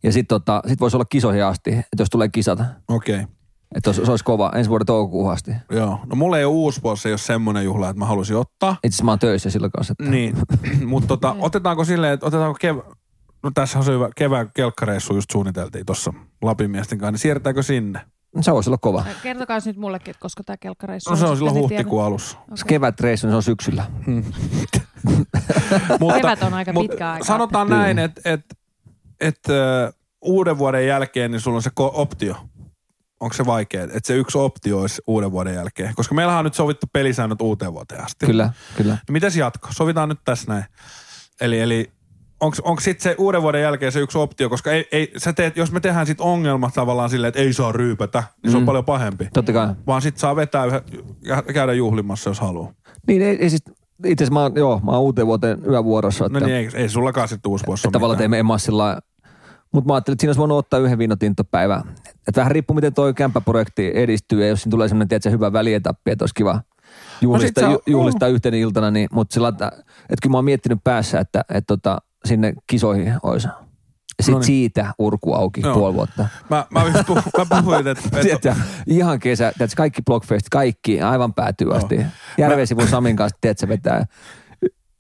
S2: Ja sit, tota, sit voisi olla kisoihin asti, että jos tulee kisat.
S1: okei. Okay.
S2: Että se olisi kova ensi vuoden toukokuuhun asti.
S1: Joo. No mulla ei ole uusi vuosi, jos semmoinen juhla, että mä haluaisin ottaa.
S2: Itse asiassa mä oon töissä silloin kanssa. Että...
S1: Niin, mutta tota, otetaanko silleen, että otetaanko kev... No tässä on se hyvä kevään kelkkareissu just suunniteltiin tuossa Lapin miesten kanssa, niin siirretäänkö sinne?
S2: Se voisi olla kova.
S3: Kertokaa nyt mullekin, että koska tämä kelkkareissu
S1: No se on silloin
S3: sitten, niin
S1: huhtikuun alussa.
S2: Okay. Kevätreissu, niin se on syksyllä.
S1: Mutta,
S3: Kevät on aika pitkä aika.
S1: Sanotaan
S2: Kyllä.
S1: näin, että et, et, ö, uuden vuoden jälkeen niin sulla on se ko- optio. Onko se vaikea, että se yksi optio olisi uuden vuoden jälkeen? Koska meillähän on nyt sovittu pelisäännöt uuteen vuoteen asti.
S2: Kyllä, kyllä.
S1: Niin Mitäs jatko? Sovitaan nyt tässä näin. Eli, eli onko sitten se uuden vuoden jälkeen se yksi optio, koska ei, ei, sä teet, jos me tehdään sit ongelma tavallaan silleen, että ei saa ryypätä, niin se on paljon pahempi.
S2: Mm. Totta kai.
S1: Vaan sit saa vetää yhä, ja käydä juhlimassa, jos haluaa.
S2: Niin, ei, ei siis, itse asiassa mä oon, joo, mä oon uuteen vuoteen yövuorossa. Että,
S1: No niin, ei, ei sullakaan sitten uusi vuosi
S2: että
S1: ole
S2: tavallaan
S1: mitään.
S2: teemme emassillaan. Mutta mä ajattelin, että siinä olisi voinut ottaa yhden viinotinttopäivää. Että vähän riippuu, miten toi kämppäprojekti edistyy. Ja jos siinä tulee semmoinen, tiedätkö, hyvä välietappi, että olisi
S1: No
S2: kiva juhlistaa,
S1: sä-
S2: ju, juhlistaa yhtenä iltana. Niin, mutta sillä lailla, että, että kyllä mä oon miettinyt päässä, että, että tota, sinne kisoihin olisi. Sitten
S1: Noniin.
S2: siitä urku auki
S1: No niin. Joo.
S2: puoli vuotta.
S1: Mä, mä, just puh- mä puhuin, että... että
S2: Tiedätkö, ihan kesä, tiedätkö, kaikki blogfest, kaikki aivan päätyy asti. Järven sivun Samin kanssa, tiedätkö, vetää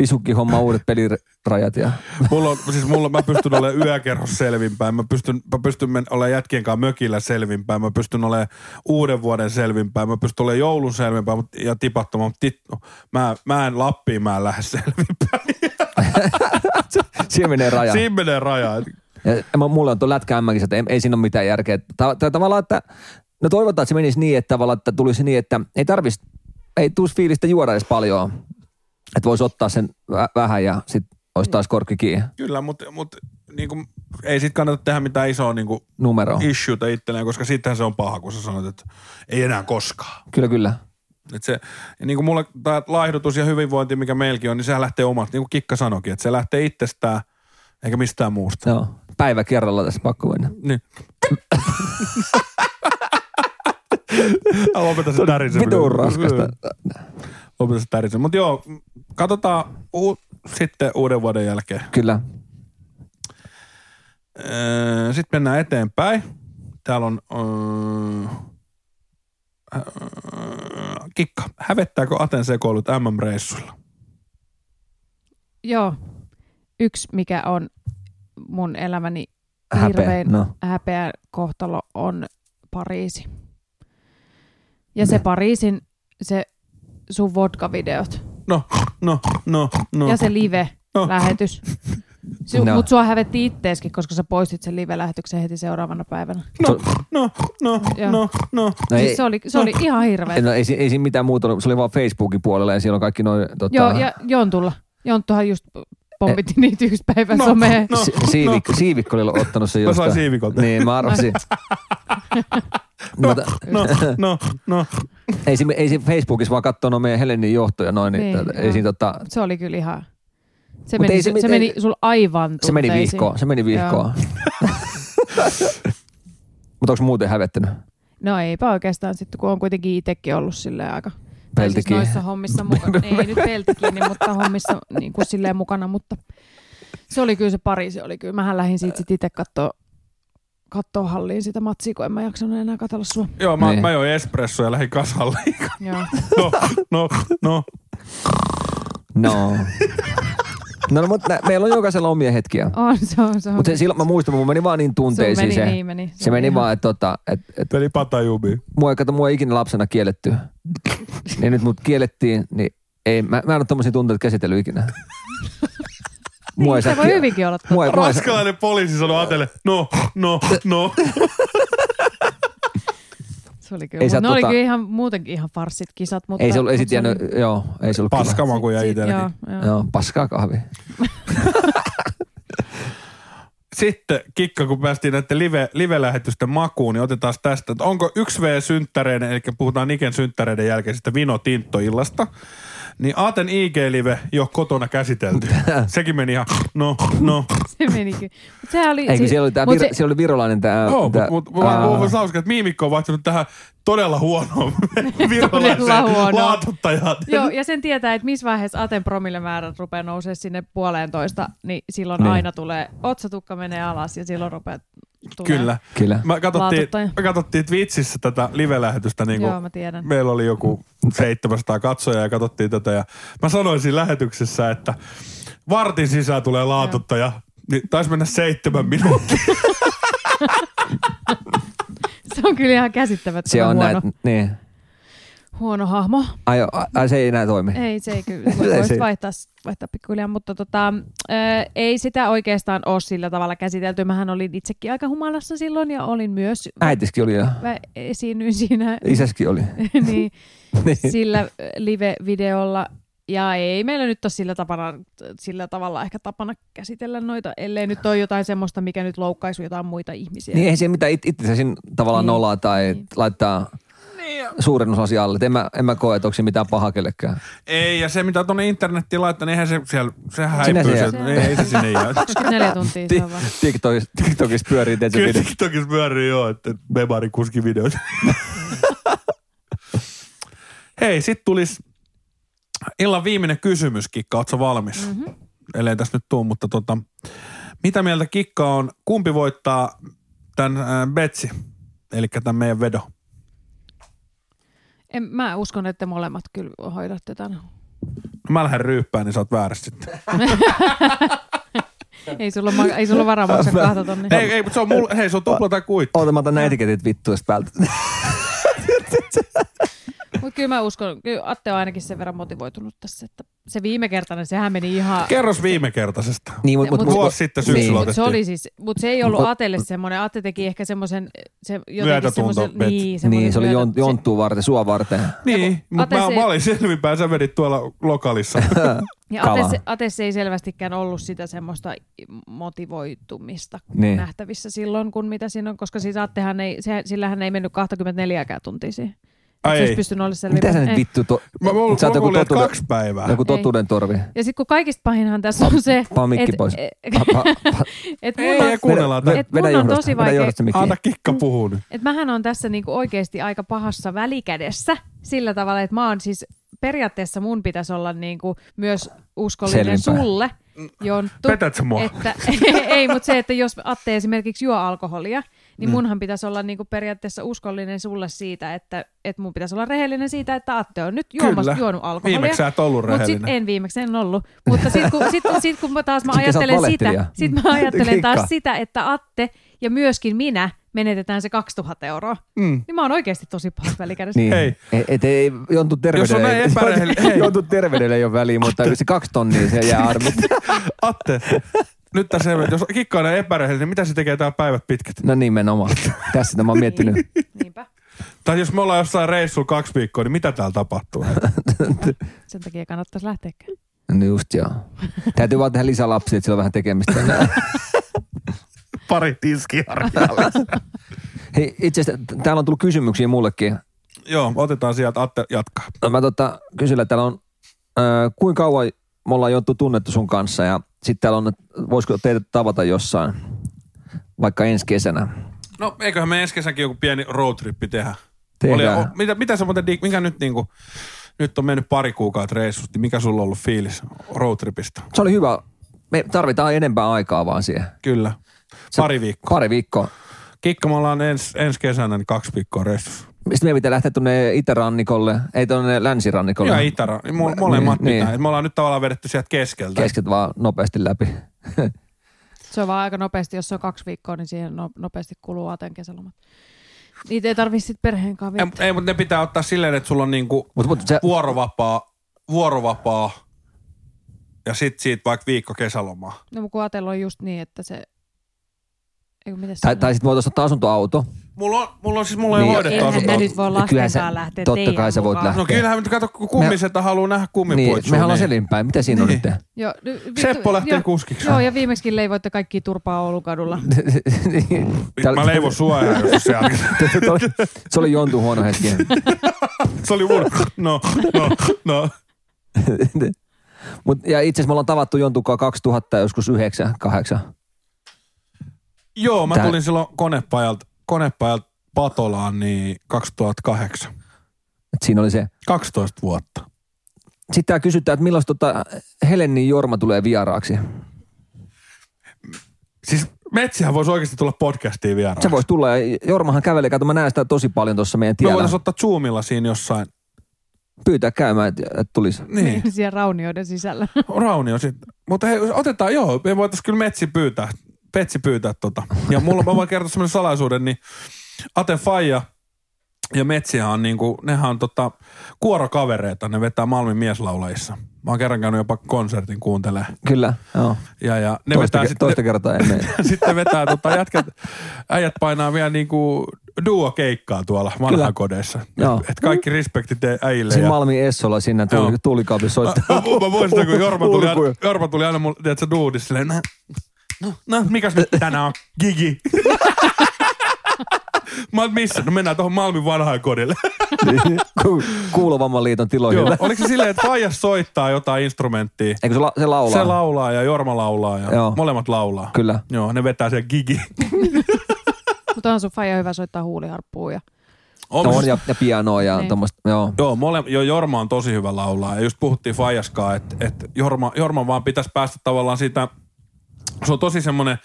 S2: isukki homma uudet pelirajat. Ja...
S1: mulla on, siis mulla, mä pystyn olemaan yökerhossa selvinpäin. Mä pystyn, mä pystyn men- olemaan jätkien kanssa mökillä selvinpäin. Mä pystyn olemaan uuden vuoden selvinpäin. Mä pystyn olemaan joulun selvinpäin mut- ja tipattomaan. Mut tit, no, mä, mä en Lappiin, mä en lähde selvinpäin.
S2: Siinä menee raja.
S1: Siinä menee raja. Et
S2: Ja mä, mulla on tuo lätkä MMKissä, että ei, ei siinä ole mitään järkeä. Ta- ta- tavallaan, että, no toivotaan, että se menisi niin, että, tavallaan, että tulisi niin, että ei tarvis, ei tuus fiilistä juoda edes paljon. Että voisi ottaa sen vä- vähän ja sitten olisi taas korkki kiinni
S1: Kyllä, mutta mut, niinku, ei sit kannata tehdä mitään isoa niinku,
S2: numero.
S1: issueta itselleen, koska sittenhän se on paha, kun sä sanot, että ei enää koskaan.
S2: Kyllä, kyllä.
S1: Et se, ja niin kuin mulla tämä laihdutus ja hyvinvointi, mikä meilläkin on, niin sehän lähtee omasta, niin kuin Kikka sanoikin, että se lähtee itsestään eikä mistään muusta.
S2: Joo. Päivä kerralla tässä pakko mennä.
S1: Niin. Älä Lopeta se täriseminen.
S2: Vitun raskasta.
S1: Lopeta se täriseminen. Mutta joo, katsotaan uu, sitten uuden vuoden jälkeen.
S2: Kyllä.
S1: Öö, sitten mennään eteenpäin. Täällä on... Öö, öö, Kikka, hävettääkö Aten sekoilut MM-reissuilla?
S3: Joo. Yksi, mikä on mun elämäni
S2: Häpeä.
S3: Hirvein.
S2: No.
S3: häpeä kohtalo on Pariisi. Ja se Pariisin, se sun vodka-videot
S1: No, no, no, no.
S3: no. ja se
S1: No.
S3: live-lähetys. Su-
S2: No.
S3: Mutta sua hävetti itteeskin, koska sä poistit sen live-lähetyksen heti seuraavana päivänä.
S1: No, no, no,
S3: Joo.
S1: no, no.
S2: No
S3: siis
S2: ei,
S3: se oli, se oli ihan hirveä.
S2: ei, no ei, si- ei siinä mitään muuta ollut. Se oli vaan Facebookin puolella ja siellä on kaikki noin... Tota,
S3: Joo, ja Jontulla. Jonttuhan just
S2: Eh.
S3: pommitti niitä yksi päivä
S1: No.
S3: someen.
S1: No,
S2: si-
S1: no.
S2: siivikko, siivikko oli ottanut sen
S1: Mä sain
S2: jostain.
S1: siivikolta.
S2: Niin, mä arvasin. Mutta
S1: No, no, no.
S2: ei, siinä, ei siinä Facebookissa vaan katsoa no meidän Helenin johtoja noin, niin,
S3: Niin,
S2: tota, ei
S3: joo.
S2: siinä tota,
S3: Se oli kyllä ihan... Se
S2: Mut
S3: meni,
S2: ei
S3: se,
S2: se mit-
S3: se
S2: ei-
S3: meni sul aivan
S2: se meni
S3: tunteisiin.
S2: vihkoon, se meni vihkoon. Mutta onko muuten hävettänyt?
S3: No eipä oikeastaan sitten, kun on kuitenkin itsekin ollut silleen aika... tai
S2: Pelti
S3: siis
S2: kiinni.
S3: noissa hommissa
S2: No,
S3: mukana. Ei nyt pelti kiinni, mutta hommissa niin kuin silleen mukana, mutta se oli kyllä se pari, se oli kyllä. Mähän lähdin siitä sitten itse katsoa kattoo halliin sitä matsia, kun en mä jaksanut enää katella sua.
S1: Joo, mä,
S2: Niin.
S1: mä join espressoa ja lähdin kasalle.
S3: Joo.
S1: No, no, no.
S2: No. No, no mutta nä, meillä on jokaisella omia hetkiä.
S3: On, se on, se on.
S2: Mutta silloin mä muistan, mun meni vaan niin
S3: Sun
S2: tunteisiin
S3: meni,
S2: se.
S3: niin meni.
S2: se meni
S3: ihan-
S2: vaan, että tota, et, et,
S1: Eli patajubi.
S2: mua ei, kato, mua ei ikinä lapsena kielletty. niin nyt mut kiellettiin, niin ei, mä, mä en ole tommosia tunteita käsitellyt ikinä. Mua ei
S3: Se
S2: saa
S3: Niin, voi
S2: kiel-
S3: hyvinkin olla totta.
S2: Mua ei, mua ei, saa-
S1: Raskalainen poliisi sanoi Atelle, no, no, no.
S3: Se oli kyllä.
S2: Ei
S3: Ei
S2: sä
S3: ne oli
S2: tota-
S3: kyllä ihan, muutenkin ihan farsit kisat, mutta...
S2: ei se ollut, ei se
S3: mut
S2: tiennyt, joo, ei se ollut kiva.
S1: Paskama kuin jäi
S3: Siitä- Niin,
S1: itselläkin.
S3: Joo, joo.
S2: Joo, paskaa kahvi.
S1: sitten Kikka, kun päästiin näiden live, live-lähetysten makuun, niin otetaan tästä, että onko 1V-synttäreiden, eli puhutaan Niken synttäreiden jälkeisestä Vino Tinttoillasta, niin Aaten IG-live jo kotona käsitelty. Sekin meni ihan, no, no.
S3: Se menikin. Mut sehän oli...
S2: Eikö
S3: si-
S2: siellä oli, tää
S3: mut
S2: vir, siellä oli virolainen tää...
S1: Joo,
S2: tää-
S1: mutta mut, mut, mä- mä-
S2: aa.
S1: mä voisin hauska, että miimikko on vaihtunut tähän todella huonoon
S3: Todella
S1: virolaiseen
S3: huonoon.
S1: laatuttajaan.
S3: Joo, ja sen tietää, että missä vaiheessa Aten promillemäärät rupeaa nousemaan sinne puoleen toista, niin silloin
S2: Niin.
S3: niin. aina tulee, otsatukka menee alas ja silloin rupeaa tulee.
S1: Kyllä.
S2: Kyllä.
S1: Mä katsottiin,
S3: Laatuttaja.
S1: me katsottiin Twitchissä tätä live-lähetystä. Niin
S3: Joo, mä tiedän.
S1: Meillä oli joku 700 katsojaa ja katsottiin tätä. Ja mä sanoin siinä lähetyksessä, että vartin sisään tulee laatuttaja. Niin taisi mennä seitsemän minuuttia.
S3: Se on kyllä ihan käsittämättömän
S2: Se on
S3: huono,
S2: näin, niin.
S3: huono hahmo.
S2: Ai, ai, ai, se ei enää toimi.
S3: Ei, se ei kyllä.
S2: Ei se-
S3: Voisit vaihtaa, vaihtaa pikkuhiljaa, mutta tota, ö, ei sitä oikeastaan ole sillä tavalla käsitelty. Mähän olin itsekin aika humalassa silloin ja olin myös,
S2: Äitiskin oli jo.
S3: mä esiinnyin siinä
S2: Isäskin oli.
S3: niin,
S2: Niin.
S3: sillä äh, live-videolla. Ja ei meillä nyt ole sillä, tapana, sillä tavalla ehkä tapana käsitellä noita, ellei nyt ole jotain semmoista, mikä nyt loukkaisi jotain muita ihmisiä.
S2: Niin ei se mitään it, itsensä siinä tavallaan
S3: Niin.
S2: nolaa tai
S3: Niin.
S2: laittaa
S1: Niin
S2: suurennuslasi alle. Et En mä, en mä koe, että onko se mitään pahaa kellekään.
S1: ei, ja se mitä tuonne internettiin laittaa, niin eihän se siellä, se
S2: Sinä
S1: häipyy.
S2: se
S1: Se,
S2: jää.
S1: ei, ei se sinne jää.
S3: 24 tuntia se on vaan.
S2: TikTokissa, TikTokissa pyörii teet se
S1: Kyllä
S2: video.
S1: TikTokissa pyörii joo, että Bebari kuski videoita. Hei, sit tulis illan viimeinen kysymys, Kikka, ootko valmis?
S2: Mhm.
S1: Mm-hmm. Ellei tässä nyt tuu, mutta tota, mitä mieltä Kikka on, kumpi voittaa tämän äh, Betsi, eli tämän meidän vedo?
S3: En, mä uskon, että te molemmat kyllä hoidatte tämän.
S1: No Mä lähden ryyppään, niin sä oot väärässä sitten.
S3: Ei sulla, ole ma- ei sulla ole varaa maksaa kahta tonnia.
S1: Ei, ei, mutta se on mulla, hei, se on tupla tai kuitti.
S2: Oota, mä otan nämä etiketit vittu tästä päältä.
S3: Mutta kyllä mä uskon, kyllä Atte on ainakin sen verran motivoitunut tässä, että se viime kertainen, sehän meni ihan...
S1: Kerros viime kertaisesta.
S2: Niin, mut,
S3: Mut-
S2: mut,
S1: Vuosi sitten
S2: Niin.
S1: syksyllä
S2: Mut
S3: Mut se,
S1: otettiin.
S3: oli siis, mut se ei ollut
S2: Mut-
S3: Atelle semmoinen. Atte teki ehkä semmoisen... Se, jotenkin
S1: Myötätunto,
S3: semmoisen,
S1: Betsi.
S3: niin, semmoisen
S2: niin, se oli
S3: myötä-
S2: jont, jonttua varten, sua varten.
S1: Niin, mutta
S3: Ate
S1: mä,
S3: se-
S1: mä olin selvinpäin, sä vedit tuolla lokalissa.
S3: Ja
S2: Kala.
S3: Ates, Ates ei selvästikään ollut sitä semmoista motivoitumista
S2: Niin.
S3: niin. nähtävissä silloin, kun mitä siinä on, koska siis Attehan ei, se, sillä hän ei mennyt 24 tuntia siihen.
S1: Ai
S3: Ai
S1: ei.
S3: ei. pystynyt Eh. olla selvä.
S2: Mitä sä nyt vittu... To,
S1: Mä, mä,
S2: sä oot
S1: mä
S2: joku
S1: kuulin, että
S2: totuuden,
S1: kaksi päivää.
S2: joku totuuden torvi.
S3: Ja sitten kun kaikista pahinhan tässä on se,
S2: Paa mikki
S3: et-
S2: pois.
S3: et-
S2: Pa, pa, pa,
S3: että
S1: Ei,
S3: mulla,
S1: ei, kuunnellaan.
S2: Vedä-
S1: Et,
S3: et mun on
S2: johdosta,
S3: tosi
S2: vedä
S3: vaikea-
S2: johdosta mikkiä.
S1: Anna
S3: Mm.
S1: kikka puhuu nyt.
S3: Et mähän on tässä niinku oikeasti aika pahassa välikädessä sillä tavalla, että mä oon siis periaatteessa mun pitäisi olla niinku myös uskollinen
S2: Selvinpäin.
S3: sulle, Jonttu.
S1: Petätkö mua?
S3: Että, ei, mutta se, että jos Atte esimerkiksi juo alkoholia, niin munhan pitäisi olla niinku periaatteessa uskollinen sulle siitä, että et mun pitäisi olla rehellinen siitä, että Atte on nyt juomassa,
S1: Kyllä.
S3: juonut alkoholia.
S1: Viimeksi sä et ollut
S3: Mut sit-
S1: rehellinen.
S3: en viimeksi, en ollut. Mutta sitten kun, sit, sit, kun mä taas mä
S2: Mikä sä oot
S3: ajattelen sitä,
S2: valehtelija?
S3: sit mä ajattelen
S2: Kikka.
S3: taas sitä, että Atte ja myöskin minä menetetään se 2000 euroa. Mm. Niin mä oon oikeasti tosi pahassa välikädessä.
S2: niin.
S1: Hei.
S2: Et, et ei, jontun terveydelle,
S1: näin epärehellinen- hei.
S2: jontun terveydelle ei ole väliä, mutta se kaksi tonnia se jää armit.
S1: Atte, nyt tässä ei, jos kikka on näin epärehellinen, niin mitä se tekee täällä päivät pitkät?
S2: No nimenomaan. Tässä sitä mä oon miettinyt.
S3: Niin, niinpä.
S1: Tai jos me ollaan jossain reissulla kaksi viikkoa, niin mitä täällä tapahtuu?
S3: Sen takia kannattaisi lähteäkään.
S2: No just joo. Täytyy vaan tehdä lisää lapsia, että sillä on vähän tekemistä.
S1: Pari tiskiharjaa.
S2: Hei, itse asiassa t- täällä on tullut kysymyksiä mullekin.
S1: Joo, otetaan sieltä. Atte jatkaa.
S2: Mä tota, kysyn, että täällä on, ö, kuinka kauan me ollaan joutu tunnettu sun kanssa ja sitten täällä on, että voisiko teitä tavata jossain, vaikka ensi kesänä.
S1: No eiköhän me ensi kesänkin joku pieni roadtrippi tehdä.
S2: Tehdään.
S1: o- mitä, mitä sä muuten, Dick, mikä nyt niinku, nyt on mennyt pari kuukautta reissusta, niin mikä sulla on ollut fiilis roadtripista?
S2: Se oli hyvä. Me tarvitaan enempää aikaa vaan siihen.
S1: Kyllä. Pari viikkoa.
S2: Pari viikkoa.
S1: Kikka, me ollaan ensi ens kesänä niin kaksi viikkoa reissussa.
S2: Sitten meidän pitää lähteä tuonne itärannikolle, ei tuonne länsirannikolle.
S1: Joo, itära. Mo- molemmat
S2: Niin,
S1: niin, pitää.
S2: niin.
S1: Niin. Me ollaan nyt tavallaan vedetty sieltä keskeltä.
S2: Kesket vaan nopeasti läpi.
S3: Se on vaan aika nopeasti, jos se on kaksi viikkoa, niin siihen no, nopeasti kuluu Aten kesälomat. Niitä ei tarvitse sitten perheen kanssa
S1: ei,
S3: viettää.
S1: ei, mutta ne pitää ottaa silleen, että sulla on niinku
S2: Mut, mut se,
S1: vuorovapaa, vuorovapaa ja sit siitä vaikka viikko kesälomaa.
S3: No kun Atella on just niin, että se Eiku, mitäs
S2: Tai,
S3: se-
S2: tai sitten voitaisiin ottaa asuntoauto.
S1: Mulla on, mulla on siis, mulla ei
S2: Niin.
S1: hoidettu
S3: Eihän
S1: asuntoa.
S3: nää nyt voi
S2: Kyllähän
S3: lasten
S2: sä-
S3: kanssa lähteä
S2: totta
S3: teidän
S2: kai sä voit
S3: mukaan.
S2: lähteä.
S1: No kyllähän nyt kato, kun kummisetä haluaa nähdä
S2: Niin,
S1: kummipuitsua.
S2: mehän ollaan selinpäin. Mitä
S1: Niin.
S2: siinä on nyt?
S3: Joo, nyt- vittu,
S1: Seppo lähtee
S3: joo,
S1: kuskiksi.
S3: Joo, ja viimeksikin leivoitte kaikki turpaa Oulun kadulla.
S2: Mm.
S1: Mä leivon sua ja jos se jatketaan.
S2: Se oli, se oli Jontun huono hetki.
S1: Se oli mun. No, no, no.
S2: Mut, ja itse asiassa me ollaan tavattu Jontukaa 2000 joskus 9, 8.
S1: Joo, mä
S2: Tää-
S1: tulin silloin konepajalta, konepajalta Patolaan niin 2008.
S2: Et siinä oli se.
S1: 12 vuotta.
S2: Sitten tää kysytään, että milloin tota Helenin Jorma tulee vieraaksi.
S1: Siis metsihän voisi oikeasti tulla podcastiin vieraaksi.
S2: Se voisi tulla. Ja Jormahan kävelee, kato mä näen sitä tosi paljon tuossa meidän
S1: Me
S2: tiellä.
S1: voitaisiin ottaa Zoomilla siinä jossain.
S2: Pyytää käymään, että et tulisi.
S1: Niin.
S3: Siellä raunioiden sisällä.
S1: Raunio sitten. Mutta hei, otetaan, joo, me voitaisiin kyllä metsi pyytää, petsi pyytää tota. Ja mulla, mä voin kertoa semmoinen salaisuuden, niin Ate Faija ja Metsiä on niinku, nehän on tota kuorokavereita, ne vetää Malmin mieslaulajissa. Mä oon kerran käynyt jopa konsertin kuuntelee.
S2: Kyllä, joo.
S1: Ja, ja ne
S2: Toista,
S1: vetää
S2: ke-
S1: sitten,
S2: toista kertaa emme.
S1: sitten vetää tota jätkät, äijät painaa vielä niinku duo keikkaa tuolla vanhakodeissa.
S2: Joo.
S1: Et kaikki respektit te- äijille.
S2: Siis
S1: ja-
S2: Malmi Essola sinne
S1: Joo.
S2: tuuli, tuulikaapin soittaa.
S1: Mä, mä muistan, kun Jorma tuli, aina,
S2: Ulkuja.
S1: Jorma tuli aina mulle, tiedätkö, duudissa silleen, no, no, no, mikäs nyt tänään on? Gigi. Mä oon missä? No mennään tuohon Malmin vanhaan kodille.
S2: Ku, kuulovamman liiton tiloihin.
S1: Joo. Oliko se silleen, että Faija soittaa jotain instrumenttia?
S2: Eikö se, la, se laulaa?
S1: Se laulaa ja Jorma laulaa ja
S2: Joo.
S1: molemmat laulaa.
S2: Kyllä. No
S1: Joo, ne vetää sen gigi.
S3: Mutta on sun faija hyvä soittaa huuliharppua. Ja...
S2: No on ja, ja pianoa ja
S3: Niin.
S2: tuommoista. Joo.
S1: Joo, mole, jo Jorma on tosi hyvä laulaa. Ja just puhuttiin Fajaskaa, että et Jorma, Jorma vaan pitäisi päästä tavallaan siitä, se on tosi semmoinen,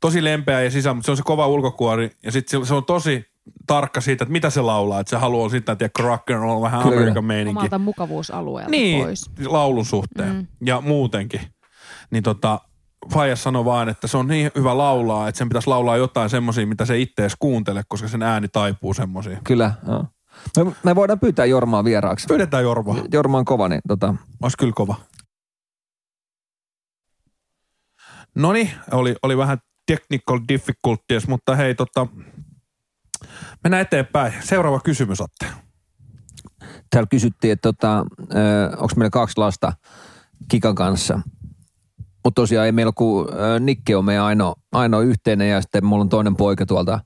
S1: tosi lempeä ja sisä, mutta se on se kova ulkokuori. Ja sitten se on tosi tarkka siitä, että mitä se laulaa. Että se haluaa sitä, tiedä, rock and roll, vähän
S2: Kyllä,
S1: Amerikan
S2: kyllä.
S1: meininki.
S3: Omalta mukavuusalueelta
S1: Niin,
S3: pois.
S1: laulun suhteen mm. ja muutenkin. Niin tota, Fajas sanoi vaan, että se on niin hyvä laulaa, että sen pitäisi laulaa jotain semmoisia, mitä se itse edes kuuntele, koska sen ääni taipuu semmoisiin.
S2: Kyllä, joo. Me, me voidaan pyytää Jormaa vieraaksi.
S1: Pyydetään Jorma.
S2: Jorma on kova, niin tota,
S1: Olisi kyllä kova. Noni, oli, oli vähän technical difficulties, mutta hei tota, mennään eteenpäin. Seuraava kysymys, Atte.
S2: täällä kysyttiin, että tota, onko meillä kaksi lasta Kikan kanssa. Mutta tosiaan ei meillä ole kuin ö, Nikke on meidän ainoa, ainoa yhteinen ja sitten mulla on toinen poika tuolta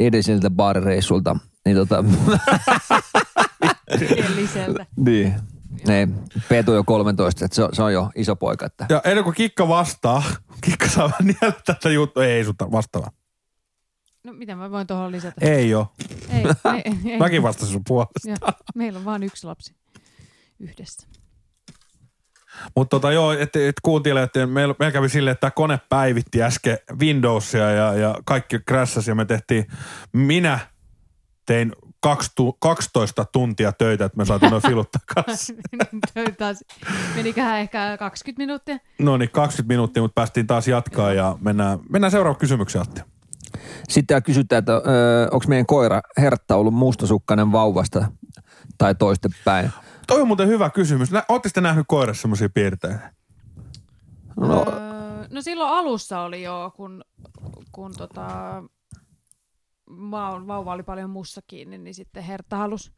S2: edelliseltä baarireissulta. Niin tota,
S3: Kieliseltä.
S2: niin. Ei, Petu on jo 13, että se, on- se on jo iso poika. Että.
S1: Ja ennen kuin Kikka vastaa, Kikka saa vähän niellä tätä juttua. Ei, ei sun tar- vastaa. vaan.
S3: No mitä mä voin tuohon lisätä?
S1: Ei oo.
S3: Ei, ei, ei.
S1: Mäkin vastasin sun puolesta.
S3: Joo, meillä on vain yksi lapsi yhdessä.
S1: Mutta tota joo, että et kuuntelijat, että meillä, meillä kävi silleen, että tämä kone päivitti äsken Windowsia ja, ja kaikki crashasi ja me tehtiin, minä tein kaks tu- 12 tuntia töitä, että me saatiin noin filut takaisin.
S3: Nyt Niin taas Meniköhän ehkä 20 minuuttia.
S1: No niin, 20 minuuttia, mutta päästiin taas jatkaa ja mennään, mennään seuraavaan kysymykseen, Atte.
S2: Sitten täällä kysytään, että onko meidän koira Hertta ollut mustasukkainen vauvasta tai toistepäin.
S1: Toi on muuten hyvä kysymys. Nä, ootte sitten nähnyt koirassa semmoisia piirteitä?
S2: No,
S3: Öö, no silloin alussa oli jo, kun, kun tota, vau- vauva oli paljon mussa kiinni, niin sitten Hertta halusi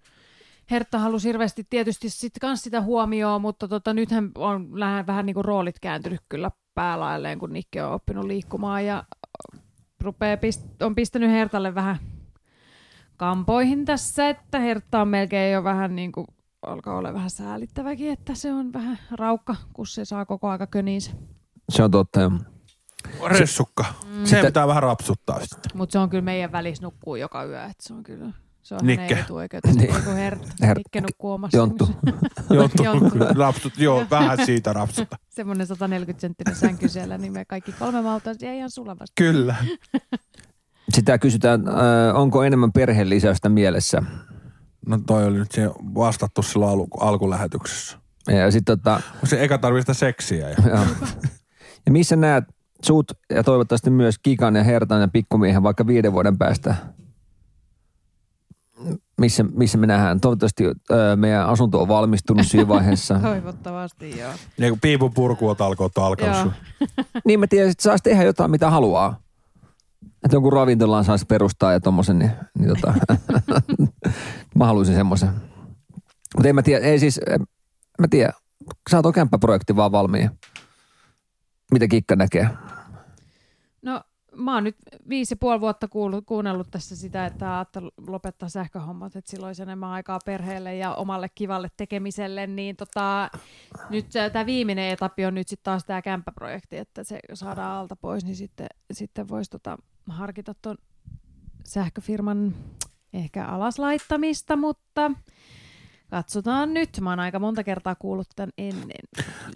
S3: Hertta halusi hirveästi tietysti sit kans sitä huomioon, mutta tota, nythän on lähe- vähän niin kuin roolit kääntynyt kyllä päälailleen, kun Nikke on oppinut liikkumaan ja rupeaa pist- on pistänyt Hertalle vähän kampoihin tässä, että Hertta on melkein jo vähän niin kuin alkaa olla vähän säälittäväkin, että se on vähän raukka, kun se saa koko aika köniinsä.
S2: se on totta. joo.
S1: Ressukka. Se
S2: Sitä-
S1: pitää vähän rapsuttaa sitten.
S3: Mutta se on kyllä meidän välissä nukkuu joka yö, että se on kyllä se on
S1: Nikke.
S3: hänen etuoikeutensa,
S2: Niin.
S3: niin. kuin herta.
S2: Her-
S3: Nikke nukkuu omassa
S2: Jonttu.
S1: Jonttu,
S3: Jonttu.
S1: rapsut, joo, vähän siitä rapsuttaa.
S3: Semmoinen 140 senttinen sänky siellä, niin me kaikki kolme mautaan ja ihan sulavasti.
S1: Kyllä.
S2: Sitä kysytään, ö, onko enemmän perhelisäystä mielessä.
S1: No toi oli nyt siihen vastattu silloin alku, alkulähetyksessä.
S2: Ja, sit, tota,
S1: Se eka tarvii sitä seksiä. Ja.
S2: ja, ja missä näet sut ja toivottavasti myös Kikan ja Hertan ja pikkumiehen vaikka viiden vuoden päästä? Missä, missä me nähdään? Toivottavasti ö, meidän asunto on valmistunut siinä vaiheessa.
S3: Toivottavasti joo.
S1: Ja kun piipun purkuot alkoi, on alkanut
S3: Joo.
S1: sun.
S2: niin mä tiedän, että saisi tehdä jotain, mitä haluaa. Että jonkun ravintolaan saisi perustaa ja tommosen, niin, niin tota, mä haluaisin semmoisen. Mutta en mä tiedä, ei siis, en mä tiedä, sä oot kämppäprojekti vaan valmiin. Mitä Kikka näkee?
S3: No mä oon nyt viisi ja puoli vuotta kuullut, kuunnellut tässä sitä, että ajattelin lopettaa sähköhommat, että silloin olisi enemmän aikaa perheelle ja omalle kivalle tekemiselle, niin tota, nyt tämä viimeinen etappi on nyt sitten taas tämä kämppäprojekti, että se saadaan alta pois, niin sitten, sitten voisi tota, harkita tuon sähköfirman ehkä alas laittamista, mutta katsotaan nyt. Mä oon aika monta kertaa kuullut tämän ennen.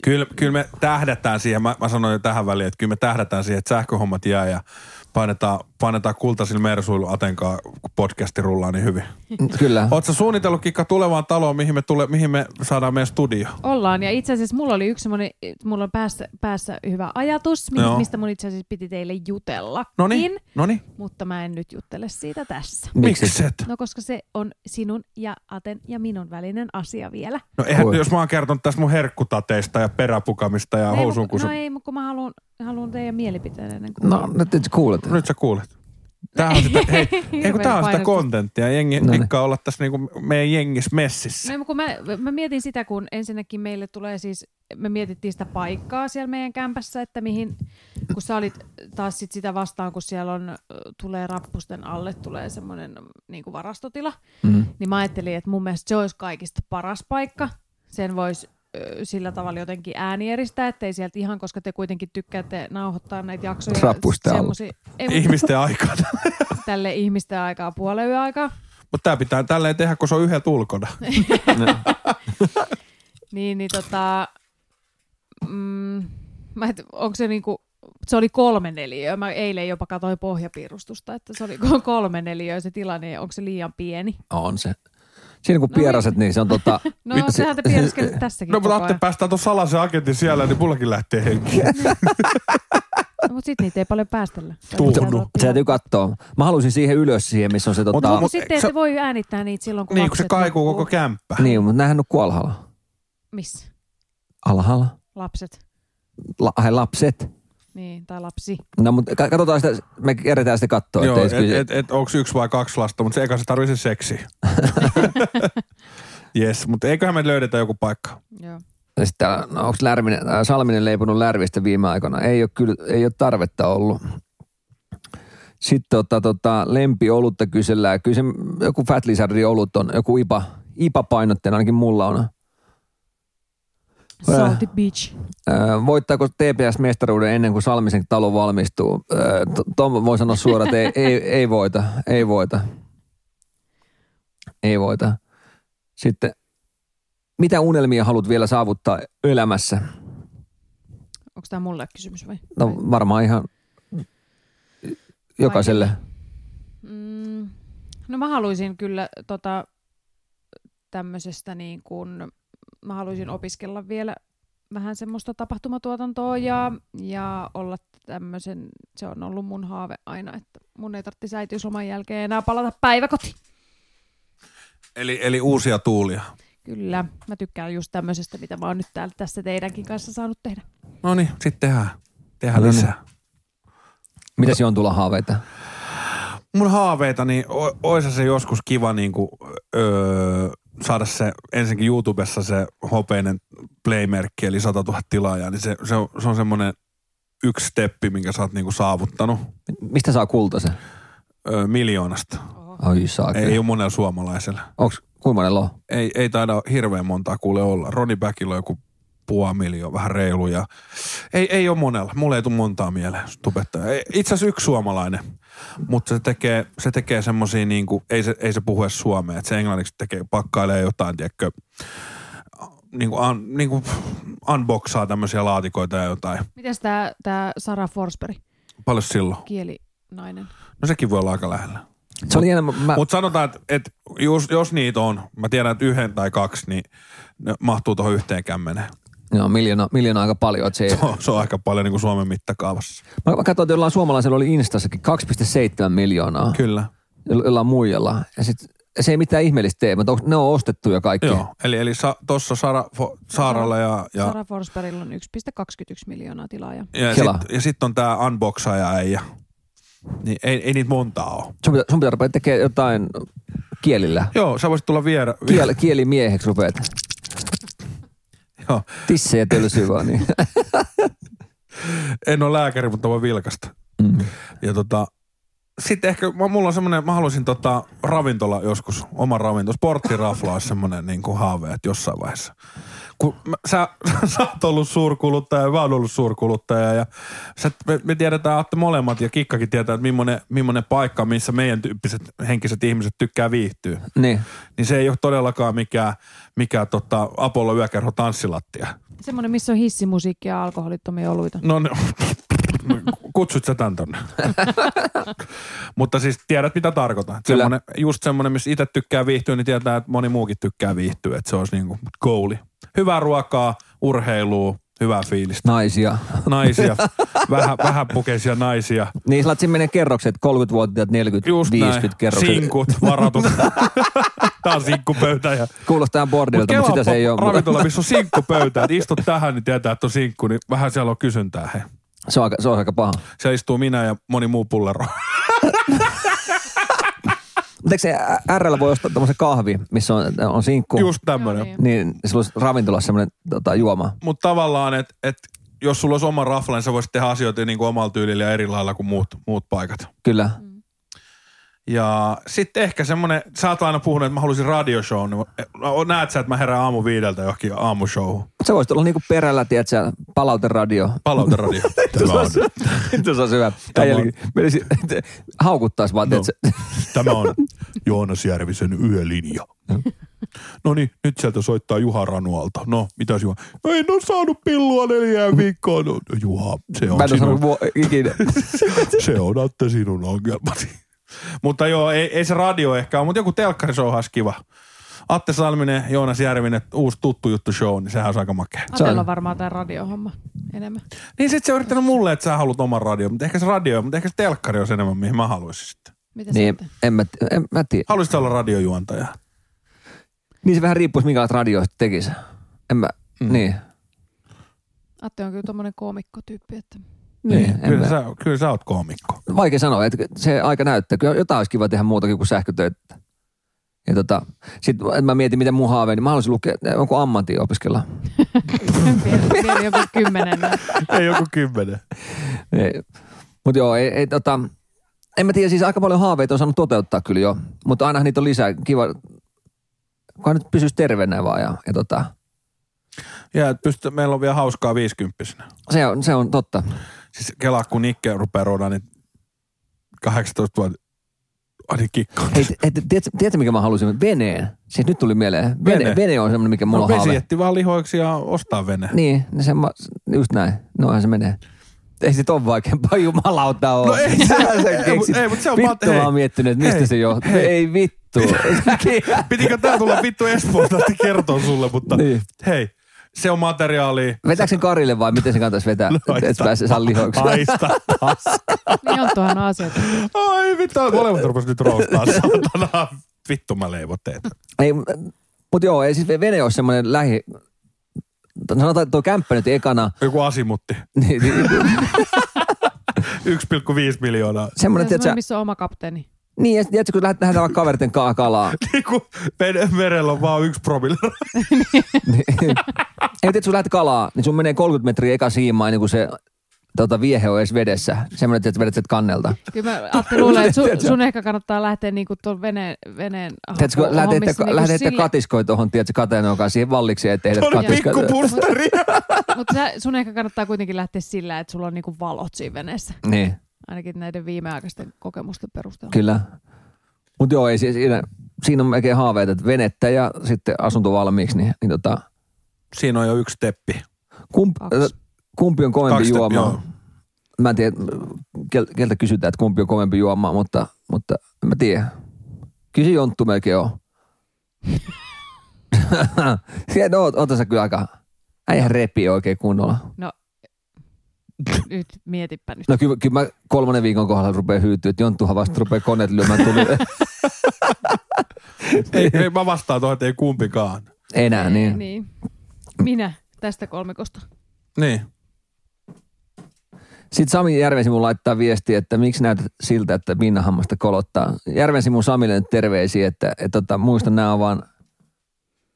S1: Kyllä, kyllä me tähdätään siihen, mä, mä sanoin jo tähän väliin, että kyllä me tähdätään siihen, että sähköhommat jää ja painetaan, painetaan kultaisilla mersuilla Atenkaa, kun podcasti rullaa niin hyvin.
S2: Kyllä.
S1: Oletko suunnitellut Kikka tulevaan taloon, mihin me, tule, mihin me saadaan meidän studio?
S3: Ollaan, ja itse asiassa mulla oli yksi semmoinen, mulla on päässä, päässä hyvä ajatus, mi-
S1: Joo.
S3: mistä mun itse asiassa piti teille jutellakin,
S1: No niin, no niin.
S3: mutta mä en nyt juttele siitä tässä.
S1: Miksi et?
S3: No koska se on sinun ja Aten ja minun välinen asia vielä.
S1: No eihän,
S2: Voi.
S1: jos mä oon kertonut tästä mun herkkutateista ja peräpukamista ja
S3: No ei, mut-
S1: housuunkusu.
S3: no ei, mutta kun mä haluan, haluan teidän mielipiteen ennen kuin...
S2: No, nyt nyt kuulet.
S1: Nyt sä kuulet. Tää on sitä, hei, hei kun
S3: Hirveä
S1: tää on sitä
S3: painostus.
S1: kontenttia. Jengi
S2: No niin.
S1: tikkaa olla tässä niinku meidän jengissä messissä.
S3: No, ei, mut kun mä, mä mietin sitä, kun ensinnäkin meille tulee siis, me mietittiin sitä paikkaa siellä meidän kämpässä, että mihin, kun sä olit taas sit sitä vastaan, kun siellä on, ö, tulee rappusten alle, tulee semmoinen niin kuin varastotila,
S2: Mm.
S3: niin mä ajattelin, että mun mielestä se olisi kaikista paras paikka. Sen voisi sillä tavalla jotenkin äänieristää, ettei sieltä ihan, koska te kuitenkin tykkäätte nauhoittaa näitä jaksoja.
S2: Rappusten alla.
S3: semmosia- Ei, mut
S1: Ihmisten aikaa.
S3: tälle ihmisten aikaa, puolen yön aikaa.
S1: Mutta tää pitää tälleen tehdä, kun se on yhdeltä ulkona.
S3: Niin, niin tota, mm, mä et, onko se niinku, se oli kolme neliöä. Mä eilen jopa katsoin pohjapiirustusta, että se oli ko- kolme neliöä se tilanne, onko se liian pieni.
S2: On se. Siinä kun
S3: No
S2: pieraset, niin se on tota...
S3: No
S2: se-
S3: sehän te pierskelet tässäkin
S1: No
S3: no,
S1: mutta
S3: koko
S1: Atte
S3: ajan.
S1: päästään tuon salaisen agentin siellä, niin mullakin lähtee henki.
S2: Niin,
S3: No, mutta sit niitä ei paljon päästellä.
S1: Tunnu.
S2: Se täytyy katsoa. Mä halusin siihen ylös siihen, missä on se
S1: Mut-
S2: tota...
S1: mut-
S3: Mutta sitten
S1: Sä-
S3: ette voi äänittää niitä silloin, kun
S1: Niin, kun se
S3: lapset
S1: kaikuu
S3: nukkuu.
S1: koko kämppä.
S2: Niin, mutta näähän nukkuu alhaalla.
S3: Missä?
S2: Alhaalla?
S3: Lapset.
S2: La, ai lapset.
S3: Niin, tai lapsi.
S2: No, mutta ka- katsotaan sitä, me kerätään sitä katsoa.
S1: Joo,
S2: Joo,
S1: et,
S2: et, kyllä,
S1: et, et, onko yksi vai kaksi lasta, mutta se eka se tarvitsee seksi. Jes, mutta eiköhän me löydetä joku paikka.
S3: Joo.
S2: Ja Sitten, täällä, no, onko Lärminen, äh, Salminen leiponut Lärvistä viime aikoina? Ei ole, kyllä, ei ole tarvetta ollut. Sitten tota, tota, lempiolutta kysellään. Kyllä se, joku Fat Lizardin olut on, joku IPA, IPA painotteena ainakin mulla on.
S3: Salty
S1: Äh.
S3: Beach.
S2: Öö, voittaako TPS-mestaruuden ennen kuin Salmisen talo valmistuu? Öö, to- Tom voi sanoa suoraan, että ei, ei, ei voita, ei voita. Ei voita. Sitten, mitä unelmia haluat vielä saavuttaa elämässä?
S3: Onko tämä mulle kysymys vai?
S2: No
S3: vai?
S2: varmaan ihan jokaiselle.
S3: Mm, no mä haluaisin kyllä tota, tämmöisestä niin kuin, mä haluaisin opiskella vielä vähän semmoista tapahtumatuotantoa ja, ja olla tämmöisen, se on ollut mun haave aina, että mun ei tarvitsisi äitiysloman jälkeen enää palata päiväkotiin.
S1: Eli, eli uusia tuulia.
S3: Kyllä, mä tykkään just tämmöisestä, mitä mä oon nyt täällä, tässä teidänkin kanssa saanut tehdä.
S1: No niin, sitten tehdään. Tehdään
S2: No niin.
S1: lisää.
S2: Mitä on tulla haaveita?
S1: mun haaveita, niin o- oisa se joskus kiva niin kuin, öö, saada se ensinnäkin YouTubessa se hopeinen playmerkki, eli 100 000 tilaajaa, niin se, se, on, se on semmoinen yksi steppi, minkä sä oot niin kuin saavuttanut
S2: Mistä saa kultaisen?
S1: öö, miljoonasta.
S2: Ai saa
S1: Okay. Ei
S2: kyllä.
S1: ole monella suomalaisella.
S2: Onks, kuinka monen on?
S1: Ei, ei taida hirveän montaa kuule olla. Roni Bäkillä on joku puoli miljoonaa, vähän reilu. Ja... Ei, ei ole monella. Mulle ei tule montaa mieleen tubettaja. Ei- Itse asiassa yksi suomalainen, mutta se tekee, se tekee semmosia niinku, ei se, ei se puhu edes suomea. että se englanniksi tekee, pakkailee jotain, tiedätkö, niinku, un, niinku unboxaa tämmöisiä laatikoita ja jotain.
S3: Mites tää, tää Sara Forsberg,
S1: Paljon silloin.
S3: kielinainen?
S1: No sekin voi olla aika lähellä.
S2: Se oli enemmän, mä,
S1: Mutta sanotaan, että et, jos, jos niitä on, mä tiedän, että yhden tai kaksi, niin ne mahtuu tuohon yhteen kämmeneen.
S2: joo, miljoona, miljoona aika paljon. Että se ei,
S1: Se on, se on aika paljon niin kuin Suomen mittakaavassa.
S2: mä, mä katsoin, että jollain suomalaisella oli Instassakin 2,7 miljoonaa.
S1: Kyllä.
S2: Kyllä. Jollain muijalla. Ja sit, se ei mitään ihmeellistä tee, mutta onks- ne on ostettuja kaikki.
S1: Joo, eli, eli sa, tuossa Sara, Fo- Saaralla ja,
S3: Ja.
S1: ja,
S3: Sara Forsbergilla on 1,21 miljoonaa tilaajaa.
S1: ja
S2: Kela.
S1: sitten sit on tämä unboxaaja äijä. Niin ei, ei niitä montaa ole.
S2: Sun pitää, sun pitää rupea tekemään jotain kielillä.
S1: Joo, sä voisit tulla viera.
S2: Kiel, kielimieheksi rupeat.
S1: Joo.
S2: Tissejä tölsyy vaan niin.
S1: En ole lääkäri, mutta voi vilkasta.
S2: Mm.
S1: Ja tota, sitten ehkä mä- mulla on semmoinen, mä haluaisin tota, ravintola joskus, oma ravinto, sporttirafla olisi semmoinen niin kuin haave, että jossain vaiheessa. Kun mä, sä, sä oot ollut suurkuluttaja ja mä oon ollut suurkuluttaja ja sä, me, me, tiedetään, että molemmat ja Kikkakin tietää, että millainen, millainen paikka, missä meidän tyyppiset henkiset ihmiset tykkää viihtyä.
S2: Niin.
S1: Niin se ei ole todellakaan mikään, mikään tota, Apollo yökerho tanssilattia.
S3: Semmoinen, missä on hissimusiikkia ja alkoholittomia
S2: Mm,
S3: oluita.
S1: No, no kutsut sä tän tonne. Mutta siis tiedät, mitä tarkoitan.
S2: Kyllä.
S1: Semmonen, just semmoinen, missä itse tykkää viihtyä, niin tietää, että moni muukin tykkää viihtyä. Että se olisi niinku goali. Hyvää ruokaa, urheilua, hyvää fiilistä.
S2: Naisia.
S1: Naisia, vähän, vähän pukeisia naisia.
S2: Niin, sillä siinä menee kerrokset, 30-vuotiaat, 40,
S1: Just
S2: 50
S1: näin.
S2: kerrokset.
S1: Sinkut, varatut. Tää on sinkkupöytä. Ja...
S2: Kuulostaa bordilta, mutta sitä se ei ole.
S1: Ravintola, missä on sinkkupöytä. Että istut tähän, niin tietää, että on sinkku. Niin vähän siellä on kysyntää. He.
S2: Se on, aika, se on aika paha.
S1: Siellä istuu minä ja moni muu pullero.
S2: Mutta eikö se ä- RL voi ostaa tämmöisen kahvi, missä on, on sinkku?
S1: Just tämmöinen.
S3: Joo, niin.
S2: Niin, sillä olisi ravintolassa semmoinen tota, juoma.
S1: Mutta tavallaan, että et, jos sulla olisi oma rafla, niin sä voisit tehdä asioita niin kuin omalla tyylillä ja eri lailla kuin muut, muut paikat.
S2: Kyllä.
S1: Ja sitten ehkä semmoinen, sä oot aina puhunut, että mä haluaisin radioshow, niin no, näet sä, että mä herään aamu viideltä johonkin aamushowhun.
S2: Mut Se voisi olla niinku perällä, tiedätkö, palauteradio.
S1: Palauteradio.
S2: Tuossa olisi,
S1: no.
S2: tuossa olisi hyvä.
S1: Tämä
S2: Tämä
S1: on-
S2: menisi, haukuttaisi vaan, no. tiedätkö.
S1: Tämä on Joonas Järvisen yölinja. No niin, nyt sieltä soittaa Juha Ranualta. No, mitäs Juha? No en ole saanut pillua neljään viikkoon. No, Juha, se on
S2: Mä en ole
S1: sinun-
S2: sanonut vuo- ikinä.
S1: se on Atte sinun ongelmasi. Mutta joo, ei, ei se radio ehkä ole, mutta joku telkkarishow olisi kiva. Atte Salminen, Joonas Järvinen, uusi tuttu juttu show, niin sehän olisi aika makea.
S3: Atella on varmaan tämä radiohomma enemmän.
S1: Niin sit se on yrittänyt mulle, että sä haluat oman radio, mutta ehkä se radio, mutta ehkä se telkkari on enemmän, mihin mä haluaisin sitten.
S3: Mitä
S2: niin,
S3: sitten?
S2: en mä, en mä tiedä.
S1: Haluaisit olla radiojuontaja?
S2: Niin se vähän riippuisi, minkälaista radioista tekisi. En mä, mm. niin.
S3: Atte on kyllä tommonen koomikkotyyppi, että
S2: Niin, en
S1: kyllä,
S2: mä.
S1: sä, kyllä sä oot koomikko.
S2: Vaikea sanoa, että se aika näyttää. Kyllä jotain olisi kiva tehdä muutakin kuin sähkötöitä. Ja tota, sit mä mietin, miten mun haaveeni. Mä haluaisin lukea, onko ammatin opiskella.
S3: vielä, vielä joku kymmenen.
S1: ei joku kymmenen.
S2: Mutta joo, ei, ei, tota, en mä tiedä, siis aika paljon haaveita on saanut toteuttaa kyllä jo, mutta ainahan niitä on lisää. Kiva, kun nyt pysyisi terveenä vaan ja, ja tota,
S1: Ja et pystyt, meillä on vielä hauskaa viisikymppisenä.
S2: se on, se on totta.
S1: Siis kelaa, kun Nikke rupeaa roodaan, niin 18 vuotta. Ani kikko.
S2: Hei, t- hei, t- tiedätkö, tiedätkö, mikä mä halusin? Veneen. Siis nyt tuli mieleen. Vene,
S1: Vene.
S2: vene. on semmoinen, mikä mulla
S1: No,
S2: on haave.
S1: vesi jätti vaan lihoiksi ja ostaa vene.
S2: Niin, niin se, ma- just näin. Noihän se menee. Ei sit on vaikeampaa jumalauta ole.
S1: No ei se-
S2: Sähän sen
S1: ei,
S2: keksit.
S1: mut- ei, mut se on
S2: vittu
S1: vaan-
S2: mä
S1: hei.
S2: oon miettinyt, että mistä
S1: Hei,
S2: se johtuu.
S1: hei.
S2: Ei vittu.
S1: Pitikö tää tulla vittu Espoolta että kertoo sulle, mutta niin.
S2: Niin.
S1: hei, se on materiaali.
S2: Vetääkö sen Karille vai miten se kannattaisi vetää,
S1: No,
S2: että et
S1: haista.
S2: pääse saa lihoiksi?
S1: Haista paska.
S3: Niin on tuohon asioita.
S1: Ai vittu, molemmat rupas nyt roustaa saatana. Vittu mä leivon teitä.
S2: Ei, mutta joo, ei siis vene ole semmoinen lähi... Sanotaan, että tuo kämppä nyt ekana,
S1: Joku asimutti.
S2: niin, niin
S1: 1,5 miljoonaa.
S2: semmoinen,
S3: Semmoinen,
S2: tiedätkö,
S3: missä on oma kapteeni.
S2: niin, ja sit tiedätkö, kun lähdetään lähdetään vaikka kaverten kaa kalaa,
S1: Niin kun men- merellä on vaan yksi promille.
S2: niin, Ei, tiedät, sun lähdet kalaa, niin sun menee 30 metriä eka siimaa, niin kuin se tota, viehe on edes vedessä. Semmoinen, että vedät sieltä kannelta.
S3: Kyllä mä Atte luulen, että sun, sun ehkä kannattaa lähteä niinku tuon veneen, veneen
S2: Tiedätkö, kun lähdette,
S3: hommissa
S2: ka-
S3: niinku
S2: lähdette
S3: sille-
S2: katiskoi tuohon, tiedätkö, kateenokaan siihen valliksi, ettei
S1: Se
S2: tehdä
S1: on
S2: katiskoita.
S1: pikkupursteri.
S3: Mutta sä- sun ehkä kannattaa kuitenkin lähteä sillä, että sulla on niinku valot siinä veneessä.
S2: Niin,
S3: Ainakin näiden viimeaikaisten kokemusten perusteella.
S2: kyllä. Mutta joo, ei, si- siinä, siinä on melkein haaveet, että venettä ja sitten asunto valmiiksi, niin, niin tota,
S1: Siinä on jo yksi steppi.
S2: kump,
S3: Kaksi.
S2: äh, kumpi on kovempi
S1: Kaksi,
S2: juoma?
S1: joo.
S2: Mä en tiedä, kel, keltä kysytään, että kumpi on kovempi juoma, mutta, mutta en mä tiedä. Kysy Jonttu melkein on. Siihen oot, oot sä kyllä aika, äijä repii oikein kunnolla.
S3: No, nyt mietipä nyt.
S2: No kyllä, kyllä mä kolmannen viikon kohdalla rupeaa hyytyä, että Jonttuhan vasta rupeaa koneet lyömään tuli
S1: Ei, ei mä vastaan tuohon, että ei kumpikaan.
S2: enää. Niin.
S3: niin. Minä tästä kolmikosta.
S1: Niin.
S2: Sitten Sami Järvesimu laittaa viesti, että miksi näytät siltä, että pinnahammasta kolottaa. Järvesimu Samille nyt terveisiä, että, että, että muista nämä on vaan,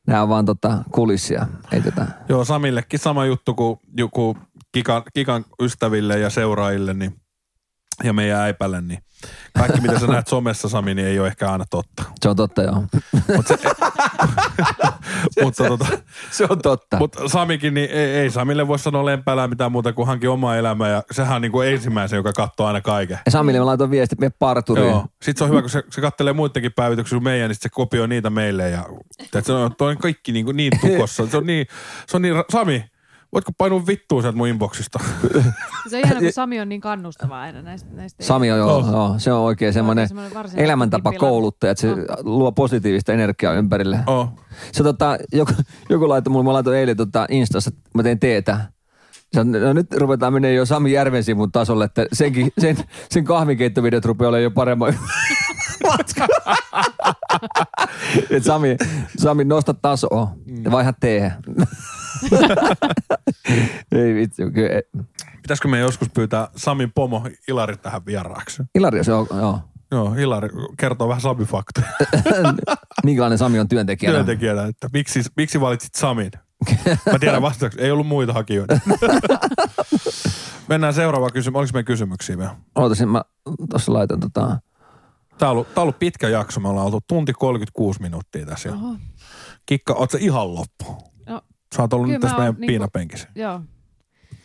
S2: nämä on vaan tota kulissia. Ei tätä.
S1: Joo, Samillekin sama juttu kuin joku kikan, kikan ystäville ja seuraajille niin, ja meidän äipälle, niin kaikki mitä sä näet somessa Sami, niin ei ole ehkä aina totta.
S2: Se on totta, joo.
S1: Mutta tota,
S2: Se on totta.
S1: mut Samikin, niin ei, ei Samille voi sanoa lempälää mitään muuta kuin hanki omaa elämää ja sehän on niin kuin ensimmäisen, joka katsoo aina kaiken.
S2: Ja Samille mä laitan viesti, että mene parturiin.
S1: Joo. Sitten se on hyvä, kun se, se kattelee muidenkin päivityksiä kuin meidän, niin sit se kopioi niitä meille. Ja, et se on, toi on kaikki niin, kuin niin tukossa. Se on niin, se on niin, ra- Sami, voitko painua vittuun sieltä mun inboxista?
S3: Se on ihana, kun Sami on niin kannustava aina näistä. näistä
S2: Sami on, joo,
S1: Oh.
S2: joo, se on oikein semmoinen
S3: semmoinen varsinainen
S2: elämäntapa
S3: hippilä.
S2: kouluttaja, että se
S3: Oh.
S2: luo positiivista energiaa ympärille.
S1: Oh.
S2: Se tota, joku, joku laitoi mulle, mä laitoin eilen tota Instassa, että mä tein teetä. Se on, no nyt ruvetaan menemään jo Sami Järven sivun tasolle, että senkin, sen, sen kahvinkeittovideot rupeaa olemaan jo paremmin. matka. Et Sami, Sami, nosta tasoa ja vaihda teehän. Ei vitsi, kyllä. e,
S1: Pitäisikö meidän joskus pyytää Samin pomo Ilari tähän vieraaksi?
S2: Ilari, se on, joo.
S1: Joo, Ilari kertoo vähän Sami-faktoja
S2: Minkälainen Sami on työntekijänä?
S1: työntekijänä, että miksi, miksi valitsit Samin? Mä tiedän vastauksen, ei ollut muita hakijoita. Mennään seuraavaan kysymykseen. Oliko meidän kysymyksiä vielä?
S2: Ootas, mä tuossa laitan tota...
S1: Tää on, ollut, tää on ollut pitkä jakso. Me ollaan oltu tunti 36 minuuttia tässä jo.
S3: Oho.
S1: Kikka, oot sä ihan loppu?
S3: No,
S1: Sä oot ollut
S3: Kyllä
S1: nyt tässä
S3: mä oon
S1: meidän
S3: niinku-
S1: piinapenkissä.
S3: joo.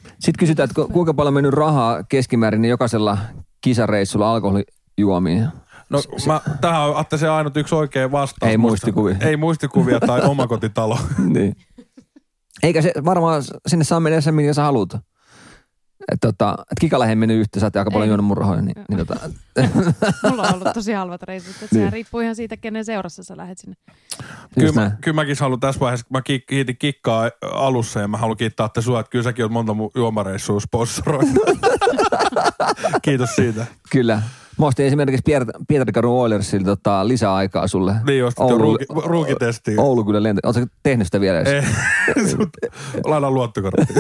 S2: Sitten kysytään, että ku- kuinka paljon on mennyt rahaa keskimäärin niin jokaisella kisareissulla alkoholijuomiin.
S1: No mä, tähän on Atte se ainut yksi oikea vastaus.
S2: Ei
S1: Muista-
S2: muistikuvia.
S1: Ei muistikuvia tai omakotitalo.
S2: Niin. Eikä se varmaan sinne saa mennä sen, minne sä haluat. Et tota, et kikalle ei mennyt yhtä, sä oot aika paljon
S3: Ei.
S2: juonut mun rahoja, niin, niin tota,
S3: Mulla on ollut tosi halvat reissut. Että
S2: Niin.
S3: Sehän riippuu ihan siitä, kenen seurassa sä lähet sinne.
S1: kyllä,
S2: just
S1: mä,
S2: näin.
S1: kyllä mäkin haluan tässä vaiheessa, kun mä ki- kiitin kikkaa alussa ja mä haluan kiittää Atte sua, että kyllä säkin oot monta mun juomareissua sponsoroinut. Kiitos siitä.
S2: Kyllä. Mä ostin esimerkiksi Piet- Pietarikadun Oilersille tota, lisää aikaa sulle.
S1: Niin, ostit Niin. jo ruuki- ruukitestiin.
S2: Oulu kyllä lentä. Oletko tehnyt sitä vielä? edes?
S1: Ei, sut- Lainaa luottokortti.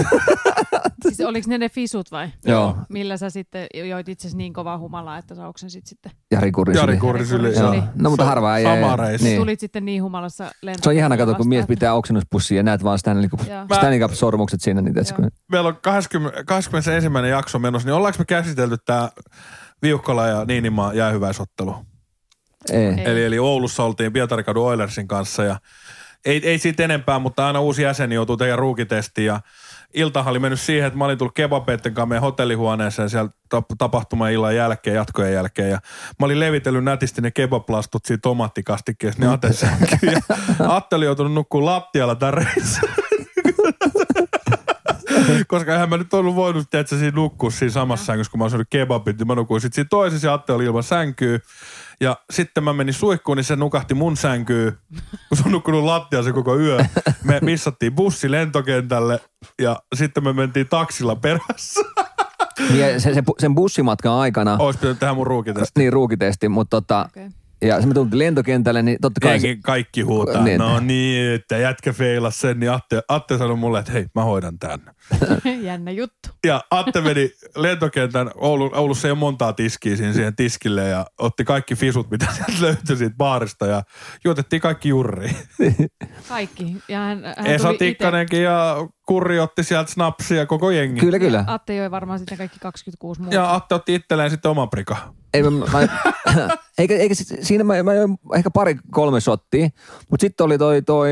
S3: Siis oliko ne ne fisut vai?
S2: Joo.
S3: Millä sä sitten joit itse niin kovaa humalaa, että sä oksensit sitten.
S2: Jari Kurrisille.
S1: Jari Kurri syli.
S2: Joo.
S3: Niin.
S2: No mutta
S1: Sa-
S2: harva ei.
S1: Sama
S2: ei-
S1: reissu.
S2: Niin.
S3: Tulit sitten niin humalassa lentoon.
S2: Se on ihana katsoa, kun mies pitää oksennuspussia ja näet vaan Stanley, Cup-
S3: Joo.
S2: Stanley Cup-sormukset siinä. Niin tässä,
S3: Joo.
S2: kun...
S1: meillä on 20, 21. jakso menossa, niin ollaanko me käsitelty tämä Viukkola ja Niinimaa jäähyväisottelu?
S2: Ei.
S3: Ei.
S1: Eli, eli Oulussa oltiin Pietarikadun Oilersin kanssa ja ei, ei siitä enempää, mutta aina uusi jäseni joutuu teidän ruukitestiin ja iltahan oli mennyt siihen, että mä olin tullut kebabeitten kanssa meidän hotellihuoneeseen siellä tap- tapahtuman illan jälkeen, jatkojen jälkeen ja mä olin levitellyt nätisti ne kebablastut siinä tomaattikastikkeessa, ne niin Atte sänkyyn ja Atte oli joutunut nukkumaan lattialla tämän reissun. Koska eihän mä nyt ollut voinut, että siinä nukkua siinä samassa sängyssä, kun mä oon syönyt kebabit, niin mä nukuin sitten siinä toisessa ja Atte oli ilman sänkyä. Ja sitten mä menin suihkuun, niin se nukahti mun sänkyyn, kun se on nukkunut lattiassa koko yö. Me missattiin bussi lentokentälle ja sitten me mentiin taksilla perässä.
S2: Mie, Niin se, se, pu- sen bussimatkan aikana,
S1: Ois pitänyt tehdä mun ruukitesti.
S2: niin ruukitesti, mutta tota,
S3: Okei.
S2: ja se me tultiin lentokentälle, niin totta kai se,
S1: Kaikki, kaikki huutaa,
S2: Niin.
S1: no niin, että jätkä feilas sen, niin Atte, Atte sanoi mulle, että hei, mä hoidan tän.
S3: Jännä juttu.
S1: Ja Atte meni lentokentän, Oulu, Oulussa ei ole montaa tiskiä siinä siihen tiskille ja otti kaikki fisut, mitä sieltä löytyi siitä baarista ja juotettiin kaikki jurriin.
S3: Kaikki. Ja hän, hän
S1: Esa
S3: tuli ite.
S1: Tikkanenkin ja Kurri otti sieltä snapsia koko jengi.
S2: kyllä kyllä.
S3: Atte joi varmaan sitten kaikki 26 muuta.
S1: Ja Atte otti itselleen sitten oman prika.
S2: Ei, mä, mä, eikä, eikä sit, siinä mä, mä join ehkä pari kolme shottia, mutta sitten oli toi, toi,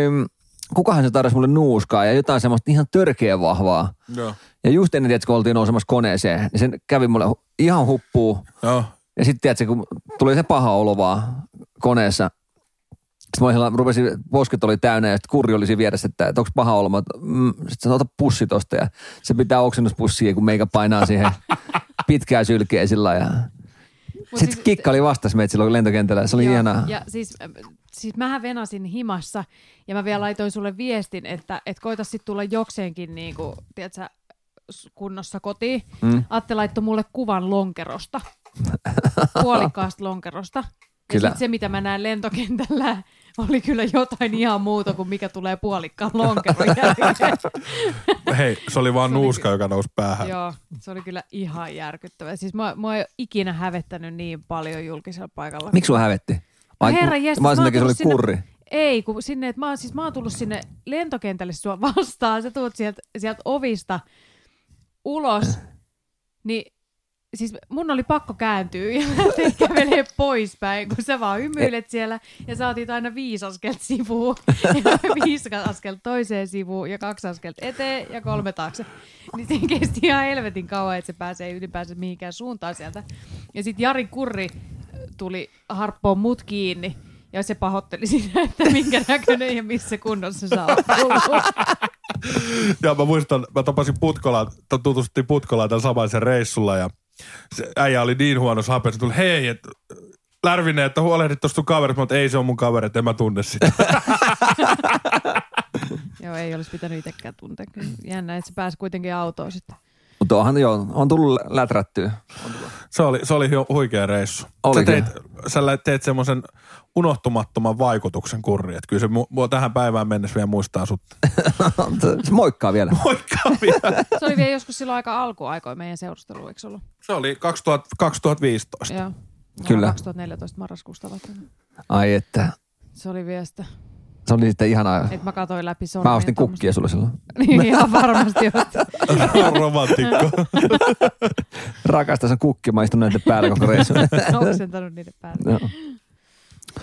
S2: kukahan se tarjosi mulle nuuskaa ja jotain semmoista ihan törkeä vahvaa.
S1: Joo.
S2: Ja just ennen, tiedätkö, kun oltiin nousemassa koneeseen, niin sen kävi mulle hu- ihan huppuu.
S1: Joo.
S2: Ja sitten tiedätkö, kun tuli se paha olo vaan koneessa. Sitten mä ihan rupesin, posket oli täynnä ja sitten kurri oli siinä vieressä, että, että onko paha olo. Mä, oot- mm, sitten ota pussi tosta ja se pitää oksennuspussia, kun meikä painaa siihen pitkää sylkeä sillä lailla. ja...
S3: Mut siis-
S2: Sitten kikka oli vastas meitä silloin lentokentällä. Se oli
S3: Joo,
S2: ihanaa.
S3: Ja siis, äh, siis mähän venasin himassa ja mä vielä laitoin sulle viestin, että et koita sitten tulla jokseenkin niin kuin, tiedätkö, s- kunnossa kotiin. Mm. Atte laittoi mulle kuvan lonkerosta, puolikkaasta lonkerosta. Ja
S2: Kyllä.
S3: sit se, mitä mä näen lentokentällä, oli kyllä jotain ihan muuta kuin mikä tulee puolikkaan lonkeron jälkeen.
S1: Hei, se oli vaan
S3: Se oli
S1: nuuska, joka nousi päähän.
S3: Joo, se oli kyllä ihan järkyttävää. Siis mä, mä ei ikinä hävettänyt niin paljon julkisella paikalla.
S2: Miksi sua hävetti?
S3: No herra jestas,
S2: mä olisin
S3: mä oon
S2: takia se oli
S3: tullut sinne-
S2: kurri.
S3: Ei, kun sinne, että mä, oon- siis mä oon tullut sinne lentokentälle sua vastaan, sä tulet sieltä sielt ovista ulos, niin siis mun oli pakko kääntyä ja lähteä kävelee poispäin, kun sä vaan hymyilet siellä ja saatit aina viisi askelta sivuun, ja viisi askelta toiseen sivuun ja kaksi askelta eteen ja kolme taakse. Niin se kesti ihan helvetin kauan, että se pääsee ylipäänsä mihinkään suuntaan sieltä. Ja sitten Jari Kurri tuli harppoon mut kiinni ja se pahoitteli sitä, että minkä näköinen ja missä kunnossa sä oot tullut.
S1: Ja mä muistan, mä tapasin Putkolaa, tai tutustuttiin Putkolaa tämän samaisen reissulla ja se äijä oli niin huonossa hapeessa, tuli hei, et, Lärvinen, että huolehdit tuosta sun kaverista, mutta ei se on mun kaveri, että en mä tunne sitä.
S3: Joo, ei olisi pitänyt itsekään tuntea. Kyllä Jännä, että se pääsi kuitenkin autoon sitten.
S2: Mutta onhan joo, on tullut lä- läträttyä.
S1: Se oli, se oli hu- huikea reissu.
S2: Oli
S1: sä teit,
S2: kyllä.
S1: sä lä- teet semmoisen unohtumattoman vaikutuksen kurri, että kyllä se mu- mua tähän päivään mennessä vielä muistaa sut.
S2: Se moikkaa vielä.
S1: Moikka vielä.
S3: Se oli vielä joskus silloin aika alkuaikoin meidän seurustelu, eikö se ollut?
S1: Se oli 2000, 2015.
S3: Joo. Me
S2: Kyllä.
S3: ollaan 2014 marraskuusta aloittanut.
S2: Ai että,
S3: Se oli viestä,
S2: se oli sitten ihanaa.
S3: että mä katsoin läpi sormia.
S2: Mä ostin
S3: tommoset-
S2: kukkia sulle silloin.
S3: Niin, ihan varmasti ostin.
S1: Romantikko.
S2: Rakastan sen kukkia, mä istun näiden päällä koko reissun.
S3: Oksentanut niiden päälle.
S2: Joo.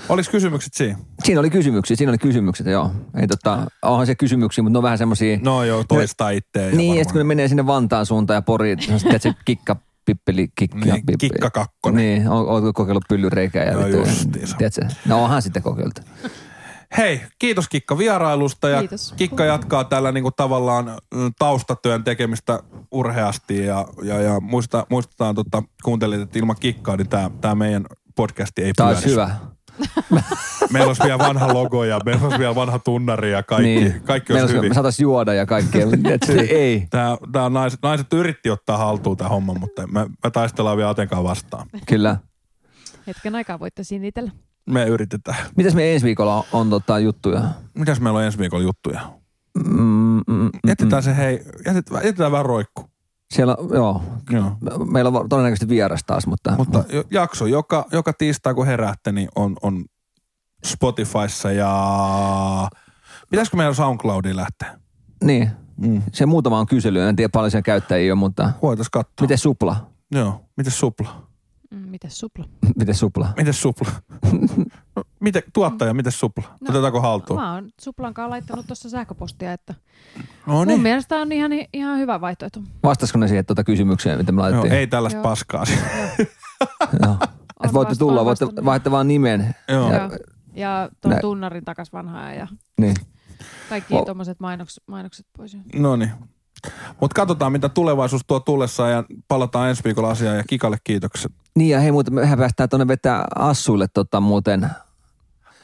S1: Oliko kysymykset siinä?
S2: Siinä oli kysymyksiä, siinä oli kysymykset, joo. Ei tota, onhan se kysymyksiä, mutta ne on vähän semmosia...
S1: No joo, toistaa itteä.
S2: niin, ja sit kun ne menee sinne Vantaan suuntaan ja Poriin, se on sitten se kikka, pippeli, kikka,
S1: Niin,
S2: pippeli.
S1: kikka kakkonen.
S2: Niin, o- ootko kokeillut pyllyreikää? Ja
S1: No
S2: vittu-
S1: justiinsa.
S2: Tiedätkö? No onhan sitten kokeiltu.
S1: Hei, kiitos Kikka vierailusta ja
S3: Kiitos.
S1: Kikka jatkaa täällä niinku tavallaan mm, taustatyön tekemistä urheasti ja, ja, ja muista, muistetaan, tota, kuuntelit, että ilman Kikkaa niin tämä tää meidän podcasti ei
S2: Tää
S1: pyörisi.
S2: olisi hyvä.
S1: Meillä olisi vielä vanha logo ja meillä olisi vielä vanha tunnari ja kaikki, niin. kaikki
S2: Meillä
S1: olisi
S2: olisi-
S1: hyvin. Niin.
S2: Me saataisiin juoda ja kaikkea, mutta tiedätkö, ei.
S1: Tää, tää on naiset, naiset yritti ottaa haltuun tämän homman, mutta me, me taistellaan vielä Atenkaan vastaan.
S2: Kyllä.
S3: Hetken aikaa voitte sinitellä.
S1: Me yritetään.
S2: Mitäs me ensi viikolla on, on tota, juttuja?
S1: Mitäs meillä on ensi viikolla juttuja?
S2: Mm, mm,
S1: Jätetään se hei, jätetään, jätetään vähän roikku.
S2: siellä, joo.
S1: Joo.
S2: Meillä on todennäköisesti vieras taas, mutta,
S1: Mutta jo- jakso, joka, joka tiistai kun heräätte, niin on, on Spotifyssa ja... Pitäisikö meidän SoundCloudiin lähteä?
S2: niin.
S1: Mm.
S2: Se muutama on kysely, en tiedä paljon siellä käyttäjiä on, mutta
S1: Voitais katsoa.
S2: miten supla?
S1: Joo. Miten supla?
S3: Mm, Mites supla?
S2: Miten supla?
S1: Miten supla? No, miten, tuottaja, miten supla?
S3: No,
S1: Otetaanko haltuun?
S3: Mä oon suplankaan laittanut tuossa sähköpostia, että
S1: No
S3: mun
S1: niin.
S3: mielestä tää on ihan, ihan hyvä vaihtoehto.
S2: Vastasiko ne siihen tuota kysymykseen, mitä me
S1: Joo,
S2: laitettiin?
S1: ei tällaista
S3: Joo.
S1: paskaa.
S2: Joo. Et
S3: On
S2: voitte
S3: vasta-
S2: tulla,
S3: on
S2: voitte,
S3: vastannut.
S2: vaihdatte vaan nimen.
S1: Joo.
S3: Joo. Ja ton
S2: Nä-
S3: tunnarin takas vanhaa ja
S2: Niin.
S3: kaikki
S2: Oh.
S3: oh. tuommoiset mainoks, mainokset pois.
S1: No niin. Mutta katsotaan, mitä tulevaisuus tuo tullessaan ja palataan ensi viikolla asiaan ja Kikalle kiitokset.
S2: niin ja hei, muuten mehän päästään tuonne vetää Assuille tota muuten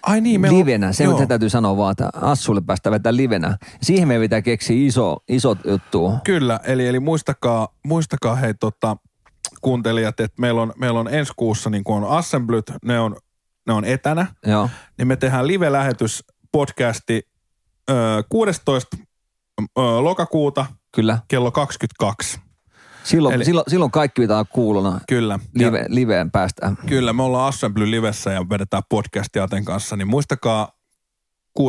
S1: Ai niin, meillä on-
S2: livenä. Se
S1: Joo.
S2: mitä täytyy sanoa vaan, että Assulle päästään vetää livenä. Siihen meidän pitää keksiä iso, iso juttu.
S1: Kyllä, eli, eli muistakaa, muistakaa hei tota, kuuntelijat, että meillä on, meillä on ensi kuussa, niin kun on assemblyt, ne on, ne on etänä,
S2: Joo.
S1: niin me tehdään live-lähetys podcasti ö, 16. Ö, lokakuuta
S2: Kyllä.
S1: kello 22.
S2: Silloin,
S1: Eli-
S2: silloin, silloin kaikki pitää olla kuulona.
S1: Kyllä. Ja,
S2: Live, liveen päästään.
S1: kyllä, me ollaan Assembly livessä ja vedetään podcastia Aten kanssa, niin muistakaa 16.10.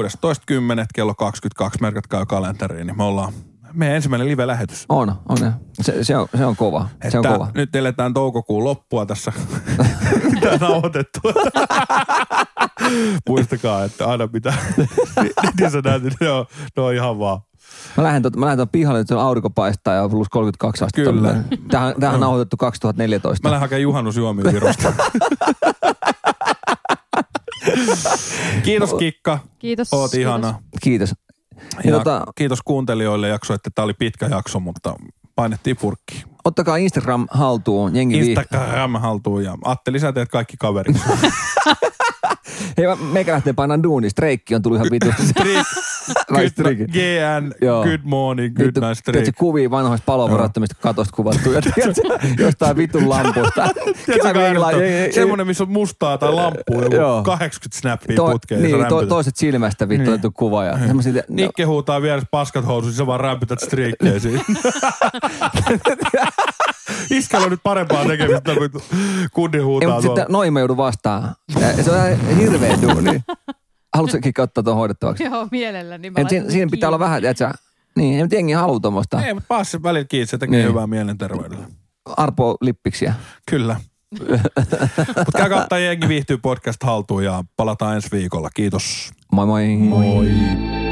S1: kello 22, merkatkaa jo kalenteriin, niin me ollaan meidän ensimmäinen live-lähetys.
S2: On, on. Se, se, on, se on kova. Se on
S1: Että
S2: kova.
S1: nyt eletään toukokuun loppua tässä, mitä nauhoitettu. Muistakaa, että aina pitää. niin sä näytit, joo, no ihan vaan.
S2: Mä lähden tuon mä lähden tuon pihalle, että aurinko paistaa ja plus 32 astetta.
S1: Kyllä.
S2: Tähän, tähän on nauhoitettu 2014.
S1: Mä lähden hakemaan juhannusjuomia Virosta. kiitos Kikka,
S3: Kiitos.
S1: oot
S3: kiitos.
S1: ihana.
S2: Kiitos. Ja
S1: Ja
S2: tota,
S1: Kiitos kuuntelijoille jakso, että tää oli pitkä jakso, mutta painettiin purkki.
S2: ottakaa Instagram Niin. haltuun, jengi Insta-
S1: Instagram haltuun ja Atte lisää teet kaikki kaverit.
S2: Hei, mä- meikä lähtee painaan duunista. Streikki on tullut ihan vitusti.
S1: Trick.
S2: Nice
S1: Good,
S2: trick.
S1: GN,
S2: Joo.
S1: good morning, good
S2: Vittu,
S1: night
S2: tiedätkö,
S1: trick.
S2: kuvia vanhoista palovarattomista katosta kuvattuja. tiedätkö, jostain vitun lampusta.
S1: Tiedätkö,
S2: Kyllä
S1: kahdesta-
S2: meillä- ei- ei- ei-
S1: Semmoinen, missä on mustaa tai lamppua,
S2: Joo.
S1: joku 80 snappia
S2: Toi-
S1: putkeen.
S2: niin,
S1: Niin,
S2: to, toiset silmästä vittu otettu kuva. Ja semmosia, no,
S1: Nikke huutaa vieressä paskat housuun, sä vaan rämpytät striikkejä siinä. Iskällä on nyt parempaa tekemistä kuin kundin
S2: ei,
S1: huutaa
S2: mutta
S1: tuolla.
S2: sitten noin mä joudun vastaan. Ja Se on ihan hirveä duuni. Haluatko säkin ottaa tuon hoidettavaksi?
S3: Joo, mielelläni. Mä
S2: Et siinä,
S3: laitan
S2: siinä pitää
S3: kiinni.
S2: olla vähän, että niin, en jengi halua tuommoista
S1: Ei, mutta passi välillä kiinni, se tekee
S2: Niin.
S1: hyvää mielenterveydelle.
S2: Arpo Lippiksiä.
S1: Kyllä. Mutta käykää ottaa jengi viihtyy podcast haltuun ja palataan ensi viikolla. Kiitos.
S2: Moi moi. Moi.
S1: Moi.